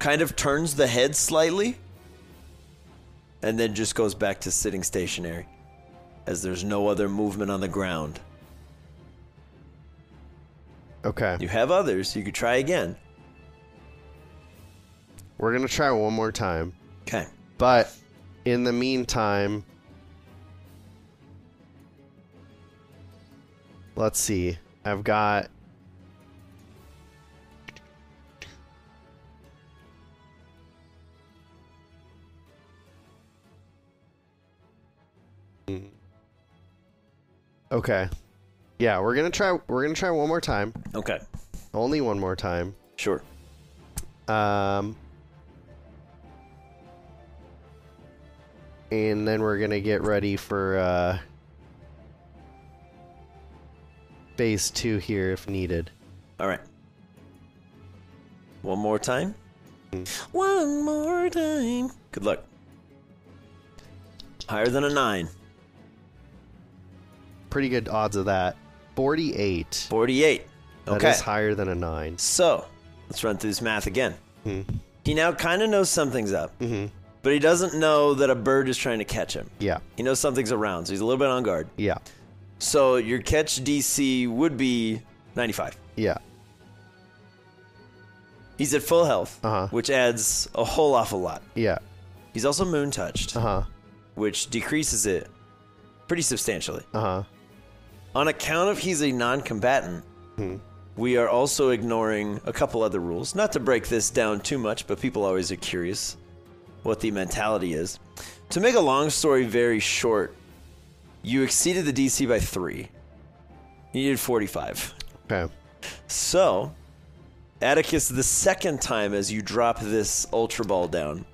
Speaker 1: kind of turns the head slightly, and then just goes back to sitting stationary as there's no other movement on the ground.
Speaker 2: Okay.
Speaker 1: You have others, you could try again.
Speaker 2: We're going to try one more time.
Speaker 1: Okay.
Speaker 2: But in the meantime, let's see. I've got Okay. Yeah, we're gonna try. We're gonna try one more time.
Speaker 1: Okay.
Speaker 2: Only one more time.
Speaker 1: Sure.
Speaker 2: Um, and then we're gonna get ready for uh, phase two here if needed.
Speaker 1: All right. One more time. One more time. Good luck. Higher than a nine.
Speaker 2: Pretty good odds of that. Forty-eight.
Speaker 1: 48. Okay.
Speaker 2: That is higher than a nine.
Speaker 1: So, let's run through this math again.
Speaker 2: Hmm.
Speaker 1: He now kind of knows something's up,
Speaker 2: hmm
Speaker 1: but he doesn't know that a bird is trying to catch him.
Speaker 2: Yeah.
Speaker 1: He knows something's around, so he's a little bit on guard.
Speaker 2: Yeah.
Speaker 1: So, your catch DC would be 95.
Speaker 2: Yeah.
Speaker 1: He's at full health,
Speaker 2: Uh-huh.
Speaker 1: which adds a whole awful lot.
Speaker 2: Yeah.
Speaker 1: He's also moon touched,
Speaker 2: Uh huh.
Speaker 1: which decreases it pretty substantially.
Speaker 2: Uh huh.
Speaker 1: On account of he's a non combatant, we are also ignoring a couple other rules. Not to break this down too much, but people always are curious what the mentality is. To make a long story very short, you exceeded the DC by three. You needed 45.
Speaker 2: Okay.
Speaker 1: So, Atticus, the second time as you drop this Ultra Ball down,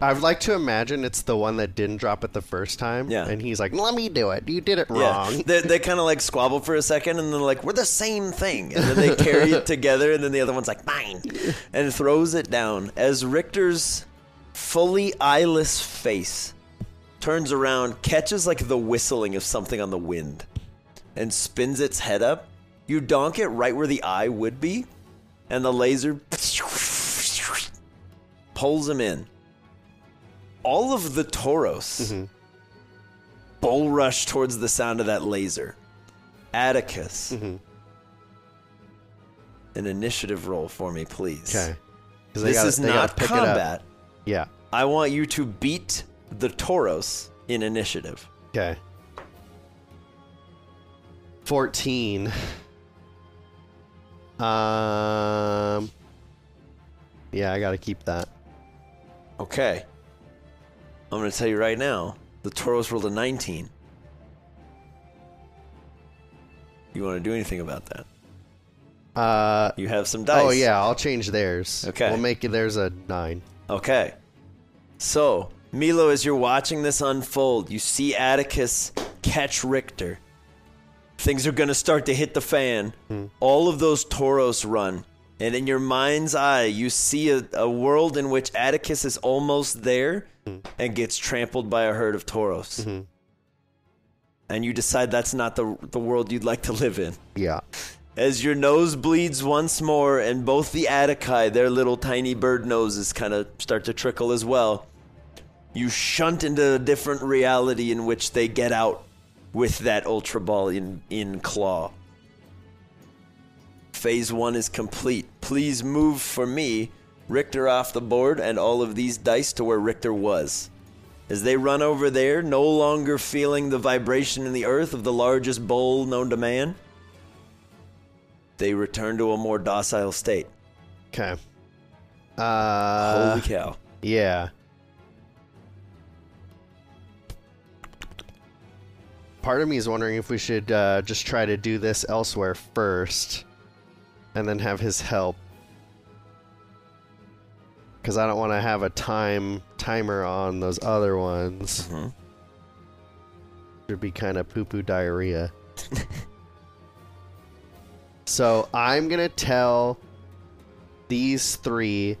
Speaker 2: I'd like to imagine it's the one that didn't drop it the first time.
Speaker 1: Yeah.
Speaker 2: And he's like, let me do it. You did it
Speaker 1: Yeah,
Speaker 2: wrong.
Speaker 1: they, they kind of like squabble for a second, and then like we're the same thing, and then they carry it together, and then the other one's like mine, and throws it down as Richter's fully eyeless face turns around, catches like the whistling of something on the wind, and spins its head up. You donk it right where the eye would be, and the laser pulls him in. All of the Tauros
Speaker 2: Mm-hmm.
Speaker 1: bull rush towards the sound of that laser. Atticus,
Speaker 2: Mm-hmm.
Speaker 1: an initiative roll for me, please.
Speaker 2: Okay. 'Cause they
Speaker 1: This
Speaker 2: gotta-
Speaker 1: is
Speaker 2: they gotta
Speaker 1: not
Speaker 2: pick it up.
Speaker 1: combat.
Speaker 2: Yeah.
Speaker 1: I want you to beat the Tauros in initiative.
Speaker 2: Okay. 14. Um. Yeah, I gotta keep that.
Speaker 1: Okay. I'm going to tell you right now the Tauros rolled a 19. You want to do anything about that?
Speaker 2: Uh.
Speaker 1: You have some dice.
Speaker 2: Oh, yeah, I'll change theirs.
Speaker 1: Okay.
Speaker 2: We'll make theirs a nine.
Speaker 1: Okay. So, Milo, as you're watching this unfold, you see Atticus catch Richter. Things are going to start to hit the fan. All of those toros run. And in your mind's eye, you see a, a world in which Atticus is almost there and gets trampled by a herd of toros. And you decide that's not the, the world you'd like to live in
Speaker 2: Yeah.
Speaker 1: as your nose bleeds once more, and both the Atticae, their little tiny bird noses, kind of start to trickle as well. You shunt into a different reality in which they get out with that Ultra Ball in, in claw. Phase one is complete. Please move for me, Richter off the board, and all of these dice to where Richter was. As they run over there, no longer feeling the vibration in the earth of the largest bowl known to man, they return to a more docile state.
Speaker 2: Okay. Uh.
Speaker 1: Holy cow.
Speaker 2: Yeah. Part of me is wondering if we should uh, just try to do this elsewhere first and then have his help. Because I don't want to have a time timer on those other ones.
Speaker 1: Mhm.
Speaker 2: It'd be kind of poo poo diarrhea. so I'm going to tell these three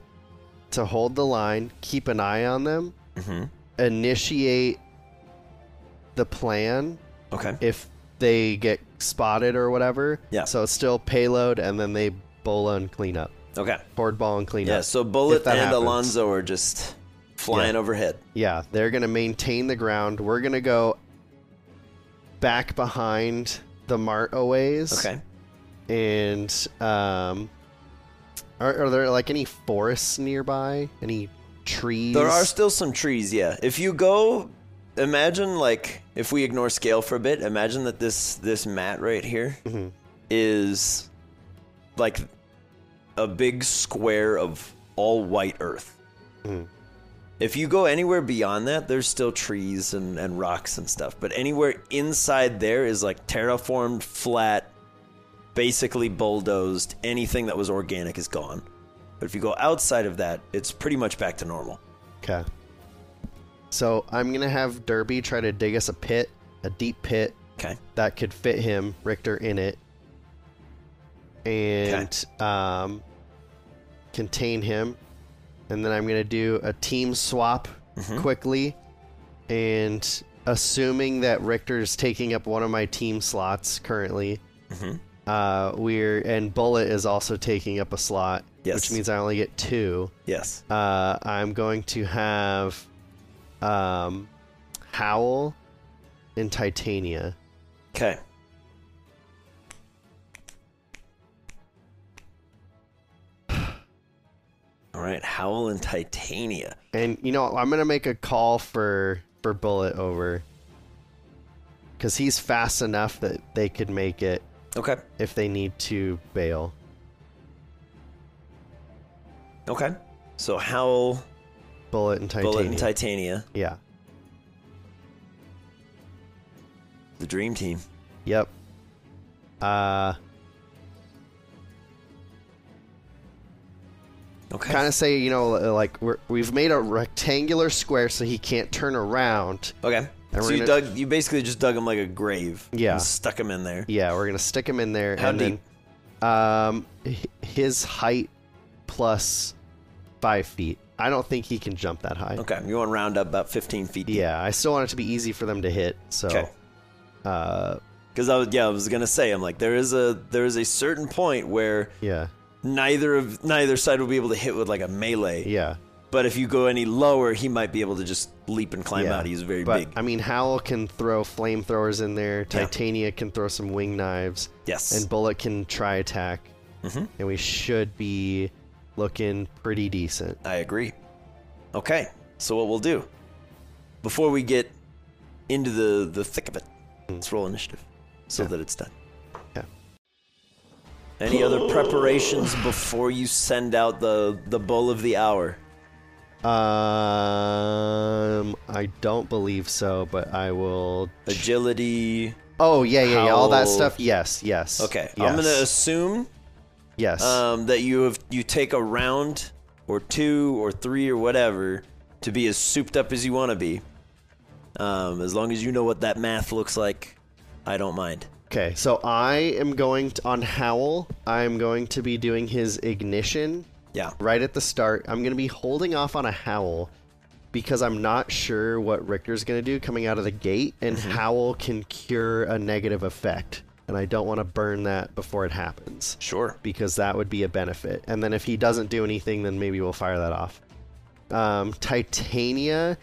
Speaker 2: to hold the line, keep an eye on them,
Speaker 1: Mm-hmm.
Speaker 2: initiate the plan
Speaker 1: Okay.
Speaker 2: if they get spotted or whatever.
Speaker 1: Yeah.
Speaker 2: So it's still payload, and then they bola and clean up,
Speaker 1: Okay.
Speaker 2: board ball and clean
Speaker 1: Yeah.
Speaker 2: up.
Speaker 1: so Bullet
Speaker 2: If that
Speaker 1: and
Speaker 2: happens.
Speaker 1: Alonzo are just flying
Speaker 2: Yeah.
Speaker 1: overhead.
Speaker 2: Yeah, they're gonna maintain the ground. We're gonna go back behind the mart a ways.
Speaker 1: Okay.
Speaker 2: And um, are, are there like any forests nearby? Any trees?
Speaker 1: There are still some trees, yeah. If you go imagine like if we ignore scale for a bit, imagine that this this mat right here is
Speaker 2: Mhm.
Speaker 1: like a big square of all white earth.
Speaker 2: Mhm.
Speaker 1: If you go anywhere beyond that, there's still trees and, and rocks and stuff. But anywhere inside there is like terraformed, flat, basically bulldozed. Anything that was organic is gone. But if you go outside of that, it's pretty much back to normal.
Speaker 2: Okay. So I'm gonna have Derby try to dig us a pit, a deep pit
Speaker 1: Okay.
Speaker 2: that could fit him, Richter, in it, and um, contain him. And then I'm gonna do a team swap quickly, and assuming that Richter's taking up one of my team slots currently,
Speaker 1: Mhm.
Speaker 2: uh, we're and Bullet is also taking up a slot,
Speaker 1: Yes.
Speaker 2: which means I only get two
Speaker 1: Yes.
Speaker 2: uh, I'm going to have um, Howl and Titania.
Speaker 1: Okay. All right, Howl and Titania.
Speaker 2: And you know, I'm gonna make a call for for Bullet over because he's fast enough that they could make it
Speaker 1: Okay.
Speaker 2: if they need to bail.
Speaker 1: Okay. So Howl,
Speaker 2: Bullet and Titania.
Speaker 1: Bullet, and Titania,
Speaker 2: yeah.
Speaker 1: the dream team.
Speaker 2: Yep. Uh,
Speaker 1: Okay.
Speaker 2: kind of say you know l- like we're, we've made a rectangular square so he can't turn around.
Speaker 1: okay.
Speaker 2: And
Speaker 1: So
Speaker 2: we're
Speaker 1: you
Speaker 2: gonna-
Speaker 1: dug, you basically just dug him like a grave.
Speaker 2: Yeah.
Speaker 1: And stuck him in there.
Speaker 2: Yeah, we're gonna stick him in there.
Speaker 1: How
Speaker 2: and
Speaker 1: deep?
Speaker 2: Then, um, h- his height plus five feet. I don't think he can jump that high.
Speaker 1: Okay. You want to round up about 15 feet deep.
Speaker 2: Yeah, I still want it to be easy for them to hit. So,
Speaker 1: Okay.
Speaker 2: uh,
Speaker 1: Because I was, yeah, I was gonna say, I'm like, there is a there is a certain point where
Speaker 2: yeah,
Speaker 1: neither of neither side will be able to hit with like a melee.
Speaker 2: yeah,
Speaker 1: But if you go any lower, he might be able to just leap and climb
Speaker 2: yeah.
Speaker 1: out. He's very
Speaker 2: but,
Speaker 1: big.
Speaker 2: I mean, Howl can throw flamethrowers in there. Titania can throw some wing knives,
Speaker 1: yes.
Speaker 2: and Bullet can try attack.
Speaker 1: Mhm.
Speaker 2: And we should be looking pretty decent.
Speaker 1: I agree. Okay, so what we'll do before we get into the the thick of it, let's roll initiative so
Speaker 2: Hmm. Yeah.
Speaker 1: that it's done.
Speaker 2: Yeah.
Speaker 1: Any other preparations before you send out the the bull of the hour?
Speaker 2: Um, I don't believe so, but I will
Speaker 1: Agility.
Speaker 2: Oh yeah, yeah, yeah. All that
Speaker 1: How-
Speaker 2: stuff. Yes, yes.
Speaker 1: Okay,
Speaker 2: yes,
Speaker 1: I'm gonna assume
Speaker 2: Yes.
Speaker 1: um, that you have you take a round or two or three or whatever to be as souped up as you want to be. Um, as long as you know what that math looks like, I don't mind.
Speaker 2: okay, so I am going to, on Howl. I am going to be doing his ignition
Speaker 1: Yeah.
Speaker 2: right at the start. I'm gonna be holding off on a Howl because I'm not sure what Richter's gonna do coming out of the gate, and Howl can cure a negative effect, and I don't want to burn that before it happens.
Speaker 1: Sure.
Speaker 2: because that would be a benefit. And then if he doesn't do anything, then maybe we'll fire that off. Um, Titania,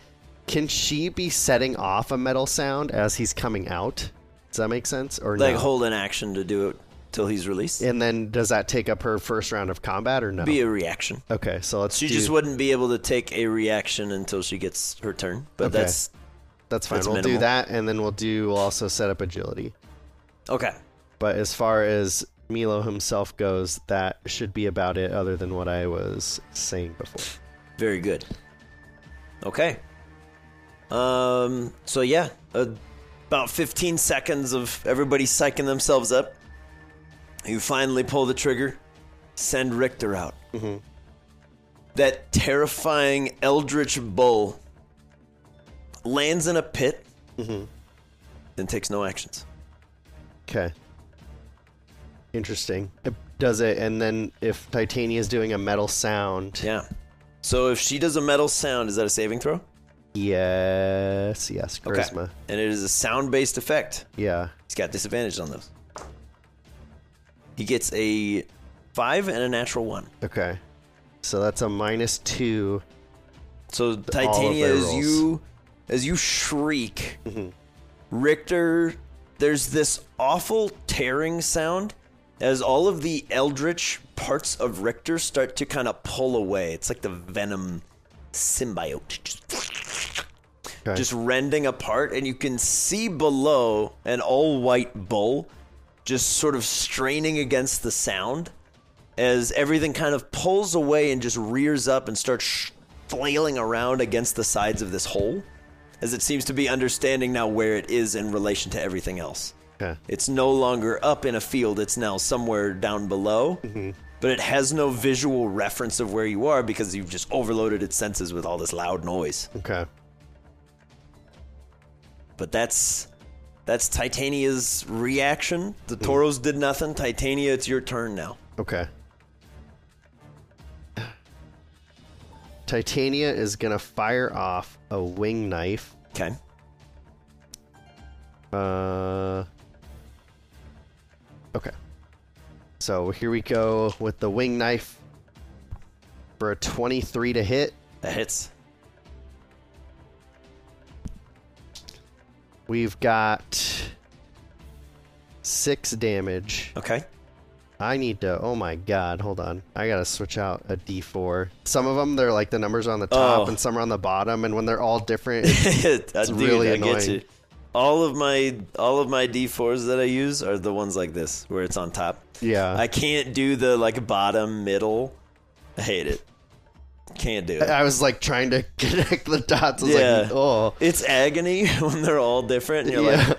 Speaker 2: can she be setting off a metal sound as he's coming out? Does that make sense? Or
Speaker 1: Like
Speaker 2: no?
Speaker 1: hold an action to do it till he's released.
Speaker 2: and then does that take up her first round of combat or no?
Speaker 1: Be a reaction.
Speaker 2: okay, so let's
Speaker 1: She
Speaker 2: do-
Speaker 1: just wouldn't be able to take a reaction until she gets her turn. But
Speaker 2: Okay.
Speaker 1: that's
Speaker 2: that's fine.
Speaker 1: that's
Speaker 2: we'll do
Speaker 1: minimal.
Speaker 2: that, and then we'll do. We'll also set up agility.
Speaker 1: okay.
Speaker 2: But as far as Milo himself goes, that should be about it. Other than what I was saying before.
Speaker 1: Very good. Okay. Um. So yeah, uh, about 15 seconds of everybody psyching themselves up. You finally pull the trigger. Send Richter out. That terrifying eldritch bull lands in a pit, then takes no actions.
Speaker 2: Okay. Interesting. It does it, and then if Titania is doing a metal sound,
Speaker 1: Yeah. So if she does a metal sound, is that a saving throw?
Speaker 2: yes, yes,
Speaker 1: Okay.
Speaker 2: charisma.
Speaker 1: And it is a sound based effect.
Speaker 2: Yeah.
Speaker 1: He's got disadvantage on those. He gets a five and a natural one.
Speaker 2: Okay. So that's a minus two.
Speaker 1: So
Speaker 2: all of
Speaker 1: Titania,
Speaker 2: their
Speaker 1: as
Speaker 2: rolls.
Speaker 1: you as you shriek, Richter, there's this awful tearing sound as all of the eldritch parts of Richter start to kind of pull away. It's like the venom symbiote just,
Speaker 2: Okay.
Speaker 1: just rending apart, and you can see below an all white bull just sort of straining against the sound as everything kind of pulls away and just rears up and starts sh- flailing around against the sides of this hole, as it seems to be understanding now where it is in relation to everything else.
Speaker 2: Okay.
Speaker 1: It's no longer up in a field, it's now somewhere down below.
Speaker 2: Mm-hmm.
Speaker 1: But it has no visual reference of where you are because you've just overloaded its senses with all this loud noise.
Speaker 2: Okay.
Speaker 1: But that's that's Titania's reaction.
Speaker 2: Hmm.
Speaker 1: The Toros did nothing. Titania, it's your turn now.
Speaker 2: Okay. Titania is gonna fire off a wing knife.
Speaker 1: Okay.
Speaker 2: Uh. Okay. So here we go with the wing knife for a 23 to hit.
Speaker 1: That hits.
Speaker 2: We've got six damage.
Speaker 1: Okay.
Speaker 2: I need to. Oh my god, hold on. I gotta switch out a d4. Some of them, they're like the numbers are on the top
Speaker 1: Oh.
Speaker 2: and some are on the bottom, and when they're all different, it's-
Speaker 1: it's
Speaker 2: really annoying.
Speaker 1: All of my all of my d4s that I use are the ones like this, where it's on top.
Speaker 2: yeah.
Speaker 1: I can't do the like bottom middle. I hate it. Can't do it.
Speaker 2: I was like trying to connect the dots. I was
Speaker 1: Yeah.
Speaker 2: like, oh.
Speaker 1: It's agony when they're all different. And you're
Speaker 2: yeah.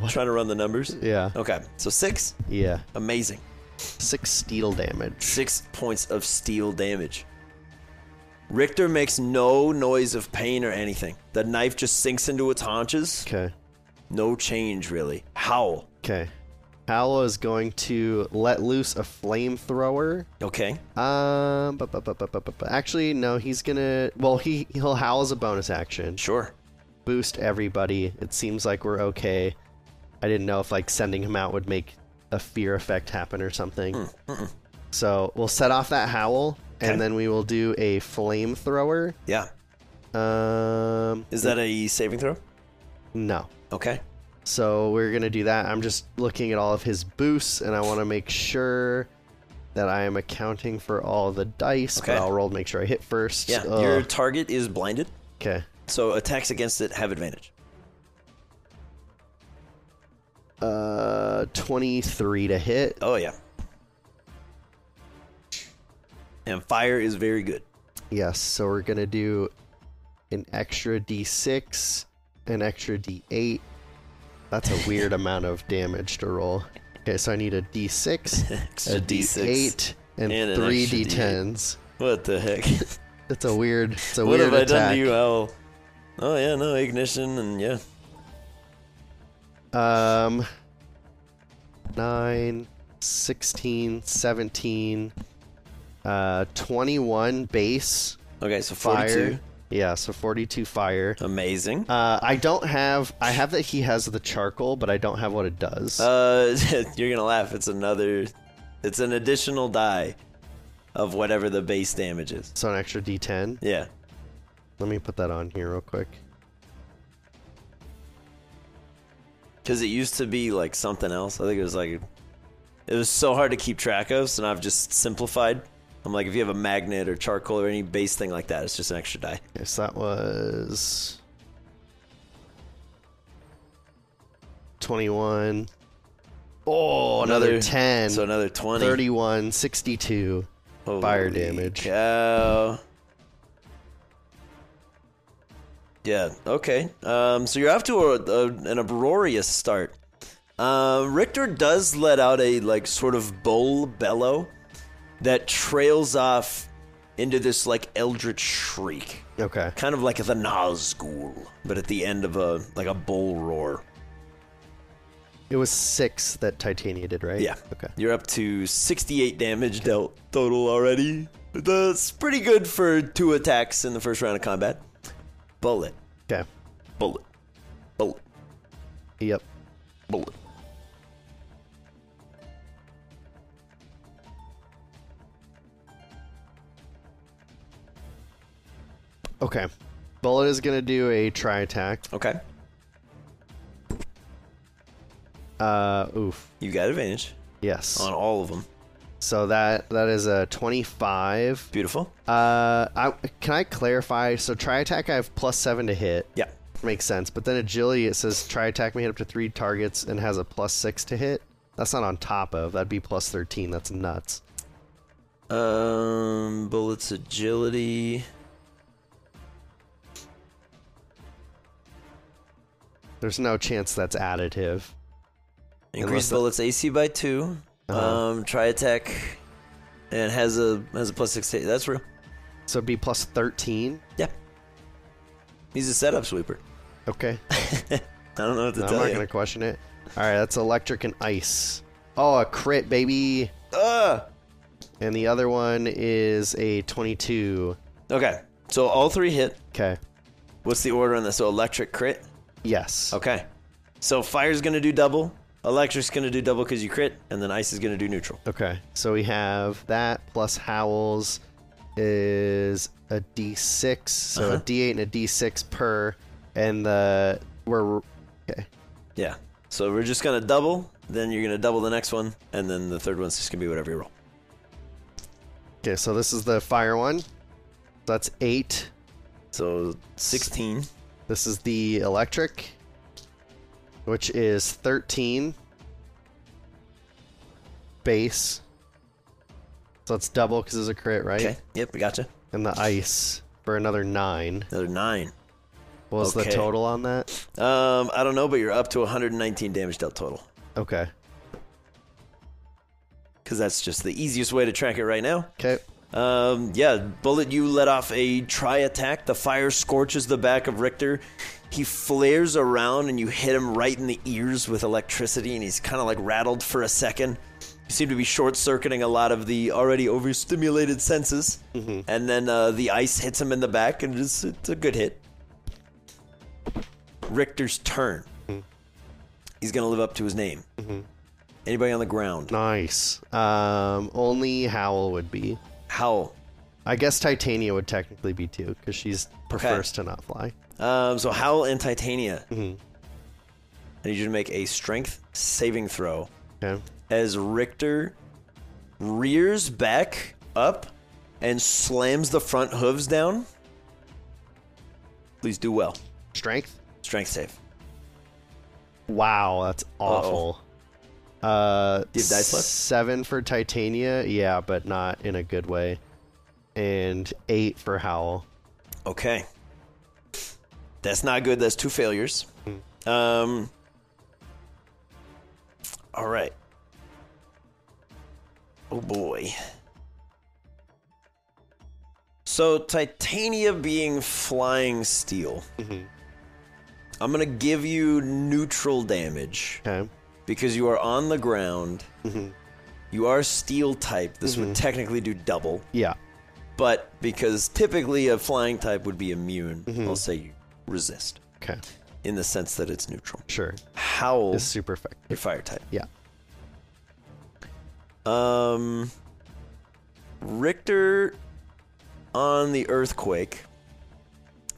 Speaker 1: like trying to run the numbers.
Speaker 2: yeah.
Speaker 1: Okay, so six,
Speaker 2: Yeah.
Speaker 1: amazing.
Speaker 2: Six steel damage.
Speaker 1: Six points of steel damage. Richter makes no noise of pain or anything. The knife just sinks into its haunches.
Speaker 2: Okay.
Speaker 1: No change, really. Howl.
Speaker 2: Okay. Howl is going to let loose a flamethrower.
Speaker 1: Okay.
Speaker 2: Um, bu- bu- bu- bu- bu- bu- bu- actually, no, he's gonna. Well, he he'll howl as a bonus action.
Speaker 1: Sure.
Speaker 2: boost everybody. It seems like we're okay. I didn't know if like sending him out would make a fear effect happen or something. So we'll set off that howl,
Speaker 1: Okay.
Speaker 2: and then we will do a flamethrower.
Speaker 1: Yeah.
Speaker 2: Um,
Speaker 1: Is that a saving throw?
Speaker 2: no.
Speaker 1: Okay.
Speaker 2: So we're gonna do that. I'm just looking at all of his boosts, and I want to make sure that I am accounting for all the dice.
Speaker 1: Okay.
Speaker 2: But I'll roll to make sure I hit first.
Speaker 1: Yeah.
Speaker 2: Ugh.
Speaker 1: Your target is blinded,
Speaker 2: okay.
Speaker 1: so attacks against it have advantage.
Speaker 2: Uh, twenty-three to hit.
Speaker 1: Oh yeah. And fire is very good.
Speaker 2: Yes, so we're gonna do an extra d6, an extra d8. That's a weird amount of damage to roll. Okay, so I need a d6,
Speaker 1: Extra
Speaker 2: a d8, and,
Speaker 1: and an
Speaker 2: three
Speaker 1: extra
Speaker 2: d10s.
Speaker 1: What the heck?
Speaker 2: That's a weird. It's a
Speaker 1: what
Speaker 2: weird
Speaker 1: have I
Speaker 2: attack.
Speaker 1: done to you, Owl? Oh yeah, no ignition and yeah.
Speaker 2: Um, 9, 16, 17, uh, 21 base
Speaker 1: Okay, so
Speaker 2: fire.
Speaker 1: forty-two.
Speaker 2: Yeah, so 42 fire.
Speaker 1: Amazing.
Speaker 2: Uh, I don't have. I have that he has the charcoal, but I don't have what it does.
Speaker 1: Uh, you're gonna laugh. It's another. It's an additional die of whatever the base damage is.
Speaker 2: so an extra D10.
Speaker 1: Yeah.
Speaker 2: Let me put that on here real quick.
Speaker 1: Because it used to be like something else. I think it was like it was so hard to keep track of, so now I've just simplified. I'm like, if you have a magnet or charcoal or any base thing like that, it's just an extra die.
Speaker 2: Yes, that was twenty-one. Oh, another,
Speaker 1: Another-
Speaker 2: ten.
Speaker 1: So another twenty.
Speaker 2: 31, 62.
Speaker 1: Holy
Speaker 2: fire damage.
Speaker 1: Cow. Yeah. Okay. Um. So you're off to a, a, an uproarious start. Um. Richter does let out a like sort of bull bellow that trails off into this like eldritch shriek.
Speaker 2: Okay.
Speaker 1: kind of like the Nazgul, but at the end of a like a bull roar.
Speaker 2: It was six that Titania did, right?
Speaker 1: Yeah.
Speaker 2: Okay.
Speaker 1: You're up to 68 damage dealt total already. That's pretty good for two attacks in the first round of combat. Bullet,
Speaker 2: Okay.
Speaker 1: bullet, bullet,
Speaker 2: Yep.
Speaker 1: bullet.
Speaker 2: Okay. Bullet is gonna do a try attack.
Speaker 1: Okay,
Speaker 2: Uh, oof.
Speaker 1: you got advantage
Speaker 2: Yes.
Speaker 1: on all of them.
Speaker 2: So that that is a 25.
Speaker 1: Beautiful.
Speaker 2: Uh, I, can I clarify? So try attack, I have plus seven to hit.
Speaker 1: Yeah.
Speaker 2: Makes sense. But then agility, it says try attack may hit up to three targets and has a plus six to hit. That's not on top of. That'd be plus 13. That's nuts.
Speaker 1: Um, bullets agility.
Speaker 2: There's no chance that's additive.
Speaker 1: Increase
Speaker 2: Unless the-
Speaker 1: bullets AC by 2
Speaker 2: Uh-huh.
Speaker 1: Um, try attack, and has a has a plus six. To, that's real.
Speaker 2: So it'd be plus 13.
Speaker 1: Yeah. He's a setup sweeper.
Speaker 2: Okay.
Speaker 1: I don't know what to
Speaker 2: I'm
Speaker 1: tell
Speaker 2: not
Speaker 1: you.
Speaker 2: going to question it. All right, that's electric and ice. Oh, a crit, baby.
Speaker 1: Ah!
Speaker 2: And the other one is a 22.
Speaker 1: Okay. So all three hit.
Speaker 2: Okay.
Speaker 1: What's the order on this? So electric crit.
Speaker 2: Yes.
Speaker 1: Okay. So fire's gonna do double. Electric's gonna do double because you crit, and then ice is gonna do neutral.
Speaker 2: Okay. So we have that plus Howls is a D6. So a
Speaker 1: Uh-huh.
Speaker 2: D8 and a D6 per. And the. We're. Okay.
Speaker 1: Yeah. So we're just gonna double. Then you're gonna double the next one, and then the third one's just gonna be whatever you roll.
Speaker 2: Okay, so this is the fire one. That's 8.
Speaker 1: So 16.
Speaker 2: This is the electric, which is 13 base. So it's double because it's a crit, right?
Speaker 1: Okay. Yep. We gotcha.
Speaker 2: And the ice for another 9.
Speaker 1: Another nine.
Speaker 2: What was
Speaker 1: Okay.
Speaker 2: the total on that?
Speaker 1: Um, I don't know, but you're up to 119 damage dealt total.
Speaker 2: Okay.
Speaker 1: Because that's just the easiest way to track it right now.
Speaker 2: Okay.
Speaker 1: Um, yeah, Bullet, you let off a try attack. The fire scorches the back of Richter. He flares around and you hit him right in the ears with electricity, and he's kind of like rattled for a second. You seem to be short circuiting a lot of the already overstimulated senses. And then uh, the ice hits him in the back, and it's, it's a good hit. Richter's turn. He's going to live up to his name. Anybody on the ground?
Speaker 2: Nice. Um, only Howl would be.
Speaker 1: Howl.
Speaker 2: I guess Titania would technically be too, because she's prefers to not fly.
Speaker 1: Um, so Howl and Titania. I need you to make a strength saving throw
Speaker 2: Okay.
Speaker 1: as Richter rears back up and slams the front hooves down. Please do well.
Speaker 2: Strength?
Speaker 1: Strength save.
Speaker 2: Wow, that's awful. Uh,
Speaker 1: Do you have dice left?
Speaker 2: Seven for Titania, yeah, but not in a good way. And eight for Howl.
Speaker 1: Okay. That's not good. That's two failures. Um. All right. Oh boy. So Titania being flying steel. I'm gonna give you neutral damage
Speaker 2: Okay,
Speaker 1: because you are on the ground. You are steel type. This would technically do double
Speaker 2: yeah,
Speaker 1: but because typically a flying type would be immune, I'll say you resist
Speaker 2: okay,
Speaker 1: in the sense that it's neutral.
Speaker 2: sure.
Speaker 1: Howl,
Speaker 2: It's super effective.
Speaker 1: your fire type.
Speaker 2: Yeah,
Speaker 1: Um, Richter on the earthquake.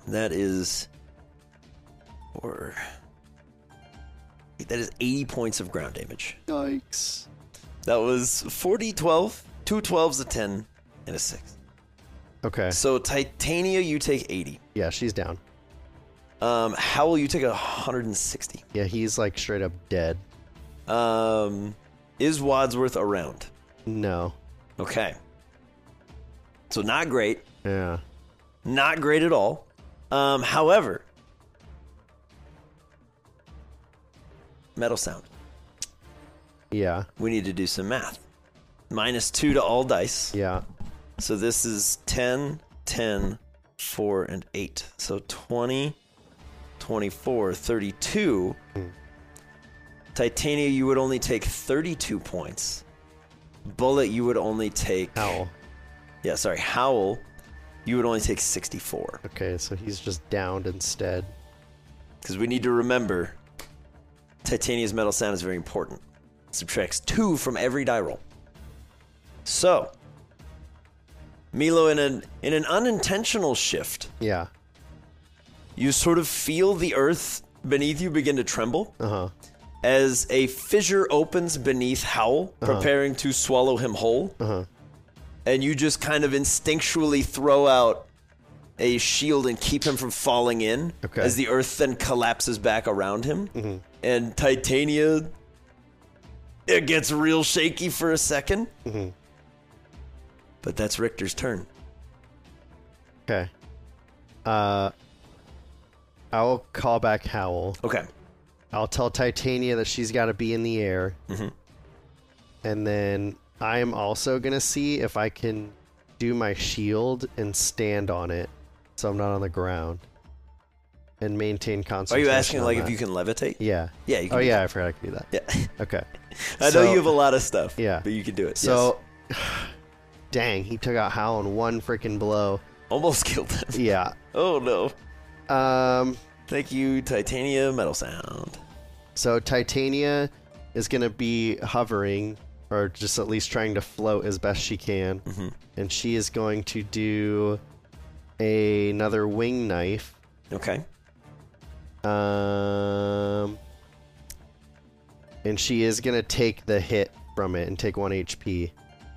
Speaker 1: That is, or that is 80 points of ground damage.
Speaker 2: yikes.
Speaker 1: That was 40, 12, two 12s, a 10, and a 6.
Speaker 2: Okay,
Speaker 1: So Titania, you take 80.
Speaker 2: yeah, she's down.
Speaker 1: Um, Howl, you take 160.
Speaker 2: Yeah, he's like straight up dead.
Speaker 1: Um, is Wadsworth around?
Speaker 2: No,
Speaker 1: Okay. So not great,
Speaker 2: yeah,
Speaker 1: not great at all. Um, however, metal sound.
Speaker 2: yeah,
Speaker 1: We need to do some math. Minus two to all dice.
Speaker 2: yeah.
Speaker 1: So this is 10, 10, 4, and 8. So 20, 24, 32. Titania, you would only take 32 points. Bullet, you would only take.
Speaker 2: Howl.
Speaker 1: Yeah, sorry. Howl, you would only take 64.
Speaker 2: Okay, so he's just downed instead.
Speaker 1: Because we need to remember Titania's metal sound is very important. Subtracts two from every die roll. So, Milo, in an, in an unintentional shift,
Speaker 2: Yeah,
Speaker 1: you sort of feel the earth beneath you begin to tremble
Speaker 2: uh huh.
Speaker 1: as a fissure opens beneath Howl, preparing to swallow him whole.
Speaker 2: Uh-huh.
Speaker 1: And you just kind of instinctually throw out a shield and keep him from falling in
Speaker 2: Okay. Mm-hmm.
Speaker 1: as the earth then collapses back around him. And Titania, it gets real shaky for a 2nd
Speaker 2: Mm-hmm.
Speaker 1: But that's Richter's turn.
Speaker 2: Okay. Uh, I'll call back Howl.
Speaker 1: Okay.
Speaker 2: I'll tell Titania that she's got to be in the air.
Speaker 1: Mm-hmm.
Speaker 2: And then I'm also going to see if I can do my shield and stand on it so I'm not on the ground and maintain
Speaker 1: Are
Speaker 2: concentration.
Speaker 1: you asking
Speaker 2: on
Speaker 1: like
Speaker 2: that.
Speaker 1: if you can levitate?
Speaker 2: Yeah.
Speaker 1: Yeah, you can
Speaker 2: Oh,
Speaker 1: do
Speaker 2: yeah, I forgot I could do that.
Speaker 1: Yeah.
Speaker 2: Okay.
Speaker 1: I know
Speaker 2: So-
Speaker 1: you have a lot of stuff.
Speaker 2: Yeah.
Speaker 1: But you can do it.
Speaker 2: So, dang, he took out Howl in one freaking blow.
Speaker 1: Yes. almost killed him.
Speaker 2: Yeah.
Speaker 1: oh no.
Speaker 2: Um,
Speaker 1: Thank you, Titania Metal Sound.
Speaker 2: So Titania is going to be hovering, or just at least trying to float as best she can. And she is going to do a- another wing knife.
Speaker 1: Okay.
Speaker 2: Um, and she is going to take the hit from it and take 1 HP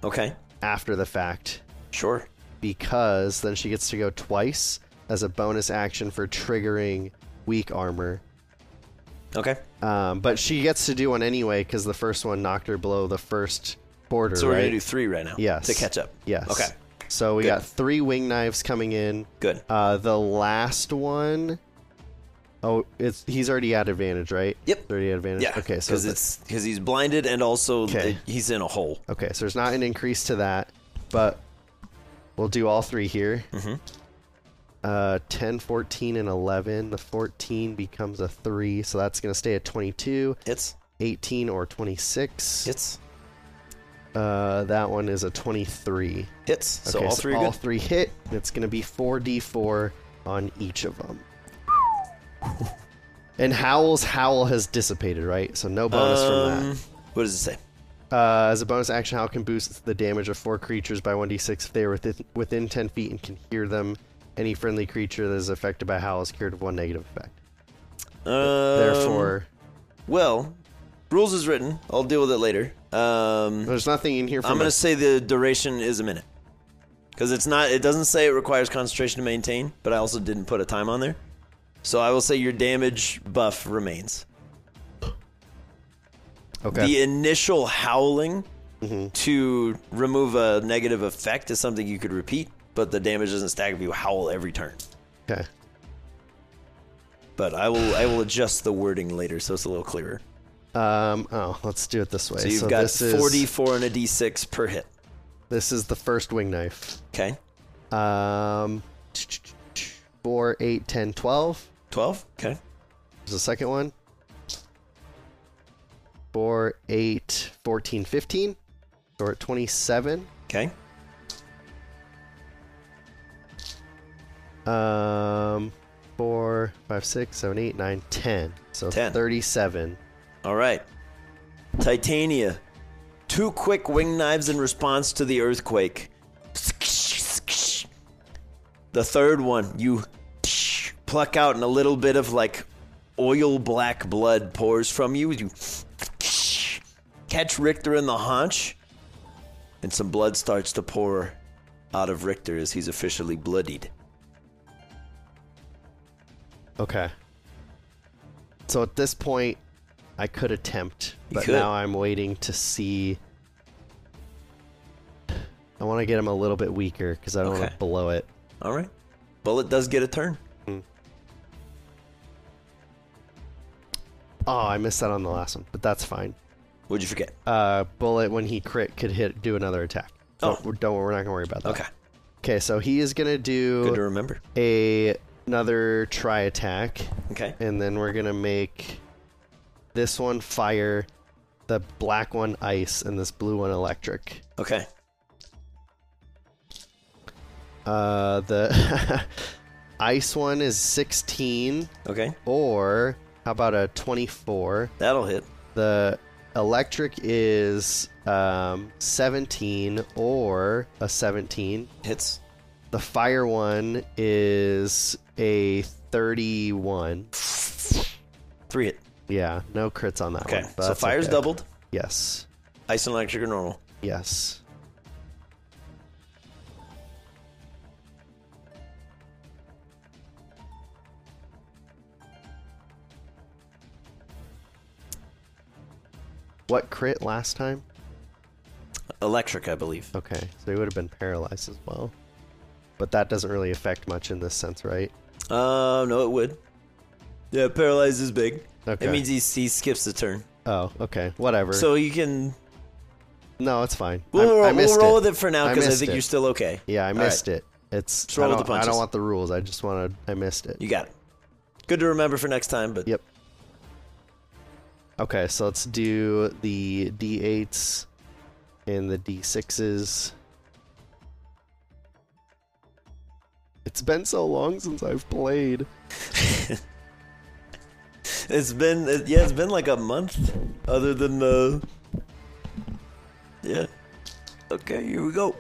Speaker 1: Okay.
Speaker 2: after the fact
Speaker 1: Sure.
Speaker 2: because then she gets to go twice as a bonus action for triggering weak armor.
Speaker 1: Okay.
Speaker 2: Um, but she gets to do one anyway because the first one knocked her below the first border.
Speaker 1: So we're
Speaker 2: right?
Speaker 1: gonna do three right now.
Speaker 2: Yes.
Speaker 1: To catch up.
Speaker 2: Yes.
Speaker 1: Okay.
Speaker 2: So we
Speaker 1: Good.
Speaker 2: got three wing knives coming in.
Speaker 1: Good.
Speaker 2: Uh, the last one oh it's he's already at advantage, right?
Speaker 1: Yep.
Speaker 2: Thirty at advantage.
Speaker 1: Yeah.
Speaker 2: Okay. So
Speaker 1: because
Speaker 2: the-
Speaker 1: it's because he's blinded and also
Speaker 2: Okay.
Speaker 1: he's in a hole.
Speaker 2: okay. So there's not an increase to that, but we'll do all three here. Mm-hmm. Uh, 10, 14, and 11. The 14 becomes a 3, so that's going to stay at 22,
Speaker 1: It's
Speaker 2: 18, or 26.
Speaker 1: it's
Speaker 2: Uh, that one is a 23.
Speaker 1: hits. So all three are
Speaker 2: all
Speaker 1: good.
Speaker 2: three hit. and It's going to be 4d4 on each of them. and Howl's Howl has dissipated, right? So no bonus
Speaker 1: Um,
Speaker 2: from
Speaker 1: What does it say?
Speaker 2: that. Uh, as a bonus action, Howl can boost the damage of four creatures by 1d6 if they are within, within 10 feet and can hear them. Any friendly creature that is affected by Howl is cured of one negative effect.
Speaker 1: Um,
Speaker 2: Therefore,
Speaker 1: well, rules is written. I'll deal with it later. Um,
Speaker 2: there's nothing in here for
Speaker 1: I'm gonna say the duration is a minute because it's not. It doesn't say it requires concentration to maintain, but I also didn't put a time on there. So I will say your damage buff remains.
Speaker 2: Okay.
Speaker 1: The initial howling
Speaker 2: Mm-hmm.
Speaker 1: to remove a negative effect is something you could repeat, but the damage doesn't stack if you howl every turn.
Speaker 2: okay.
Speaker 1: But I will I will adjust the wording later so it's a little clearer.
Speaker 2: Um, oh, let's do it this way.
Speaker 1: So you've got
Speaker 2: this is-
Speaker 1: 44 and a d6 per hit.
Speaker 2: This is the first wing knife.
Speaker 1: Okay,
Speaker 2: Um, 4, 8, 10, 12.
Speaker 1: 12. Okay,
Speaker 2: There's the second one. 4, 8, 14, 15. So we're at 27.
Speaker 1: okay.
Speaker 2: Um, 4, 5, 6, 7, 8, 9, 10. So
Speaker 1: 10.
Speaker 2: 37.
Speaker 1: All right. Titania. Two quick wing knives in response to the earthquake. The third one, you pluck out, and a little bit of like oil black blood pours from you. You catch Richter in the haunch, and some blood starts to pour out of Richter as he's officially bloodied.
Speaker 2: Okay. So at this point, I could attempt,
Speaker 1: You
Speaker 2: but
Speaker 1: could.
Speaker 2: now I'm waiting to see. I want to get him a little bit weaker because I don't want
Speaker 1: Okay.
Speaker 2: to blow it.
Speaker 1: All right. Bullet does get a turn.
Speaker 2: Oh, I missed that on the last one, but that's fine.
Speaker 1: What'd you forget?
Speaker 2: Uh, bullet when he crit could hit do another attack.
Speaker 1: Oh.
Speaker 2: Don't- don't worry, we're not gonna worry about that.
Speaker 1: Okay.
Speaker 2: Okay, so he is gonna
Speaker 1: Good to
Speaker 2: do
Speaker 1: remember.
Speaker 2: a another try attack,
Speaker 1: Okay.
Speaker 2: and then we're gonna make this one fire, the black one ice, and this blue one electric.
Speaker 1: Okay.
Speaker 2: Uh, the ice one is sixteen,
Speaker 1: Okay.
Speaker 2: or how about a twenty-four?
Speaker 1: That'll hit.
Speaker 2: The electric is um, 17 or a 17.
Speaker 1: Hits.
Speaker 2: The fire one is a 31.
Speaker 1: Three hit.
Speaker 2: Yeah, no crits on that
Speaker 1: Okay.
Speaker 2: one. but
Speaker 1: So
Speaker 2: that's
Speaker 1: fire's
Speaker 2: okay.
Speaker 1: doubled.
Speaker 2: Yes.
Speaker 1: Ice and electric are normal.
Speaker 2: Yes. What crit last time?
Speaker 1: Electric, I believe.
Speaker 2: Okay, so he would have been paralyzed as well. But that doesn't really affect much in this sense, right?
Speaker 1: Uh, no, it would. Yeah, paralyzed is big.
Speaker 2: Okay.
Speaker 1: It means he, he skips the turn.
Speaker 2: oh, okay. Whatever.
Speaker 1: So you can.
Speaker 2: no, it's fine.
Speaker 1: We'll,
Speaker 2: I, I
Speaker 1: roll-
Speaker 2: missed
Speaker 1: we'll roll
Speaker 2: it.
Speaker 1: with it for now
Speaker 2: I
Speaker 1: because I,
Speaker 2: missed
Speaker 1: think
Speaker 2: it.
Speaker 1: you're still okay.
Speaker 2: Yeah, I
Speaker 1: right.
Speaker 2: missed it. It's
Speaker 1: Just roll
Speaker 2: I
Speaker 1: with the
Speaker 2: don't- I
Speaker 1: punches.
Speaker 2: don't want the rules. I just want to. I missed it.
Speaker 1: You got it. Good to remember for next time, but
Speaker 2: Yep. Okay, so let's do the d8s and the d6s. It's been so long since I've played.
Speaker 1: it's been it, yeah, it's been like a month. Other than the yeah. Okay, here we go.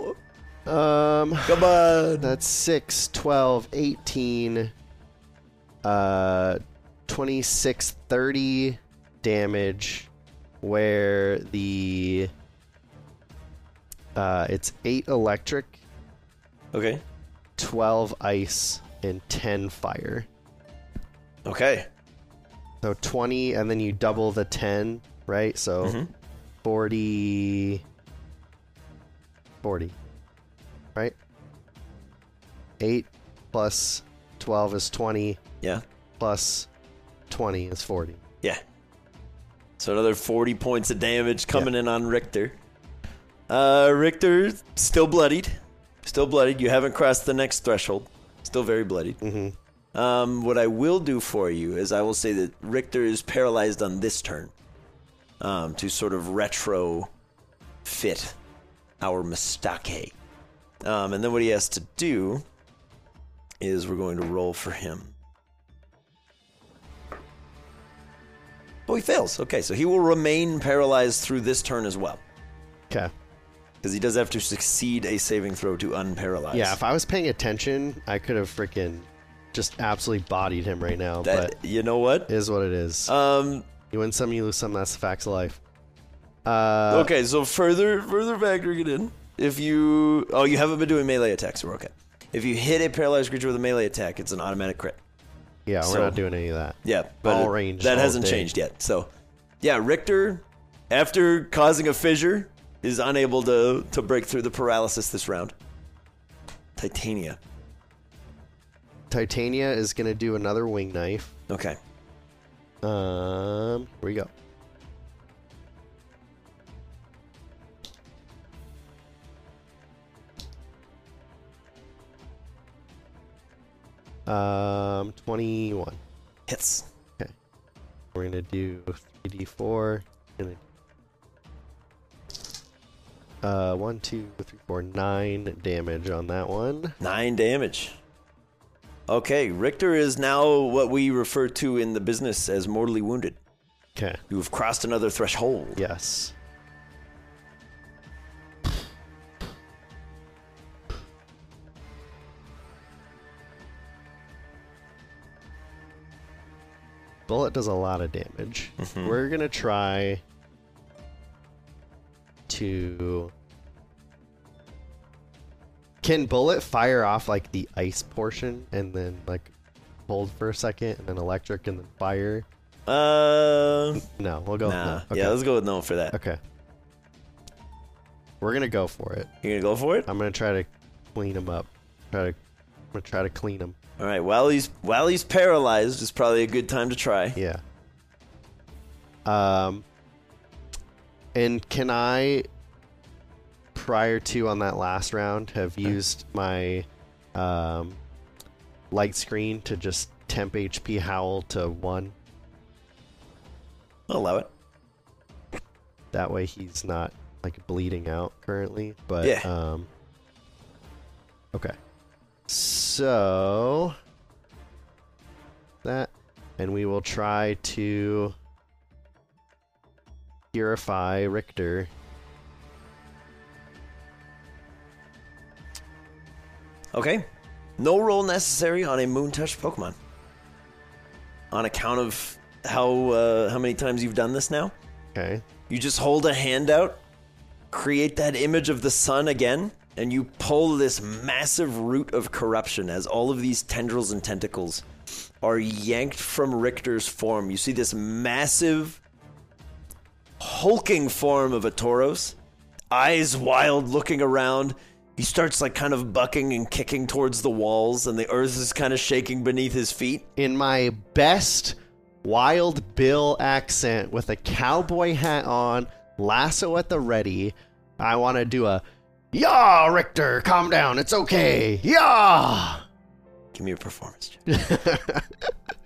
Speaker 2: Um,
Speaker 1: Come on.
Speaker 2: that's 6, 12, 18, uh, 26, 30 damage, where the, uh, it's 8 electric,
Speaker 1: Okay.
Speaker 2: 12 ice, and 10 fire.
Speaker 1: Okay.
Speaker 2: So 20, and then you double the 10, right? So
Speaker 1: Mhm.
Speaker 2: 40. 40. Right? 8 plus 12 is 20,
Speaker 1: Yeah.
Speaker 2: plus 20 is 40.
Speaker 1: Yeah. So another 40 points of damage coming in on Richter. Uh, Richter, still bloodied. Still bloodied. You haven't crossed the next threshold. Still very bloodied. Mm-hmm. Um, what I will do for you is I will say that Richter is paralyzed on this turn um, to sort of retro fit our mistake. Um, and then what he has to do is we're going to roll for him. Oh, he fails. Okay, so he will remain paralyzed through this turn as well.
Speaker 2: Okay.
Speaker 1: Because he does have to succeed a saving throw to unparalyze.
Speaker 2: Yeah, if I was paying attention, I could have freaking just absolutely bodied him right now,
Speaker 1: that, you know what?
Speaker 2: but it is what it is.
Speaker 1: Um.
Speaker 2: you win some, you lose some. That's the facts of life. Uh,
Speaker 1: Okay, so further further factoring it in, if you oh you haven't been doing melee attacks, so we're okay. If you hit a paralyzed creature with a melee attack, it's an automatic crit.
Speaker 2: Yeah, we're
Speaker 1: so-
Speaker 2: not doing any of that.
Speaker 1: Yeah, but
Speaker 2: All
Speaker 1: it-
Speaker 2: range
Speaker 1: That
Speaker 2: all
Speaker 1: hasn't
Speaker 2: day.
Speaker 1: changed yet. So, yeah, Richter, after causing a fissure, is unable to to break through the paralysis this round. Titania.
Speaker 2: Titania is going to do another wing knife.
Speaker 1: Okay.
Speaker 2: Um, here we go. Um, 21.
Speaker 1: Hits.
Speaker 2: We're gonna do 3d4. Gonna uh, one, two, three, four, nine damage on that one.
Speaker 1: Nine damage. Okay, Richter is now what we refer to in the business as mortally wounded.
Speaker 2: Okay.
Speaker 1: You have crossed another threshold.
Speaker 2: Yes. Bullet does a lot of damage.
Speaker 1: Mm-hmm.
Speaker 2: We're going to try to. Can Bullet fire off like the ice portion and then like hold for a second and then electric and then fire?
Speaker 1: Uh,
Speaker 2: No, we'll go. with
Speaker 1: nah.
Speaker 2: no.
Speaker 1: Yeah, let's go with no for that.
Speaker 2: Oh, Okay. We're gonna go for it.
Speaker 1: You gonna go for it?
Speaker 2: I'm gonna try to clean him up. Try to, I'm gonna try to clean him.
Speaker 1: All right. While he's while he's paralyzed, is probably a good time to try.
Speaker 2: Yeah. Um. And can I, prior to on that last round, have used my, um, light screen to just temp HP howl to one?
Speaker 1: I'll allow it.
Speaker 2: That way he's not like bleeding out currently. But
Speaker 1: Yeah.
Speaker 2: um Okay. So that and we will try to purify Richter.
Speaker 1: Okay. No roll necessary on a moon touch Pokemon. On account of how uh, how many times you've done this now,
Speaker 2: Okay.
Speaker 1: You just hold a hand out, create that image of the sun again, and you pull this massive root of corruption as all of these tendrils and tentacles are yanked from Richter's form. You see this massive, hulking form of a Tauros, eyes wild, looking around. He starts like kind of bucking and kicking towards the walls, and the earth is kind of shaking beneath his feet.
Speaker 2: In my best Wild Bill accent with a cowboy hat on, lasso at the ready. I want to do a, Yah, Richter, calm down, it's okay. Yah!
Speaker 1: Give me a performance check.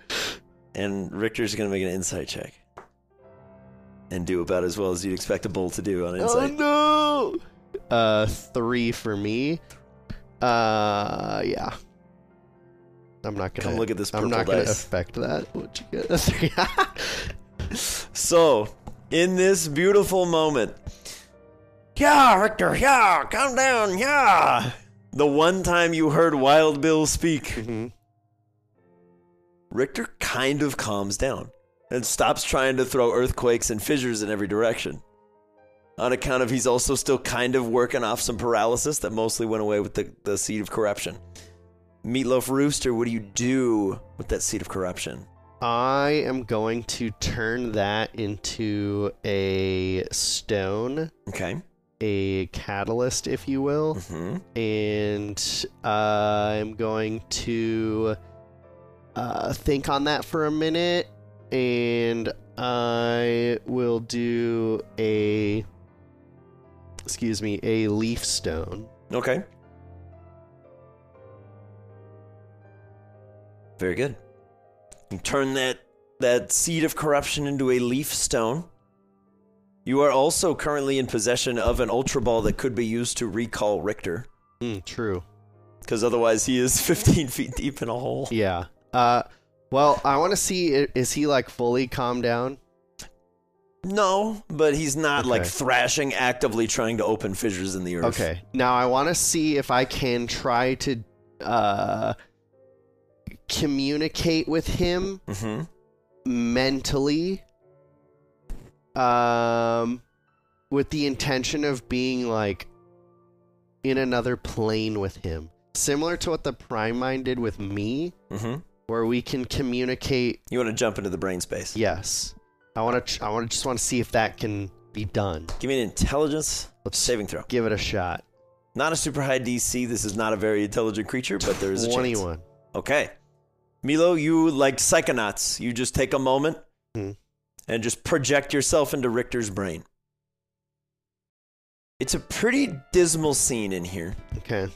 Speaker 1: and Richter's going to make an insight check. And do about as well as you'd expect a bull to do on insight.
Speaker 2: Oh no! Uh, three for me. Uh, yeah. I'm not gonna
Speaker 1: Come look at this
Speaker 2: I'm
Speaker 1: purple
Speaker 2: not gonna
Speaker 1: dice.
Speaker 2: affect that. What'd you get? A three.
Speaker 1: So, in this beautiful moment, yeah, Richter, yeah, calm down, yeah. The one time you heard Wild Bill speak,
Speaker 2: Mhm.
Speaker 1: Richter kind of calms down and stops trying to throw earthquakes and fissures in every direction. On account of he's also still kind of working off some paralysis that mostly went away with the, the seed of corruption. Meatloaf Rooster, what do you do with that seed of corruption?
Speaker 2: I am going to turn that into a stone,
Speaker 1: Okay.
Speaker 2: a catalyst, if you will.
Speaker 1: hmm
Speaker 2: and I'm going to uh, think on that for a minute, and I will do a excuse me a leaf stone.
Speaker 1: Okay. Very good. You turn that that seed of corruption into a leaf stone. You are also currently in possession of an ultra ball that could be used to recall Richter,
Speaker 2: Mm, true.
Speaker 1: because otherwise he is 15 feet deep in a hole.
Speaker 2: Yeah. Uh, well, I want to see i- is he like fully calmed down?
Speaker 1: No, but he's not like
Speaker 2: Okay.
Speaker 1: thrashing actively trying to open fissures in the earth.
Speaker 2: Okay. Now I want to see if I can try to uh, communicate with him
Speaker 1: hmm
Speaker 2: mentally um with the intention of being like in another plane with him similar to what the prime mind did with me
Speaker 1: hmm
Speaker 2: where we can communicate
Speaker 1: You want to jump into the brain space?
Speaker 2: yes i want to i want to just want to see if that can be done
Speaker 1: Give me an intelligence saving throw.
Speaker 2: give it a shot
Speaker 1: Not a super high DC. This is not a very intelligent creature, but there is a chance.
Speaker 2: 21
Speaker 1: Okay. Milo, you like psychonauts. You just take a moment
Speaker 2: Mhm.
Speaker 1: and just project yourself into Richter's brain. It's a pretty dismal scene in here.
Speaker 2: okay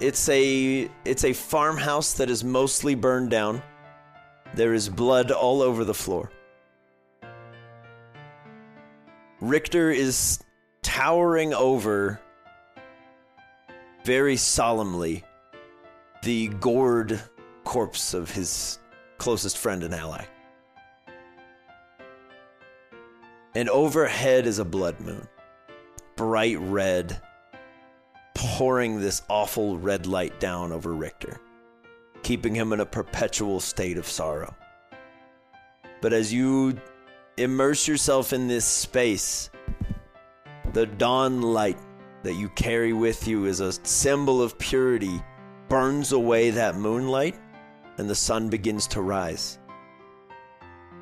Speaker 1: It's a it's a farmhouse that is mostly burned down. There is blood all over the floor. Richter is towering over very solemnly the gored corpse of his closest friend and ally. And overhead is a blood moon, bright red pouring this awful red light down over Richter, keeping him in a perpetual state of sorrow. But as you immerse yourself in this space, the dawn light that you carry with you is a symbol of purity, burns away that moonlight, and the sun begins to rise.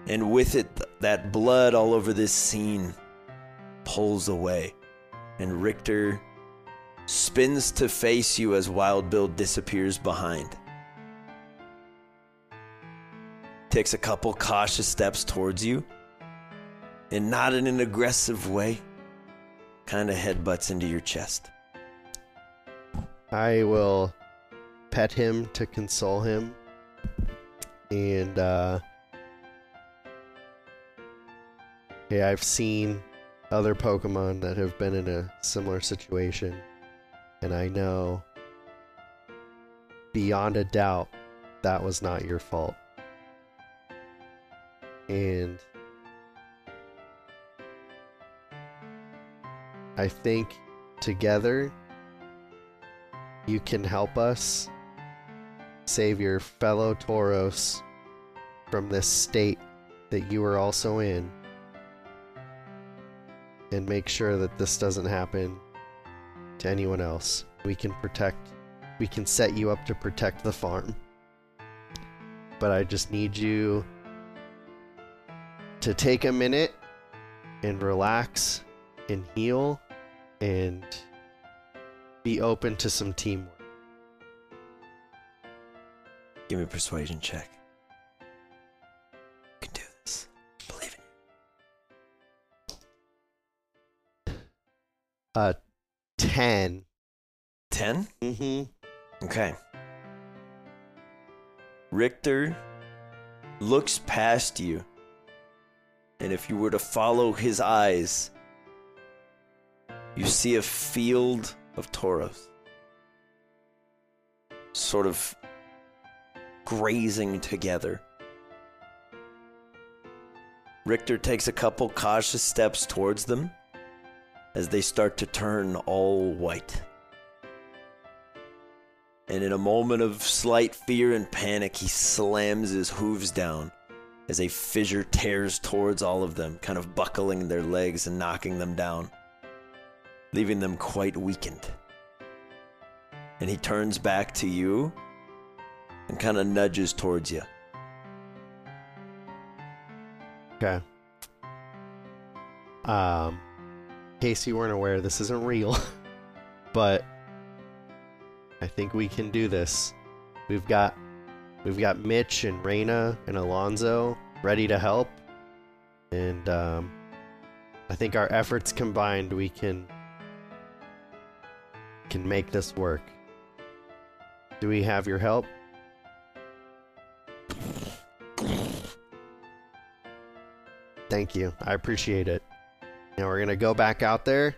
Speaker 1: And with it, th- that blood all over this scene pulls away, and Richter spins to face you as Wild Bill disappears behind. Takes a couple cautious steps towards you, and not in an aggressive way, kind of headbutts into your chest.
Speaker 2: I will pet him to console him. And, uh. Yeah, I've seen other Pokemon that have been in a similar situation. And I know beyond a doubt that was not your fault. And I think together you can help us save your fellow Tauros from this state that you are also in and make sure that this doesn't happen to anyone else. We can protect, we can set you up to protect the farm. But I just need you to take a minute and relax and heal and be open to some teamwork.
Speaker 1: Give me a persuasion check.
Speaker 2: a 10.
Speaker 1: 10?
Speaker 2: Mm-hmm.
Speaker 1: Okay. Richter looks past you. And if you were to follow his eyes, you see a field of toros. Sort of grazing together. Richter takes a couple cautious steps towards them as they start to turn all white. And in a moment of slight fear and panic, he slams his hooves down as a fissure tears towards all of them, kind of buckling their legs and knocking them down, leaving them quite weakened. And he turns back to you and kind of nudges towards you.
Speaker 2: Okay. Um, in case you weren't aware, this isn't real, but I think we can do this. We've got we've got Mitch and Reyna and Alonzo ready to help, and um, I think our efforts combined, we can can make this work. Do we have your help? Thank you. I appreciate it. Now we're gonna go back out there,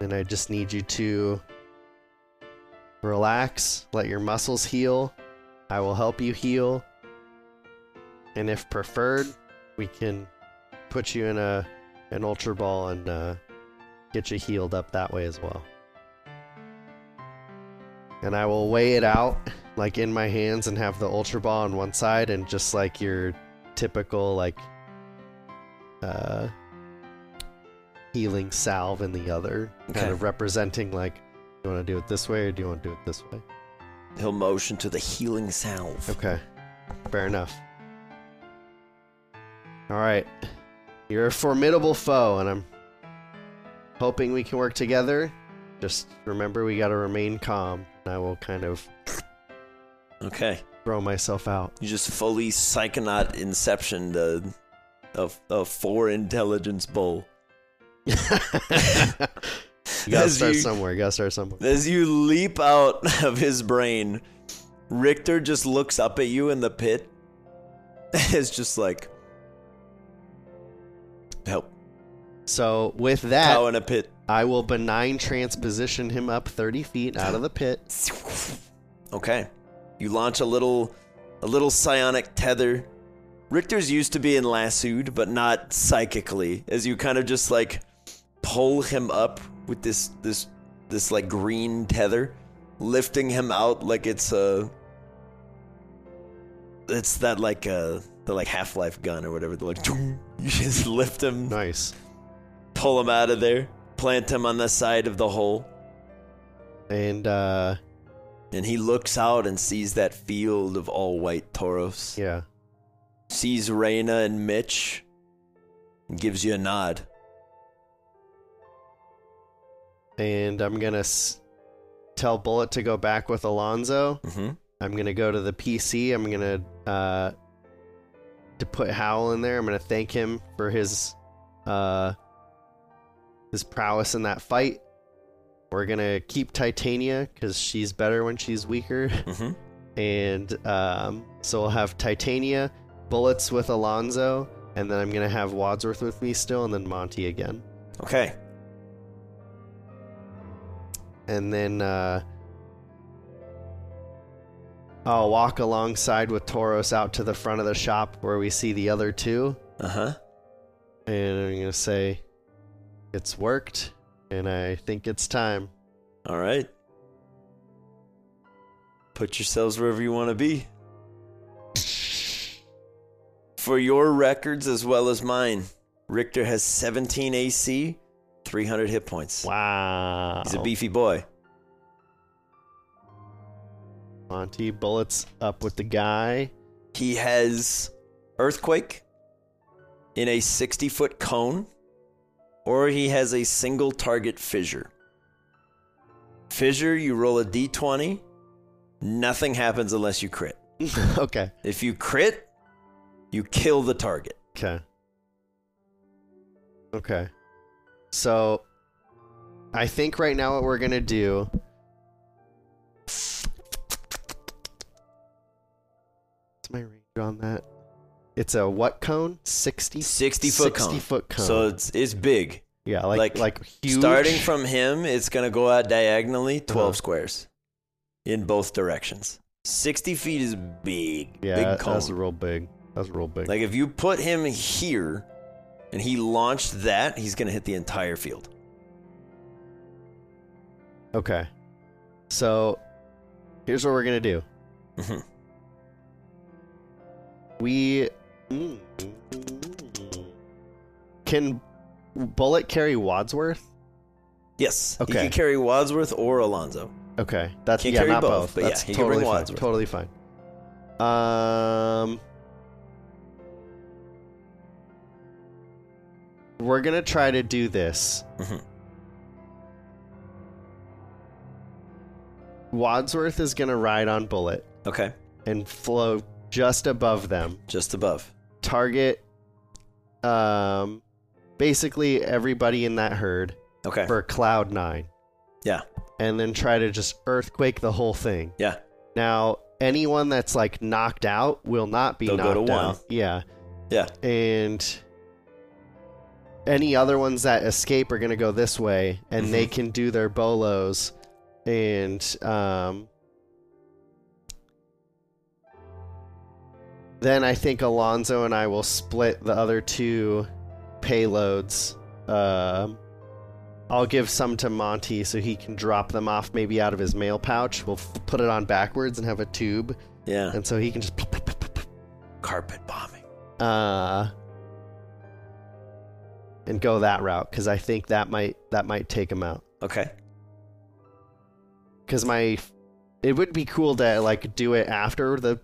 Speaker 2: and I just need you to relax, let your muscles heal. I will help you heal, and if preferred, we can put you in a an ultra ball and uh, get you healed up that way as well. And I will weigh it out like in my hands and have the ultra ball on one side and just like your typical like uh, healing salve in the other,
Speaker 1: Okay.
Speaker 2: kind of representing like, do you want to do it this way or do you want to do it this way?
Speaker 1: He'll motion to the healing salve.
Speaker 2: Okay, fair enough. All right, you're a formidable foe, and I'm hoping we can work together. Just remember, we gotta remain calm, and I will kind of
Speaker 1: Okay.
Speaker 2: throw myself out.
Speaker 1: You just fully psychonaut inception the a, a four intelligence bowl.
Speaker 2: you gotta
Speaker 1: As
Speaker 2: start
Speaker 1: you-
Speaker 2: somewhere. You gotta start somewhere.
Speaker 1: As you leap out of his brain, Richter just looks up at you in the pit. It's just like help.
Speaker 2: So with that,
Speaker 1: Cow in a pit.
Speaker 2: I will benign transposition him up 30 feet out of the pit.
Speaker 1: Okay. You launch a little a little psionic tether. Richter's used to being lassoed, but not psychically, as you kind of just like pull him up with this this this like green tether, lifting him out like it's a it's that like uh the like half life gun or whatever. The like you just lift him
Speaker 2: Nice.
Speaker 1: pull him out of there, plant him on the side of the hole.
Speaker 2: And uh
Speaker 1: And he looks out and sees that field of all white toros.
Speaker 2: yeah.
Speaker 1: Sees Reyna and Mitch and gives you a nod.
Speaker 2: And I'm going to s- tell Bullet to go back with Alonzo.
Speaker 1: Mm-hmm.
Speaker 2: I'm going to go to the PC. I'm going to uh to put Howl in there. I'm going to thank him for his uh his prowess in that fight. We're going to keep Titania cuz she's better when she's weaker.
Speaker 1: Mm-hmm.
Speaker 2: and um, so we'll have Titania, Bullets with Alonzo, and then I'm gonna have Wadsworth with me still, and then Monty again,
Speaker 1: Okay.
Speaker 2: and then uh, I'll walk alongside with Toros out to the front of the shop where we see the other two,
Speaker 1: Uh huh.
Speaker 2: and I'm gonna say, "It's worked, and I think it's time."
Speaker 1: All right. Put yourselves wherever you want to be. For your records as well as mine, Richter has 17 AC, 300 hit points.
Speaker 2: Wow,
Speaker 1: He's a beefy boy.
Speaker 2: Monty Bullets up with the guy.
Speaker 1: He has Earthquake in a 60 foot cone, or he has a single target Fissure. Fissure, you roll a d20. Nothing happens unless you crit.
Speaker 2: okay,
Speaker 1: If you crit, you kill the target.
Speaker 2: Okay. Okay. So I think right now what we're gonna do. What's my range on that? It's a what cone? 60,
Speaker 1: 60 foot cone.
Speaker 2: 60 foot cone.
Speaker 1: So it's it's big.
Speaker 2: yeah, like like,
Speaker 1: like,
Speaker 2: huge.
Speaker 1: Starting from him, it's going to go out diagonally 12
Speaker 2: Uh-huh.
Speaker 1: squares in both directions. 60 feet is big.
Speaker 2: yeah,
Speaker 1: big cone.
Speaker 2: that's real big. That's real big.
Speaker 1: Like if you put him here and he launched that, he's going to hit the entire field.
Speaker 2: Okay. So here's what we're gonna do.
Speaker 1: Mhm.
Speaker 2: we can bullet carry Wadsworth.
Speaker 1: Yes. He
Speaker 2: Okay.
Speaker 1: can carry Wadsworth or Alonzo.
Speaker 2: Okay, that's
Speaker 1: Can't
Speaker 2: yeah,
Speaker 1: carry
Speaker 2: not
Speaker 1: both,
Speaker 2: both.
Speaker 1: but yeah,
Speaker 2: that's
Speaker 1: he can
Speaker 2: totally
Speaker 1: bring
Speaker 2: fine.
Speaker 1: Wadsworth.
Speaker 2: Totally fine. Um, we're gonna try to do this.
Speaker 1: Mhm.
Speaker 2: Wadsworth is gonna ride on bullet
Speaker 1: Okay.
Speaker 2: and flow just above them.
Speaker 1: Just above.
Speaker 2: Target, um, basically everybody in that herd
Speaker 1: Okay.
Speaker 2: for cloud nine.
Speaker 1: Yeah.
Speaker 2: and then try to just earthquake the whole thing.
Speaker 1: Yeah.
Speaker 2: Now, anyone that's like knocked out will not be
Speaker 1: They'll go
Speaker 2: knocked
Speaker 1: to one.
Speaker 2: out. Yeah.
Speaker 1: Yeah.
Speaker 2: And any other ones that escape are going to go this way and they
Speaker 1: Mhm.
Speaker 2: can do their bolos and um then I think Alonzo and I will split the other two payloads. Um I'll give some to Monty so he can drop them off maybe out of his mail pouch. We'll f- put it on backwards and have a tube
Speaker 1: Yeah.
Speaker 2: and so he can just
Speaker 1: Carpet bombing.
Speaker 2: uh and go that route cuz I think that might that might take him out.
Speaker 1: Okay.
Speaker 2: Cuz my it would be cool to like do it after the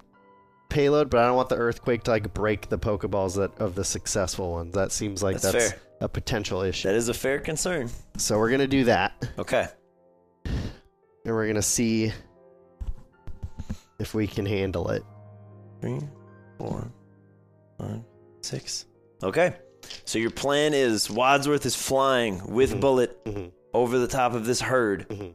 Speaker 2: payload, but I don't want the earthquake to like break the pokeballs that of the successful ones. That seems like
Speaker 1: That's
Speaker 2: that's,
Speaker 1: fair.
Speaker 2: a potential issue.
Speaker 1: That is a fair concern.
Speaker 2: So we're going to do that
Speaker 1: Okay.
Speaker 2: and we're going to see if we can handle it.
Speaker 1: Three, four, five, six. Okay. So your plan is Wadsworth is flying with
Speaker 2: Mhm.
Speaker 1: Bullet
Speaker 2: Mhm.
Speaker 1: over the top of this herd,
Speaker 2: Mhm.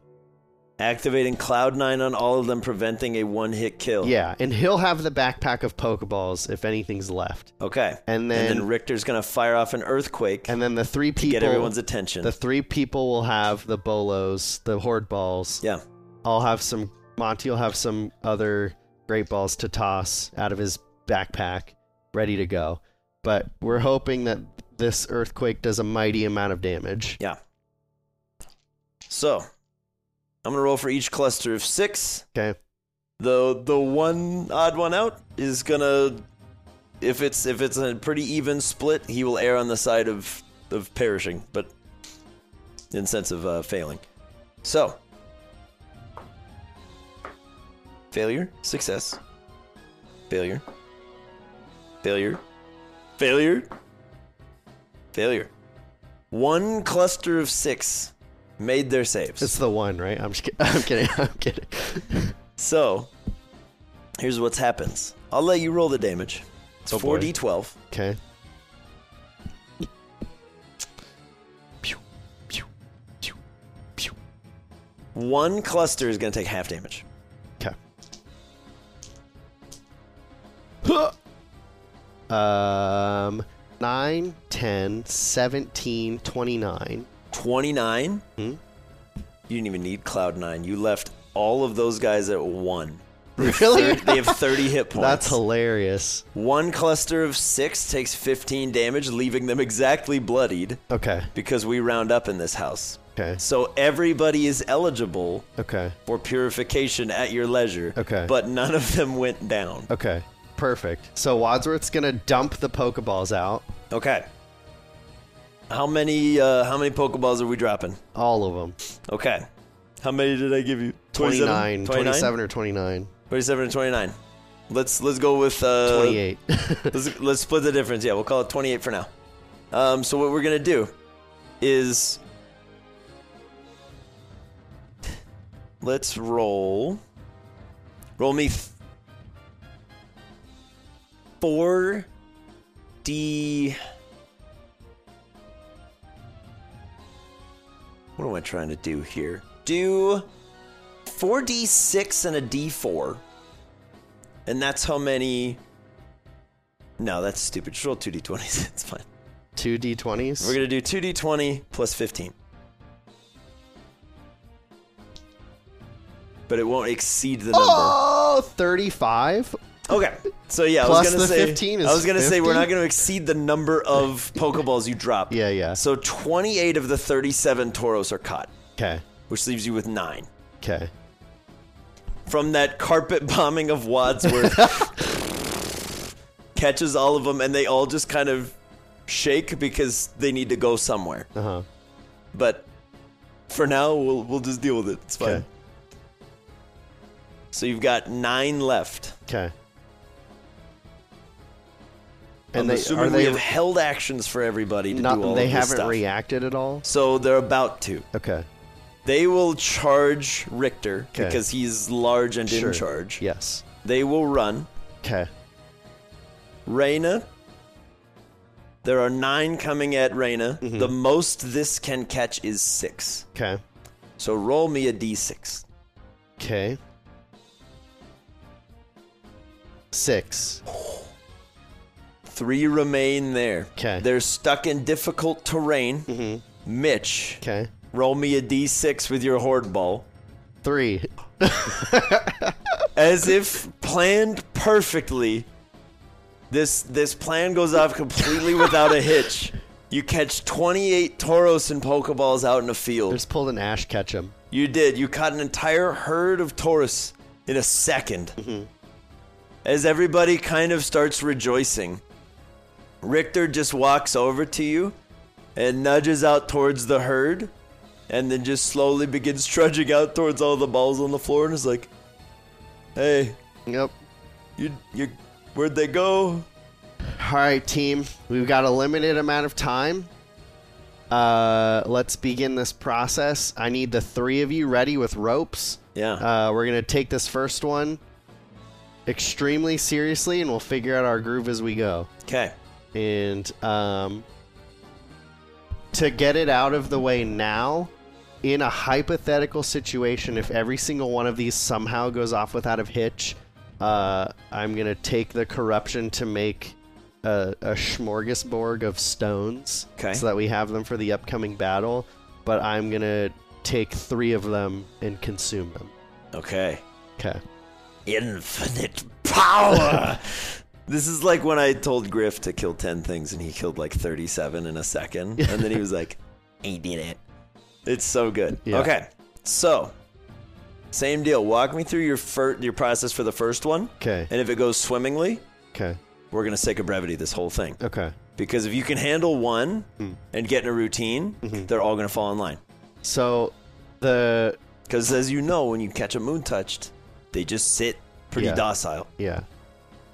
Speaker 1: activating Cloud Nine on all of them, preventing a one-hit kill.
Speaker 2: Yeah, and he'll have the backpack of pokeballs if anything's left.
Speaker 1: Okay.
Speaker 2: And then
Speaker 1: and then Richter's gonna fire off an earthquake
Speaker 2: And then the three
Speaker 1: to
Speaker 2: people
Speaker 1: get everyone's attention.
Speaker 2: the three people will have the bolos, the horde balls.
Speaker 1: yeah.
Speaker 2: I'll have some Monty will have some other great balls to toss out of his backpack, ready to go. But we're hoping that this earthquake does a mighty amount of damage.
Speaker 1: Yeah. So I'm gonna roll for each cluster of six.
Speaker 2: Okay.
Speaker 1: the the one odd one out is gonna if it's if it's a pretty even split he will err on the side of of perishing but in sense of uh, failing so failure success failure failure failure failure one cluster of six made their saves
Speaker 2: It's the one, right? I'm just kidding. I'm kidding. I'm kidding.
Speaker 1: so, here's what happens. I'll let you roll the damage. It's
Speaker 2: Oh, boy.
Speaker 1: 4d12.
Speaker 2: Okay.
Speaker 1: One cluster is going to take half damage.
Speaker 2: Okay. Um, 9, 10, 17, 29.
Speaker 1: 29.
Speaker 2: Hmm.
Speaker 1: You didn't even need Cloud 9. You left all of those guys at 1.
Speaker 2: Really?
Speaker 1: They have 30 hit points.
Speaker 2: That's hilarious.
Speaker 1: One cluster of 6 takes 15 damage, leaving them exactly bloodied
Speaker 2: Okay.
Speaker 1: because we round up in this house.
Speaker 2: Okay.
Speaker 1: So, everybody is eligible
Speaker 2: Okay.
Speaker 1: for purification at your leisure.
Speaker 2: Okay.
Speaker 1: But none of them went down.
Speaker 2: Okay. Perfect. So Wadsworth's gonna dump the Pokeballs out,
Speaker 1: Okay. How many uh, how many Pokeballs are we dropping?
Speaker 2: all of them.
Speaker 1: Okay. How many did I give you? 29?
Speaker 2: 29, 27 or 29,
Speaker 1: 27 and 29. Let's let's go with uh
Speaker 2: 28.
Speaker 1: let's, let's split the difference. Yeah, we'll call it 28 for now. Um so what we're going to do is let's roll roll me th- 4 D
Speaker 2: what
Speaker 1: What am I trying to do here? Do 4d6 and a d4. And that's how many. No, that's stupid. Just roll 2d20s. It's fine.
Speaker 2: Two d20s.
Speaker 1: We're going to do 2d20 plus 15. But it won't exceed the number.
Speaker 2: oh, 35.
Speaker 1: Okay. So yeah, I
Speaker 2: Plus
Speaker 1: was gonna
Speaker 2: the
Speaker 1: say
Speaker 2: 15 is
Speaker 1: I was gonna say we're
Speaker 2: 50?
Speaker 1: not gonna exceed the number of Pokeballs you drop.
Speaker 2: Yeah, yeah.
Speaker 1: So twenty eight of the thirty seven Toros are caught,
Speaker 2: Okay.
Speaker 1: which leaves you with nine.
Speaker 2: Okay.
Speaker 1: From that carpet bombing of Wadsworth catches all of them and they all just kind of shake because they need to go somewhere.
Speaker 2: Uh huh.
Speaker 1: But for now we'll we'll just deal with it. It's fine.
Speaker 2: 'Kay.
Speaker 1: So you've got nine left.
Speaker 2: Okay.
Speaker 1: I'm
Speaker 2: And they
Speaker 1: assuming
Speaker 2: are
Speaker 1: we
Speaker 2: they
Speaker 1: have held actions for everybody to do all
Speaker 2: not? They
Speaker 1: of this
Speaker 2: haven't
Speaker 1: stuff.
Speaker 2: reacted at all.
Speaker 1: So they're about to.
Speaker 2: Okay.
Speaker 1: They will charge Richter
Speaker 2: 'Kay.
Speaker 1: because he's large and
Speaker 2: Sure.
Speaker 1: in charge.
Speaker 2: Yes.
Speaker 1: They will run.
Speaker 2: Okay.
Speaker 1: Reyna. There are nine coming at Reyna.
Speaker 2: Mm-hmm.
Speaker 1: The most this can catch is six.
Speaker 2: Okay.
Speaker 1: So roll me a d6.
Speaker 2: Okay. Six.
Speaker 1: Three remain there.
Speaker 2: 'Kay.
Speaker 1: They're stuck in difficult terrain. Mitch,
Speaker 2: Okay.
Speaker 1: roll me a d6 with your horde ball.
Speaker 2: Three.
Speaker 1: as if planned perfectly. This this plan goes off completely without a hitch. You catch 28 toros and pokeballs out in a field.
Speaker 2: Just pulled an Ash Ketchum.
Speaker 1: you did. You caught an entire herd of toros in a 2nd As everybody kind of starts rejoicing, Richter just walks over to you and nudges out towards the herd and then just slowly begins trudging out towards all the balls on the floor and is like, "Hey,
Speaker 2: Yep.
Speaker 1: you, you, where'd they go?
Speaker 2: All right, team. We've got a limited amount of time. Uh, let's begin this process. I need the three of you ready with ropes.
Speaker 1: Yeah.
Speaker 2: Uh, we're gonna take this first one extremely seriously, and we'll figure out our groove as we go.
Speaker 1: Okay.
Speaker 2: And um, to get it out of the way now, in a hypothetical situation, if every single one of these somehow goes off without a hitch, uh, I'm gonna take the corruption to make a, a smorgasbord of stones,
Speaker 1: 'Kay.
Speaker 2: so that we have them for the upcoming battle. But I'm gonna take three of them and consume them.
Speaker 1: Okay.
Speaker 2: Okay.
Speaker 1: Infinite power. this is like when I told Griff to kill 10 things and he killed like 37 in a second. And then he was like, he did it. It's so good.
Speaker 2: Yeah.
Speaker 1: Okay. So, same deal. Walk me through your fir- your process for the first one.
Speaker 2: Okay.
Speaker 1: And if it goes swimmingly,
Speaker 2: Okay.
Speaker 1: we're going to sake of brevity this whole thing.
Speaker 2: Okay.
Speaker 1: Because if you can handle one
Speaker 2: Hmm.
Speaker 1: and get in a routine,
Speaker 2: Mm-hmm.
Speaker 1: they're all going to fall in line.
Speaker 2: So the
Speaker 1: Because as you know, when you catch a moon touched, they just sit pretty
Speaker 2: Yeah.
Speaker 1: docile.
Speaker 2: yeah.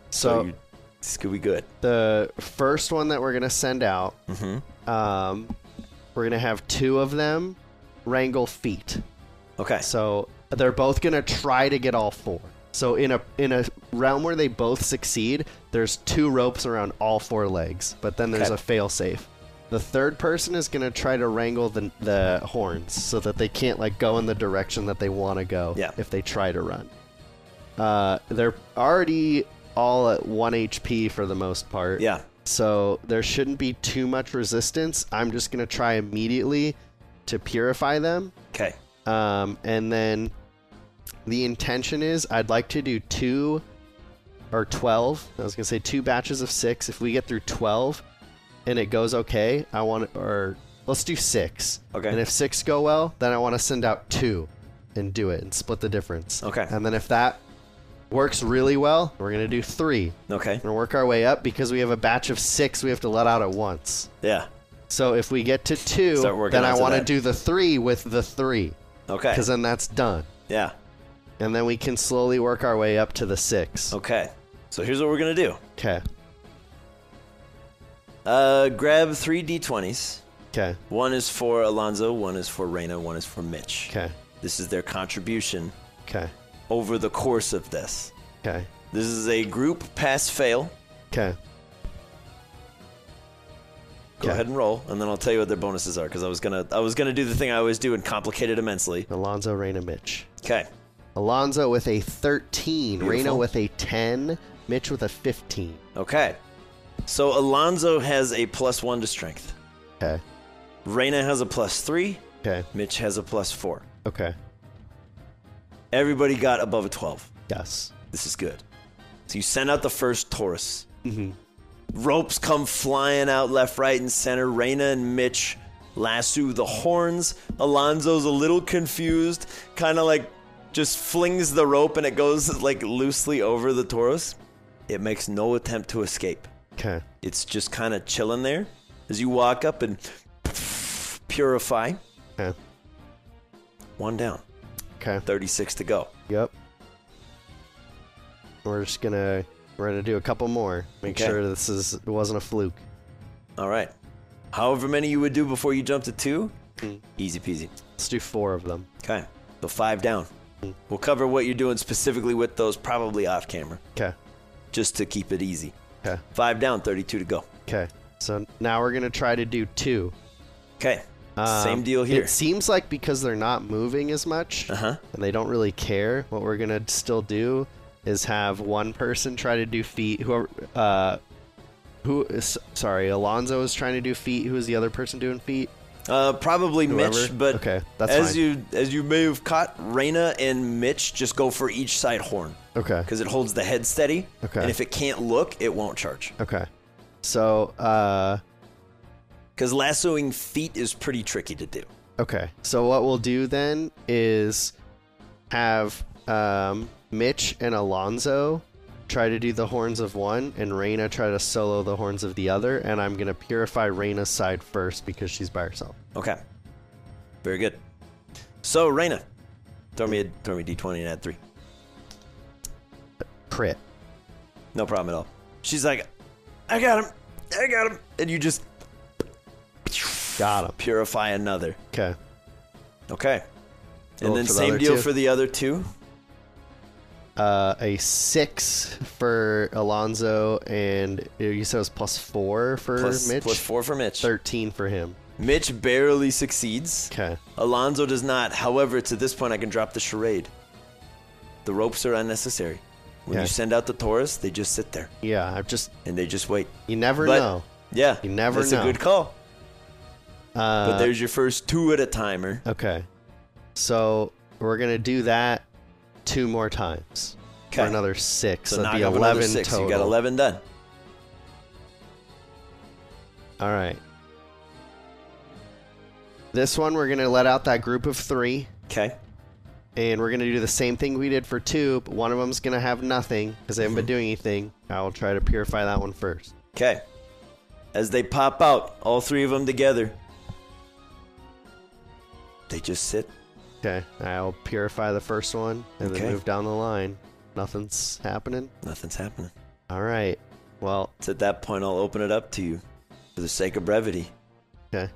Speaker 1: So
Speaker 2: So,
Speaker 1: you, this could be good.
Speaker 2: the first one that we're gonna send out,
Speaker 1: Mm-hmm.
Speaker 2: um, we're gonna have two of them wrangle feet.
Speaker 1: Okay.
Speaker 2: So they're both gonna try to get all four. So in a in a realm where they both succeed, there's two ropes around all four legs, but then there's
Speaker 1: Okay.
Speaker 2: a fail safe. The third person is gonna try to wrangle the the horns so that they can't like go in the direction that they want to go
Speaker 1: Yeah.
Speaker 2: if they try to run. Uh, they're already all at one HP for the most part.
Speaker 1: Yeah.
Speaker 2: So there shouldn't be too much resistance. I'm just gonna try immediately to purify them.
Speaker 1: Okay.
Speaker 2: Um, and then the intention is I'd like to do two or 12. I was going to say two batches of six. If we get through 12 and it goes okay, I want, or let's do six.
Speaker 1: Okay.
Speaker 2: And if six go well, then I want to send out two and do it and split the difference.
Speaker 1: Okay.
Speaker 2: And then if that works really well, we're going to do three.
Speaker 1: Okay.
Speaker 2: We're going to work our way up because we have a batch of six we have to let out at once.
Speaker 1: Yeah.
Speaker 2: So if we get to two,
Speaker 1: Start working
Speaker 2: then I
Speaker 1: onto
Speaker 2: want to
Speaker 1: that.
Speaker 2: do the three with the three
Speaker 1: Okay.
Speaker 2: because then that's done.
Speaker 1: Yeah.
Speaker 2: And then we can slowly work our way up to the six.
Speaker 1: Okay. So here's what we're gonna do.
Speaker 2: Okay.
Speaker 1: Uh, grab three d20s.
Speaker 2: Okay.
Speaker 1: One is for Alonzo. One is for Reyna. One is for Mitch.
Speaker 2: Okay.
Speaker 1: This is their contribution
Speaker 2: Okay.
Speaker 1: over the course of this.
Speaker 2: Okay.
Speaker 1: This is a group pass fail.
Speaker 2: Okay.
Speaker 1: Go
Speaker 2: Okay.
Speaker 1: ahead and roll, and then I'll tell you what their bonuses are because I was gonna I was gonna do the thing I always do and complicate it immensely.
Speaker 2: Alonzo Reyna Mitch.
Speaker 1: Okay.
Speaker 2: Alonzo with a 13, Reyna
Speaker 1: Beautiful.
Speaker 2: with a 10, Mitch with a 15.
Speaker 1: Okay. So Alonzo has a plus one to strength.
Speaker 2: Okay.
Speaker 1: Reyna has a plus three.
Speaker 2: Okay.
Speaker 1: Mitch has a plus four.
Speaker 2: Okay.
Speaker 1: Everybody got above a twelve.
Speaker 2: Yes.
Speaker 1: This is good. So you send out the first Taurus. Ropes come flying out left, right, and center. Reyna and Mitch lasso the horns. Alonzo's a little confused, kind of like just flings the rope and it goes like loosely over the Taurus. It makes no attempt to escape.
Speaker 2: Okay.
Speaker 1: It's just kind of chilling there as you walk up and purify.
Speaker 2: Okay.
Speaker 1: One down,
Speaker 2: Okay.
Speaker 1: 36 to go.
Speaker 2: Yep. We're just gonna we're gonna do a couple more. Make
Speaker 1: Okay.
Speaker 2: sure this is it wasn't a fluke.
Speaker 1: All right. However many you would do before you jump to two,
Speaker 2: Hmm.
Speaker 1: easy peasy.
Speaker 2: Let's do four of them.
Speaker 1: Okay. So five down.
Speaker 2: Hmm.
Speaker 1: We'll cover what you're doing specifically with those probably off camera,
Speaker 2: Okay.
Speaker 1: just to keep it easy.
Speaker 2: Okay.
Speaker 1: Five down, 32 to go.
Speaker 2: Okay. So now we're gonna try to do two.
Speaker 1: Okay.
Speaker 2: Um,
Speaker 1: Same deal here.
Speaker 2: It seems like because they're not moving as much
Speaker 1: Uh-huh.
Speaker 2: and they don't really care, what we're gonna still do is have one person try to do feet. Whoever, uh, who is sorry, Alonzo is trying to do feet. Who is the other person doing feet?
Speaker 1: Uh, probably
Speaker 2: Whoever?
Speaker 1: Mitch, but
Speaker 2: Okay, that's
Speaker 1: as
Speaker 2: fine.
Speaker 1: you as you may have caught, Reyna and Mitch just go for each side horn
Speaker 2: Okay.
Speaker 1: because it holds the head steady.
Speaker 2: Okay.
Speaker 1: And if it can't look, it won't charge.
Speaker 2: Okay. So uh,
Speaker 1: Because lassoing feet is pretty tricky to do.
Speaker 2: Okay. So what we'll do then is have um, Mitch and Alonzo try to do the horns of one, and Reyna try to solo the horns of the other. And I'm gonna purify Reyna's side first because she's by herself.
Speaker 1: Okay. Very good. So Reyna, throw me a throw me a d20 and add three.
Speaker 2: Crit.
Speaker 1: No problem at all. She's like, I got him, I got him, and you just
Speaker 2: Got him.
Speaker 1: purify another.
Speaker 2: Okay.
Speaker 1: Okay. And
Speaker 2: Roll
Speaker 1: then
Speaker 2: for the
Speaker 1: same
Speaker 2: other
Speaker 1: deal
Speaker 2: two.
Speaker 1: for the other two.
Speaker 2: Uh, a six for Alonzo, and uh, you said it was plus four for
Speaker 1: Plus-
Speaker 2: Mitch.
Speaker 1: plus four for Mitch.
Speaker 2: Thirteen for him.
Speaker 1: Mitch barely succeeds.
Speaker 2: Okay.
Speaker 1: Alonzo does not. However, it's at this point I can drop the charade. The ropes are unnecessary. When
Speaker 2: Yeah.
Speaker 1: you send out the Taurus, they just sit there
Speaker 2: Yeah. I've just.
Speaker 1: and they just wait.
Speaker 2: You never
Speaker 1: But-
Speaker 2: know.
Speaker 1: Yeah,
Speaker 2: You never
Speaker 1: that's
Speaker 2: know.
Speaker 1: a good call.
Speaker 2: Uh,
Speaker 1: But there's your first two at a timer.
Speaker 2: Okay. So we're gonna do that two more times for
Speaker 1: Okay.
Speaker 2: another six.
Speaker 1: so
Speaker 2: That'd
Speaker 1: knock
Speaker 2: be
Speaker 1: off
Speaker 2: eleven
Speaker 1: another six.
Speaker 2: total.
Speaker 1: You got eleven done.
Speaker 2: All right. This one we're gonna let out that group of three,
Speaker 1: Okay.
Speaker 2: and we're gonna do the same thing we did for two. But one of them's gonna have nothing because they haven't
Speaker 1: Mm-hmm.
Speaker 2: been doing anything. I will try to purify that one first.
Speaker 1: Okay. As they pop out, all three of them together, they just sit.
Speaker 2: Okay. I'll purify the first one and
Speaker 1: Okay.
Speaker 2: then move down the line. Nothing's happening.
Speaker 1: Nothing's happening.
Speaker 2: All right. Well,
Speaker 1: It's at that point I'll open it up to you, for the sake of brevity.
Speaker 2: okay.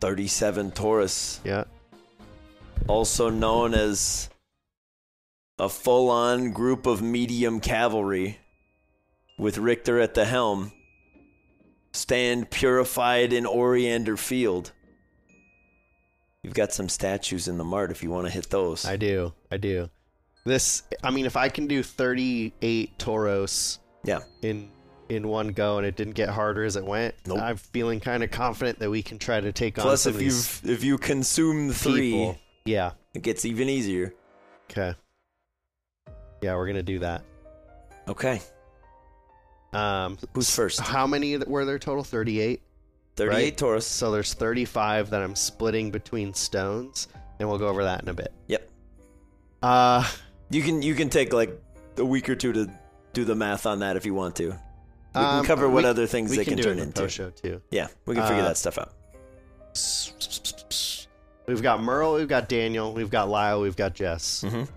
Speaker 1: Thirty-seven Taurus.
Speaker 2: Yeah.
Speaker 1: also known as a full on group of medium cavalry with Richter at the helm, stand purified in Oriander Field. You've got some statues in the mart if you want to hit those.
Speaker 2: I do. I do. This I mean if I can do 38 toros
Speaker 1: yeah.
Speaker 2: in in one go and it didn't get harder as it went,
Speaker 1: Nope.
Speaker 2: I'm feeling kind of confident that we can try to take on
Speaker 1: Plus,
Speaker 2: some
Speaker 1: if
Speaker 2: of
Speaker 1: you
Speaker 2: these
Speaker 1: if you consume three,
Speaker 2: people. Yeah.
Speaker 1: it gets even easier.
Speaker 2: Okay. Yeah, we're going to do that.
Speaker 1: Okay,
Speaker 2: Um
Speaker 1: who's first?
Speaker 2: how many th- were there total? 38.
Speaker 1: Thirty-eight
Speaker 2: right?
Speaker 1: Taurus.
Speaker 2: So there's 35 that I'm splitting between stones and we'll go over that in a bit.
Speaker 1: Yep.
Speaker 2: Uh
Speaker 1: You can you can take like a week or two to do the math on that if you want to. We
Speaker 2: Um,
Speaker 1: can cover what
Speaker 2: we-
Speaker 1: other things
Speaker 2: we
Speaker 1: they
Speaker 2: can,
Speaker 1: can,
Speaker 2: do
Speaker 1: turn
Speaker 2: it in the
Speaker 1: into.
Speaker 2: post show too.
Speaker 1: Yeah, we can figure
Speaker 2: Uh,
Speaker 1: that stuff out.
Speaker 2: We've got Merle, we've got Daniel, we've got Lyle, we've got Jess.
Speaker 1: Mhm.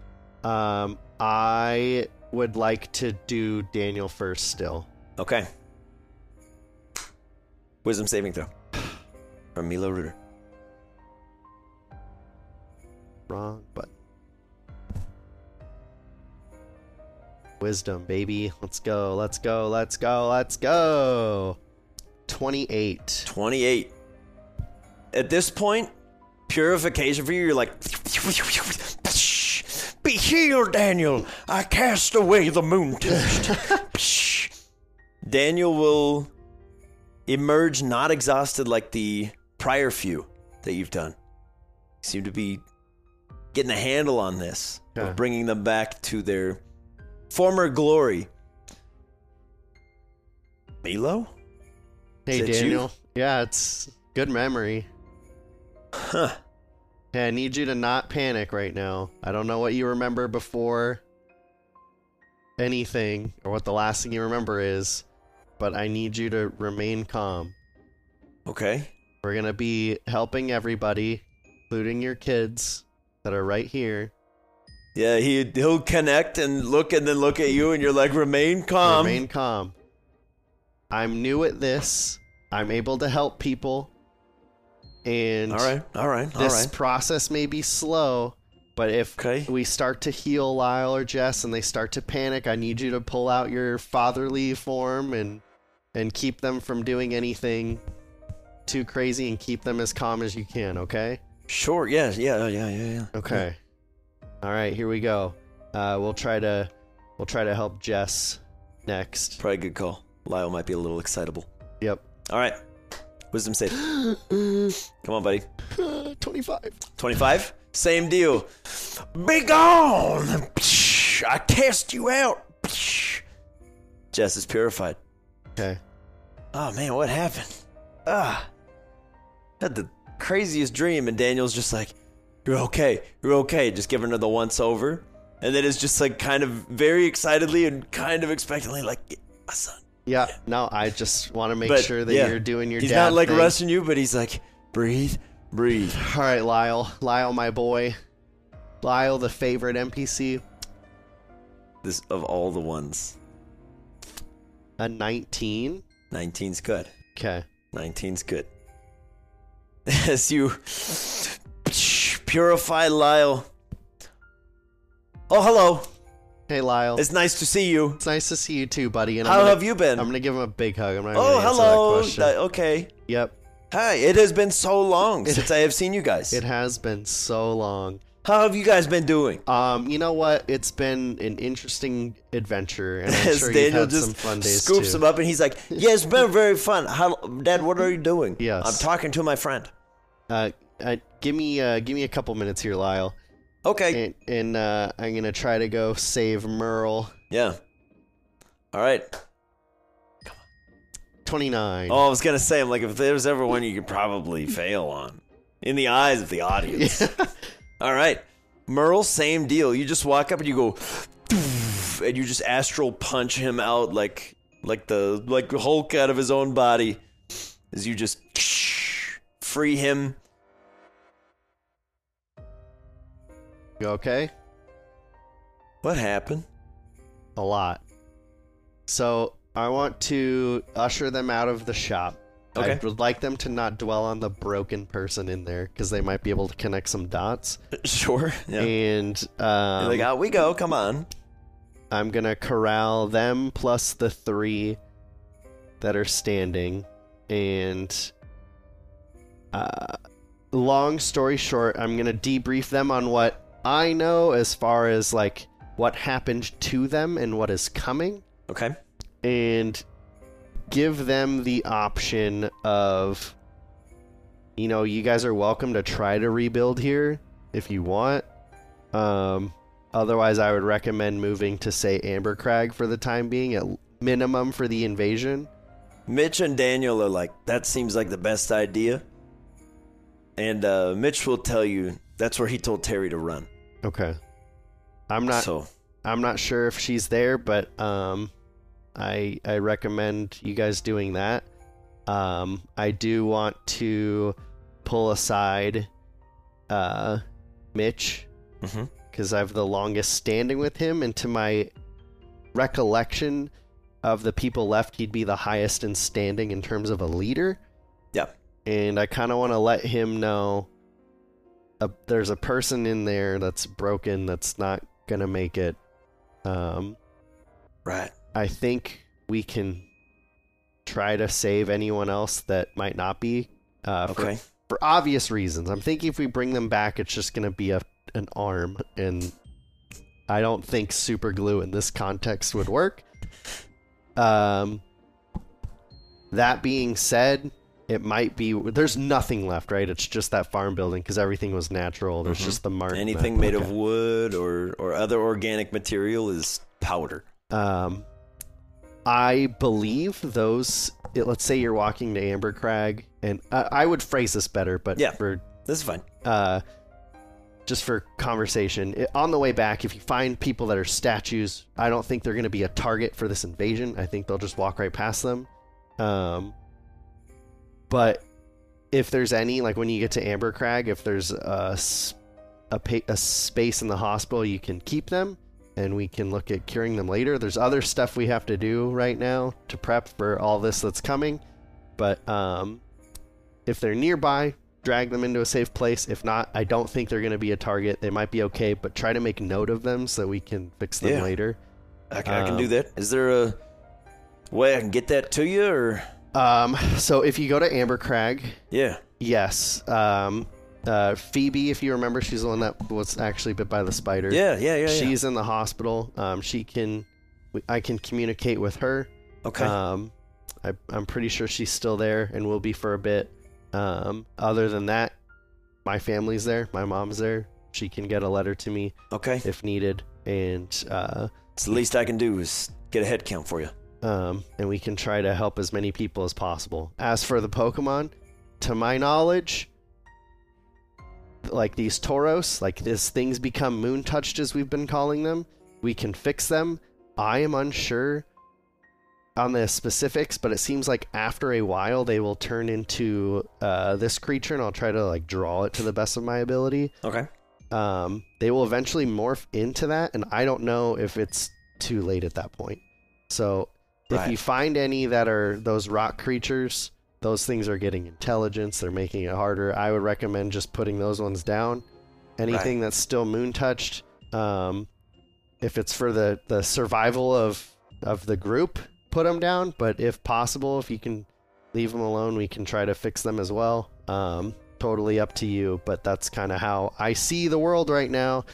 Speaker 2: Um, I would like to do Daniel first still.
Speaker 1: Okay. Wisdom saving throw from Milo Ruder.
Speaker 2: Wrong but Wisdom, baby. Let's go, let's go, let's go, let's go. 28.
Speaker 1: 28. At this point, purification for you, you're like, Be healed, Daniel! I cast away the moon test. Daniel will emerge not exhausted like the prior few that you've done. Seem to be getting a handle on this,
Speaker 2: Huh.
Speaker 1: of bringing them back to their former glory. Milo?
Speaker 2: Hey,
Speaker 1: that you?
Speaker 2: Daniel. Yeah, it's good memory.
Speaker 1: Huh.
Speaker 2: Hey, I need you to not panic right now. I don't know what you remember before anything or what the last thing you remember is, but I need you to remain calm.
Speaker 1: Okay.
Speaker 2: We're going to be helping everybody, including your kids that are right here.
Speaker 1: Yeah, he he'll connect and look and then look at you and you're like, remain calm.
Speaker 2: Remain calm. I'm new at this. I'm able to help people. And
Speaker 1: all right, all right, all
Speaker 2: this
Speaker 1: right.
Speaker 2: process may be slow, but if
Speaker 1: Okay.
Speaker 2: we start to heal Lyle or Jess and they start to panic, I need you to pull out your fatherly form and and keep them from doing anything too crazy and keep them as calm as you can, okay?
Speaker 1: Sure. Yeah, yeah, yeah, yeah, yeah.
Speaker 2: Okay. All right, here we go. Uh, we'll try to we'll try to help Jess next.
Speaker 1: Probably a good call. Lyle might be a little excitable.
Speaker 2: Yep.
Speaker 1: All right. Wisdom save. Come on, buddy.
Speaker 2: 25.
Speaker 1: 25. Same deal. Be gone. Psh, I cast you out. Psh. Jess is purified.
Speaker 2: Okay.
Speaker 1: Oh man, what happened? Ah, had the craziest dream, and Daniel's just like, "You're okay, you're okay." Just giving her the once over, and then it's just like kind of very excitedly and kind of expectantly, like, "Yeah, "My son."
Speaker 2: Yeah, no, I just want to make
Speaker 1: But,
Speaker 2: sure that
Speaker 1: yeah.
Speaker 2: you're doing your
Speaker 1: he's
Speaker 2: dad
Speaker 1: not like
Speaker 2: thing.
Speaker 1: rushing you, but he's like, "Breathe, breathe."
Speaker 2: All right, Lyle. Lyle, my boy. Lyle, the favorite NPC.
Speaker 1: This of all the ones,
Speaker 2: A 19.
Speaker 1: 19's good.
Speaker 2: Okay.
Speaker 1: 19's good. As you purify Lyle. Oh, hello.
Speaker 2: Hey, Lyle. It's,
Speaker 1: It's nice to see you.
Speaker 2: nice to see you too, buddy. And I'm
Speaker 1: How
Speaker 2: gonna,
Speaker 1: have you been?
Speaker 2: I'm gonna give him a big hug. I'm
Speaker 1: Oh,
Speaker 2: not gonna answer
Speaker 1: hello.
Speaker 2: that question.
Speaker 1: Th- okay.
Speaker 2: Yep.
Speaker 1: Hi. It has been so long since I have seen you guys.
Speaker 2: It has been so long.
Speaker 1: How have you guys been doing?
Speaker 2: Um, you know what? It's been an interesting adventure, and I'm
Speaker 1: As
Speaker 2: sure you've
Speaker 1: Daniel
Speaker 2: had
Speaker 1: just
Speaker 2: some fun days
Speaker 1: scoops
Speaker 2: too.
Speaker 1: him up and he's like, "Yeah, it's been very fun. How, Dad, what are you doing?
Speaker 2: Yes.
Speaker 1: I'm talking to my friend.
Speaker 2: Uh, uh, give me, uh, give me a couple minutes here, Lyle,
Speaker 1: Okay.
Speaker 2: and, and uh, I'm gonna try to go save Merle.
Speaker 1: yeah. All right.
Speaker 2: Twenty nine.
Speaker 1: Oh, I was gonna say, I'm like, if there's ever one you could probably fail on, in the eyes of the audience. All right. Merle, same deal. You just walk up and you go, and you just astral punch him out like like the like Hulk out of his own body, as you just free him.
Speaker 2: You okay?
Speaker 1: What happened?
Speaker 2: a lot. So I want to usher them out of the shop.
Speaker 1: Okay.
Speaker 2: I would like them to not dwell on the broken person in there because they might be able to connect some dots.
Speaker 1: Sure. Yeah.
Speaker 2: And um,
Speaker 1: like out we go. Come on.
Speaker 2: I'm gonna corral them plus the three that are standing. And uh, long story short, I'm gonna debrief them on what I know as far as like what happened to them and what is coming.
Speaker 1: Okay.
Speaker 2: and give them the option of you know you guys are welcome to try to rebuild here if you want um otherwise i would recommend moving to say ambercrag for the time being at minimum for the invasion
Speaker 1: Mitch and Daniel are like, that seems like the best idea. And uh, Mitch will tell you that's where he told Terry to run.
Speaker 2: okay i'm not
Speaker 1: so
Speaker 2: i'm not sure if she's there but um i i recommend you guys doing that um i do want to pull aside uh mitch
Speaker 1: mhm.
Speaker 2: because I have the longest standing with him, and to my recollection of the people left, he'd be the highest in standing in terms of a leader.
Speaker 1: Yeah.
Speaker 2: And I kind of want to let him know uh there's a person in there that's broken, that's not going to make it. Um,
Speaker 1: right.
Speaker 2: I think we can try to save anyone else that might not be. Uh, for,
Speaker 1: Okay.
Speaker 2: for obvious reasons. I'm thinking if we bring them back, it's just going to be a an arm, and I don't think super glue in this context would work. Um, that being said, it might be. There's nothing left, right? It's just that farm building because everything was natural. There's just the mark.
Speaker 1: Mm-hmm. Anything made of wood or or other organic material is powder.
Speaker 2: Um, I believe those. It, let's say you're walking to Amber Crag, and I, I would phrase this better, but
Speaker 1: Yeah.
Speaker 2: for
Speaker 1: This is fine.
Speaker 2: uh, just for conversation. i- On the way back, if you find people that are statues, I don't think they're going to be a target for this invasion. I think they'll just walk right past them. Um, but if there's any, like when you get to Amber Crag, if there's a, s- a, pa- a space in the hospital, you can keep them and we can look at curing them later. There's other stuff we have to do right now to prep for all this that's coming. But um, if they're nearby, drag them into a safe place. If not, I don't think they're going to be a target. They might be okay, but try to make note of them so we can fix them
Speaker 1: Yeah.
Speaker 2: later.
Speaker 1: I, ca- I can do
Speaker 2: Um,
Speaker 1: that. Is there a way I can get that to you or
Speaker 2: Um, so if you go to Amber Crag,
Speaker 1: yeah?
Speaker 2: yes. Um, uh, Phoebe, if you remember, she's the one that was actually bit by the spider.
Speaker 1: Yeah, yeah, yeah. yeah.
Speaker 2: She's in the hospital. Um, she can, I can communicate with her.
Speaker 1: okay.
Speaker 2: Um, I, I'm pretty sure she's still there and will be for a bit. Um, other than that, my family's there. My mom's there. She can get a letter to me
Speaker 1: okay.
Speaker 2: if needed, and uh,
Speaker 1: It's the least I can do is get a head count for you.
Speaker 2: um, and we can try to help as many people as possible. As for the Pokemon, to my knowledge, like these Tauros, like these things become moon touched as we've been calling them, we can fix them. I am unsure on the specifics, but it seems like after a while they will turn into uh, this creature, and I'll try to like draw it to the best of my ability
Speaker 1: Okay.
Speaker 2: um, they will eventually morph into that, and I don't know if it's too late at that point. So if
Speaker 1: Right.
Speaker 2: you find any that are those rock creatures, those things are getting intelligence. They're making it harder. I would recommend just putting those ones down. Anything that's still moon touched, um, if it's for the, the survival of of the group, put them down. But if possible, if you can leave them alone, we can try to fix them as well. Um, totally up to you, but that's kind of how I see the world right now.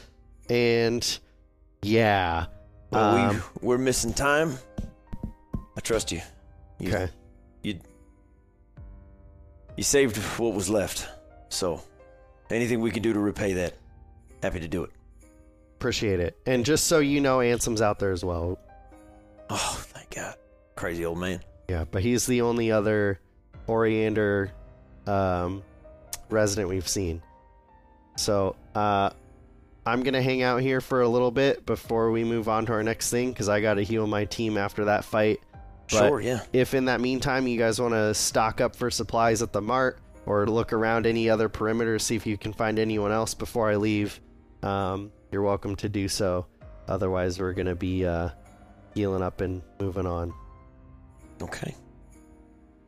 Speaker 2: And yeah,
Speaker 1: Well,
Speaker 2: Um,
Speaker 1: we we're missing time. I trust you. You,
Speaker 2: okay.
Speaker 1: You saved what was left. So, anything we can do to repay that, happy to do it.
Speaker 2: Appreciate it. And just so you know, Ansem's out there as well.
Speaker 1: Oh, thank God. Crazy old man.
Speaker 2: Yeah, but he's the only other Oriander um, resident we've seen. So uh, I'm going to hang out here for a little bit before we move on to our next thing because I got to heal my team after that fight. But-
Speaker 1: Sure, yeah.
Speaker 2: If in that meantime you guys want to stock up for supplies at the mart or look around any other perimeter, see if you can find anyone else before I leave, um, you're welcome to do so. Otherwise, we're going to be uh, healing up and moving on.
Speaker 1: Okay.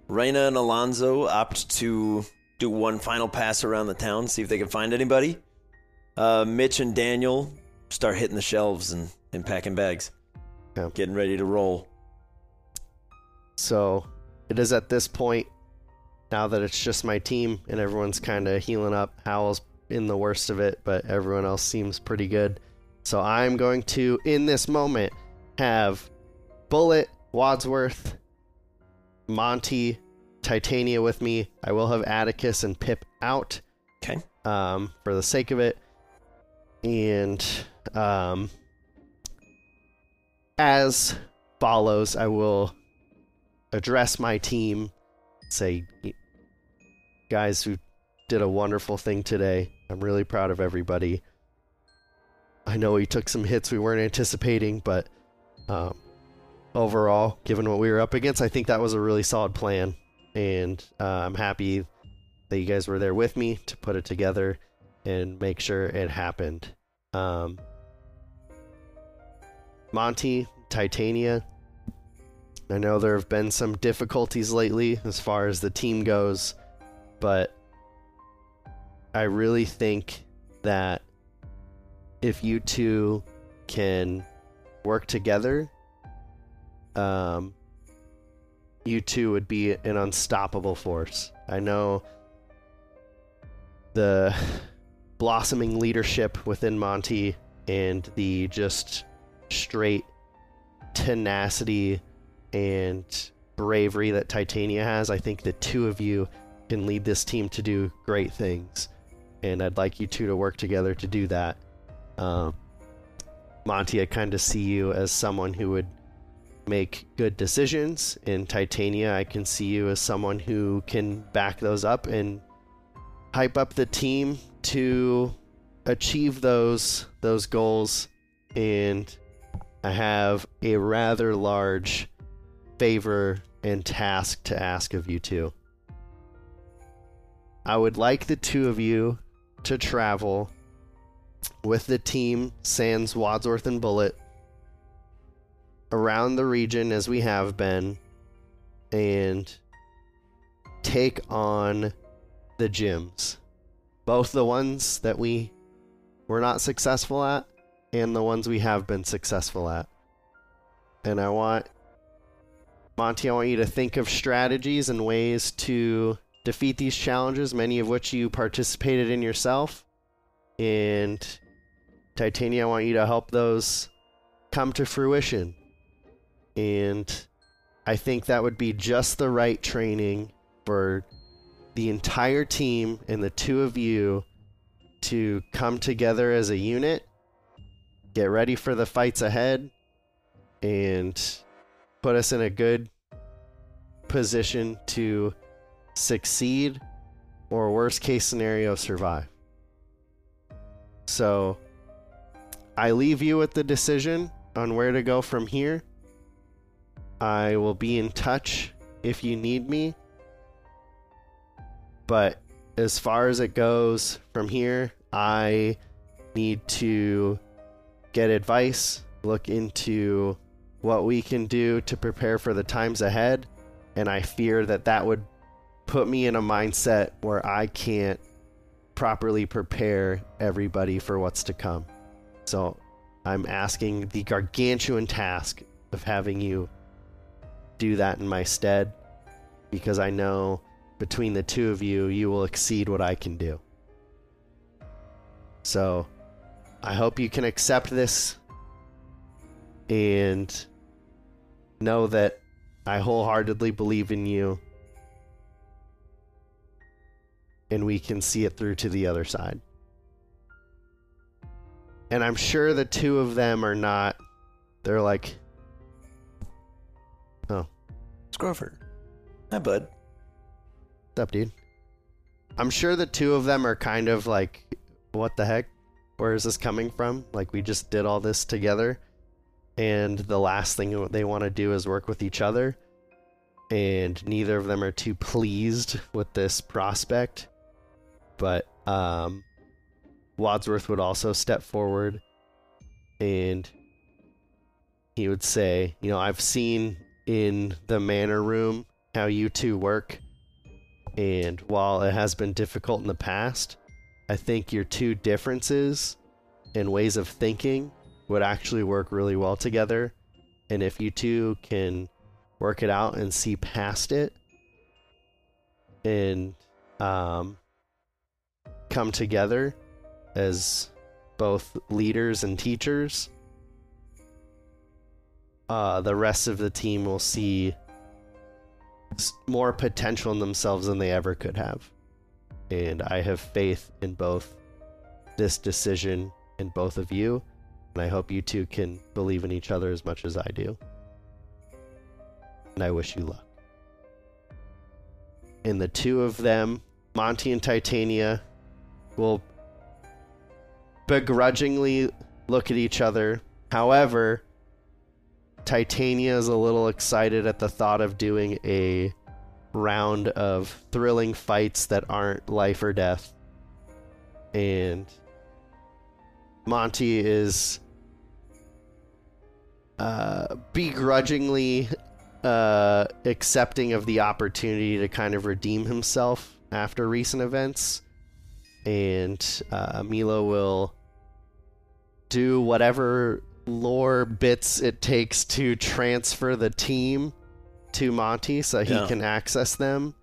Speaker 1: Reyna and Alonzo opt to do one final pass around the town, see if they can find anybody. Uh, Mitch and Daniel start hitting the shelves and, and packing bags,
Speaker 2: Yeah.
Speaker 1: getting ready to roll.
Speaker 2: So it is at this point, now that it's just my team and everyone's kind of healing up, Howl's in the worst of it, but everyone else seems pretty good. So I'm going to, in this moment, have Bullet, Wadsworth, Monty, Titania with me. I will have Atticus and Pip out
Speaker 1: Okay.
Speaker 2: um, for the sake of it. And um, as follows, I will address my team, say, guys who did a wonderful thing today. I'm really proud of everybody. I know we took some hits we weren't anticipating, but um, overall, given what we were up against, I think that was a really solid plan. And uh, I'm happy that you guys were there with me to put it together and make sure it happened. Um, Monty, Titania, I know there have been some difficulties lately as far as the team goes, but I really think that if you two can work together, um, you two would be an unstoppable force. I know the blossoming leadership within Monty and the just straight tenacity and bravery that Titania has. I think the two of you can lead this team to do great things. And I'd like you two to work together to do that. Um, Monty, I kind of see you as someone who would make good decisions. In Titania, I can see you as someone who can back those up and hype up the team to achieve those those goals. And I have a rather large favor and task to ask of you two. I would like the two of you to travel with the team, Sans, Wadsworth, and Bullet, around the region as we have been, and take on the gyms. Both the ones that we were not successful at and the ones we have been successful at. And I want Monty, I want you to think of strategies and ways to defeat these challenges, many of which you participated in yourself. And Titania, I want you to help those come to fruition. And I think that would be just the right training for the entire team and the two of you to come together as a unit, get ready for the fights ahead, and put us in a good position to succeed or worst case scenario survive. So I leave you with the decision on where to go from here. I will be in touch if you need me. But as far as it goes from here, I need to get advice, look into what we can do to prepare for the times ahead. And I fear that that would put me in a mindset where I can't properly prepare everybody for what's to come. So I'm asking the gargantuan task of having you do that in my stead because I know between the two of you, you will exceed what I can do. So I hope you can accept this and know that I wholeheartedly believe in you and we can see it through to the other side. And I'm sure the two of them are not. They're like,
Speaker 1: Scrover. Hi, bud.
Speaker 2: What's up, dude? I'm sure the two of them are kind of like, what the heck? Where is this coming from? Like, we just did all this together. And the last thing they want to do is work with each other. And neither of them are too pleased with this prospect. But um, Wadsworth would also step forward and he would say, You know, I've seen in the manor room how you two work. And while it has been difficult in the past, I think your two differences and ways of thinking would actually work really well together. And if you two can work it out and see past it and um, come together as both leaders and teachers, uh, the rest of the team will see s- more potential in themselves than they ever could have. And I have faith in both this decision and both of you. And I hope you two can believe in each other as much as I do. And I wish you luck. And the two of them, Monty and Titania, will begrudgingly look at each other. However, Titania is a little excited at the thought of doing a round of thrilling fights that aren't life or death. And Monty is uh, begrudgingly uh, accepting of the opportunity to kind of redeem himself after recent events. And uh, Milo will do whatever lore bits it takes to transfer the team to Monty so he
Speaker 1: Yeah.
Speaker 2: can access them,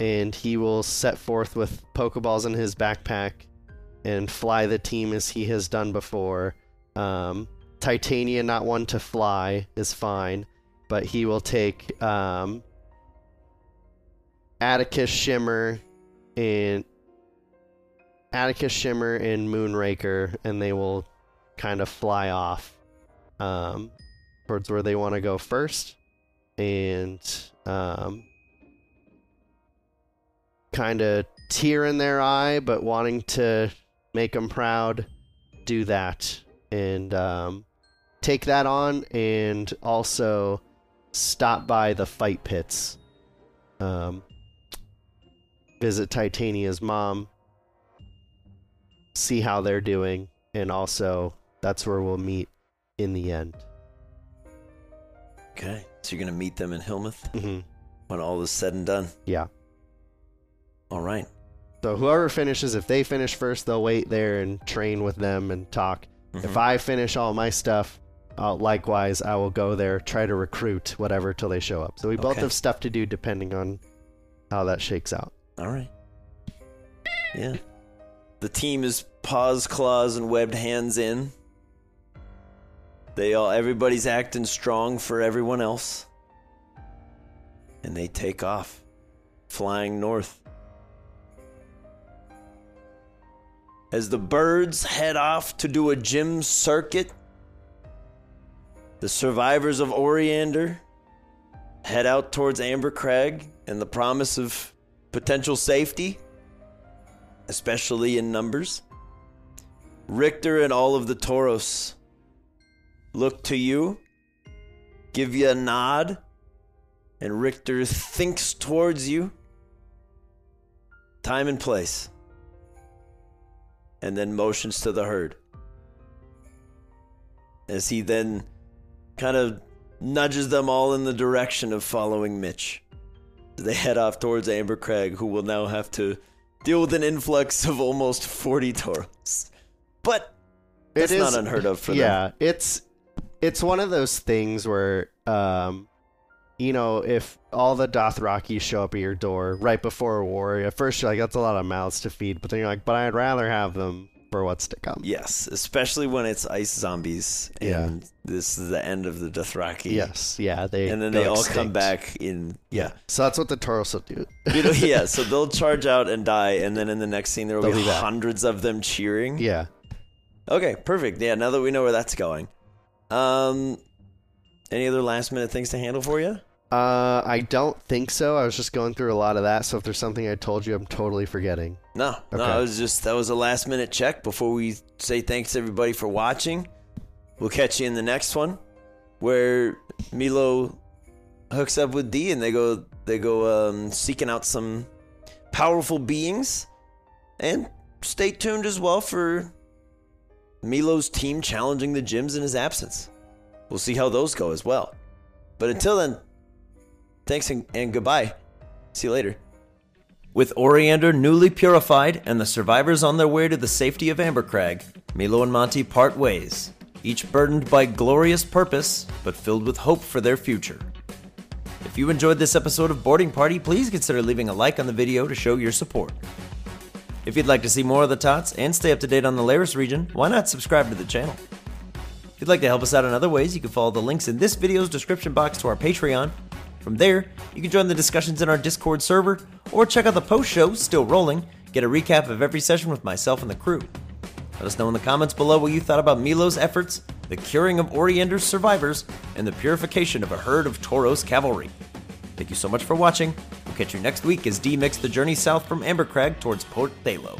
Speaker 2: and he will set forth with Pokeballs in his backpack and fly the team as he has done before. Um, Titania, not one to fly, is fine, but he will take um, Atticus Shimmer and Atticus Shimmer and Moonraker, and they will kind of fly off um, towards where they want to go first, and um, kind of tear in their eye, but wanting to make them proud, do that and um, take that on, and also stop by the fight pits. Um, visit Titania's mom, see how they're doing, and also that's where we'll meet in the end.
Speaker 1: Okay. So you're going to meet them in Hillmouth
Speaker 2: hmm
Speaker 1: when all is said and done.
Speaker 2: Yeah.
Speaker 1: All right.
Speaker 2: So whoever finishes, if they finish first, they'll wait there and train with them and talk. If I finish all my stuff, uh, likewise, I will go there, try to recruit whatever till they show up. So we both
Speaker 1: Okay.
Speaker 2: have stuff to do depending on how that shakes out.
Speaker 1: All right. Yeah. The team is paws, claws, and webbed hands in. They all, everybody's acting strong for everyone else. And they take off, flying north. As the birds head off to do a gym circuit, the survivors of Oriander head out towards Amber Crag and the promise of potential safety, especially in numbers. Richter and all of the Toros look to you, give you a nod, and Richter thinks towards you. Time and place. And then motions to the herd. As he then kind of nudges them all in the direction of following Mitch they head off towards Amber Crag, who will now have to deal with an influx of almost 40 Tauros. But that's
Speaker 2: It is-
Speaker 1: not unheard of for them.
Speaker 2: yeah, it's it's one of those things where um you know, if all the Dothraki show up at your door right before a war, at first you're like, that's a lot of mouths to feed, but then you're like, but I'd rather have them for what's to come.
Speaker 1: Yes, especially when it's ice zombies, and this is the end of the Dothraki.
Speaker 2: Yes, yeah, they
Speaker 1: and then
Speaker 2: go
Speaker 1: they all
Speaker 2: extinct.
Speaker 1: come back in. Yeah,
Speaker 2: So that's what the Tauros will do.
Speaker 1: you know, yeah. So they'll charge out and die, and then in the next scene there will
Speaker 2: They'll
Speaker 1: be,
Speaker 2: be back.
Speaker 1: hundreds of them cheering.
Speaker 2: yeah.
Speaker 1: Okay, perfect. Yeah, now that we know where that's going, um, any other last minute things to handle for you?
Speaker 2: Uh, I don't think so. I was just going through a lot of that. So if there's something I told you, I'm totally forgetting.
Speaker 1: No, no,
Speaker 2: Okay.
Speaker 1: I was just that was a last minute check before we say thanks everybody for watching. We'll catch you in the next one where Milo hooks up with D and they go they go um, seeking out some powerful beings. And stay tuned as well for Milo's team challenging the gyms in his absence. We'll see how those go as well. But until then, thanks and, and goodbye. See you later. With Oriander newly purified and the survivors on their way to the safety of Ambercrag, Milo and Monty part ways, each burdened by glorious purpose but filled with hope for their future. If you enjoyed this episode of Boarding Party, please consider leaving a like on the video to show your support. If you'd like to see more of the Tots and stay up to date on the Laris region, why not subscribe to the channel? If you'd like to help us out in other ways, you can follow the links in this video's description box to our Patreon. From there, you can join the discussions in our Discord server, or check out the post show, Still Rolling, get a recap of every session with myself and the crew. Let us know in the comments below what you thought about Milo's efforts, the curing of Oriender's survivors, and the purification of a herd of Tauros cavalry. Thank you so much for watching. We'll catch you next week as D makes the journey south from Ambercrag towards Port Thalo.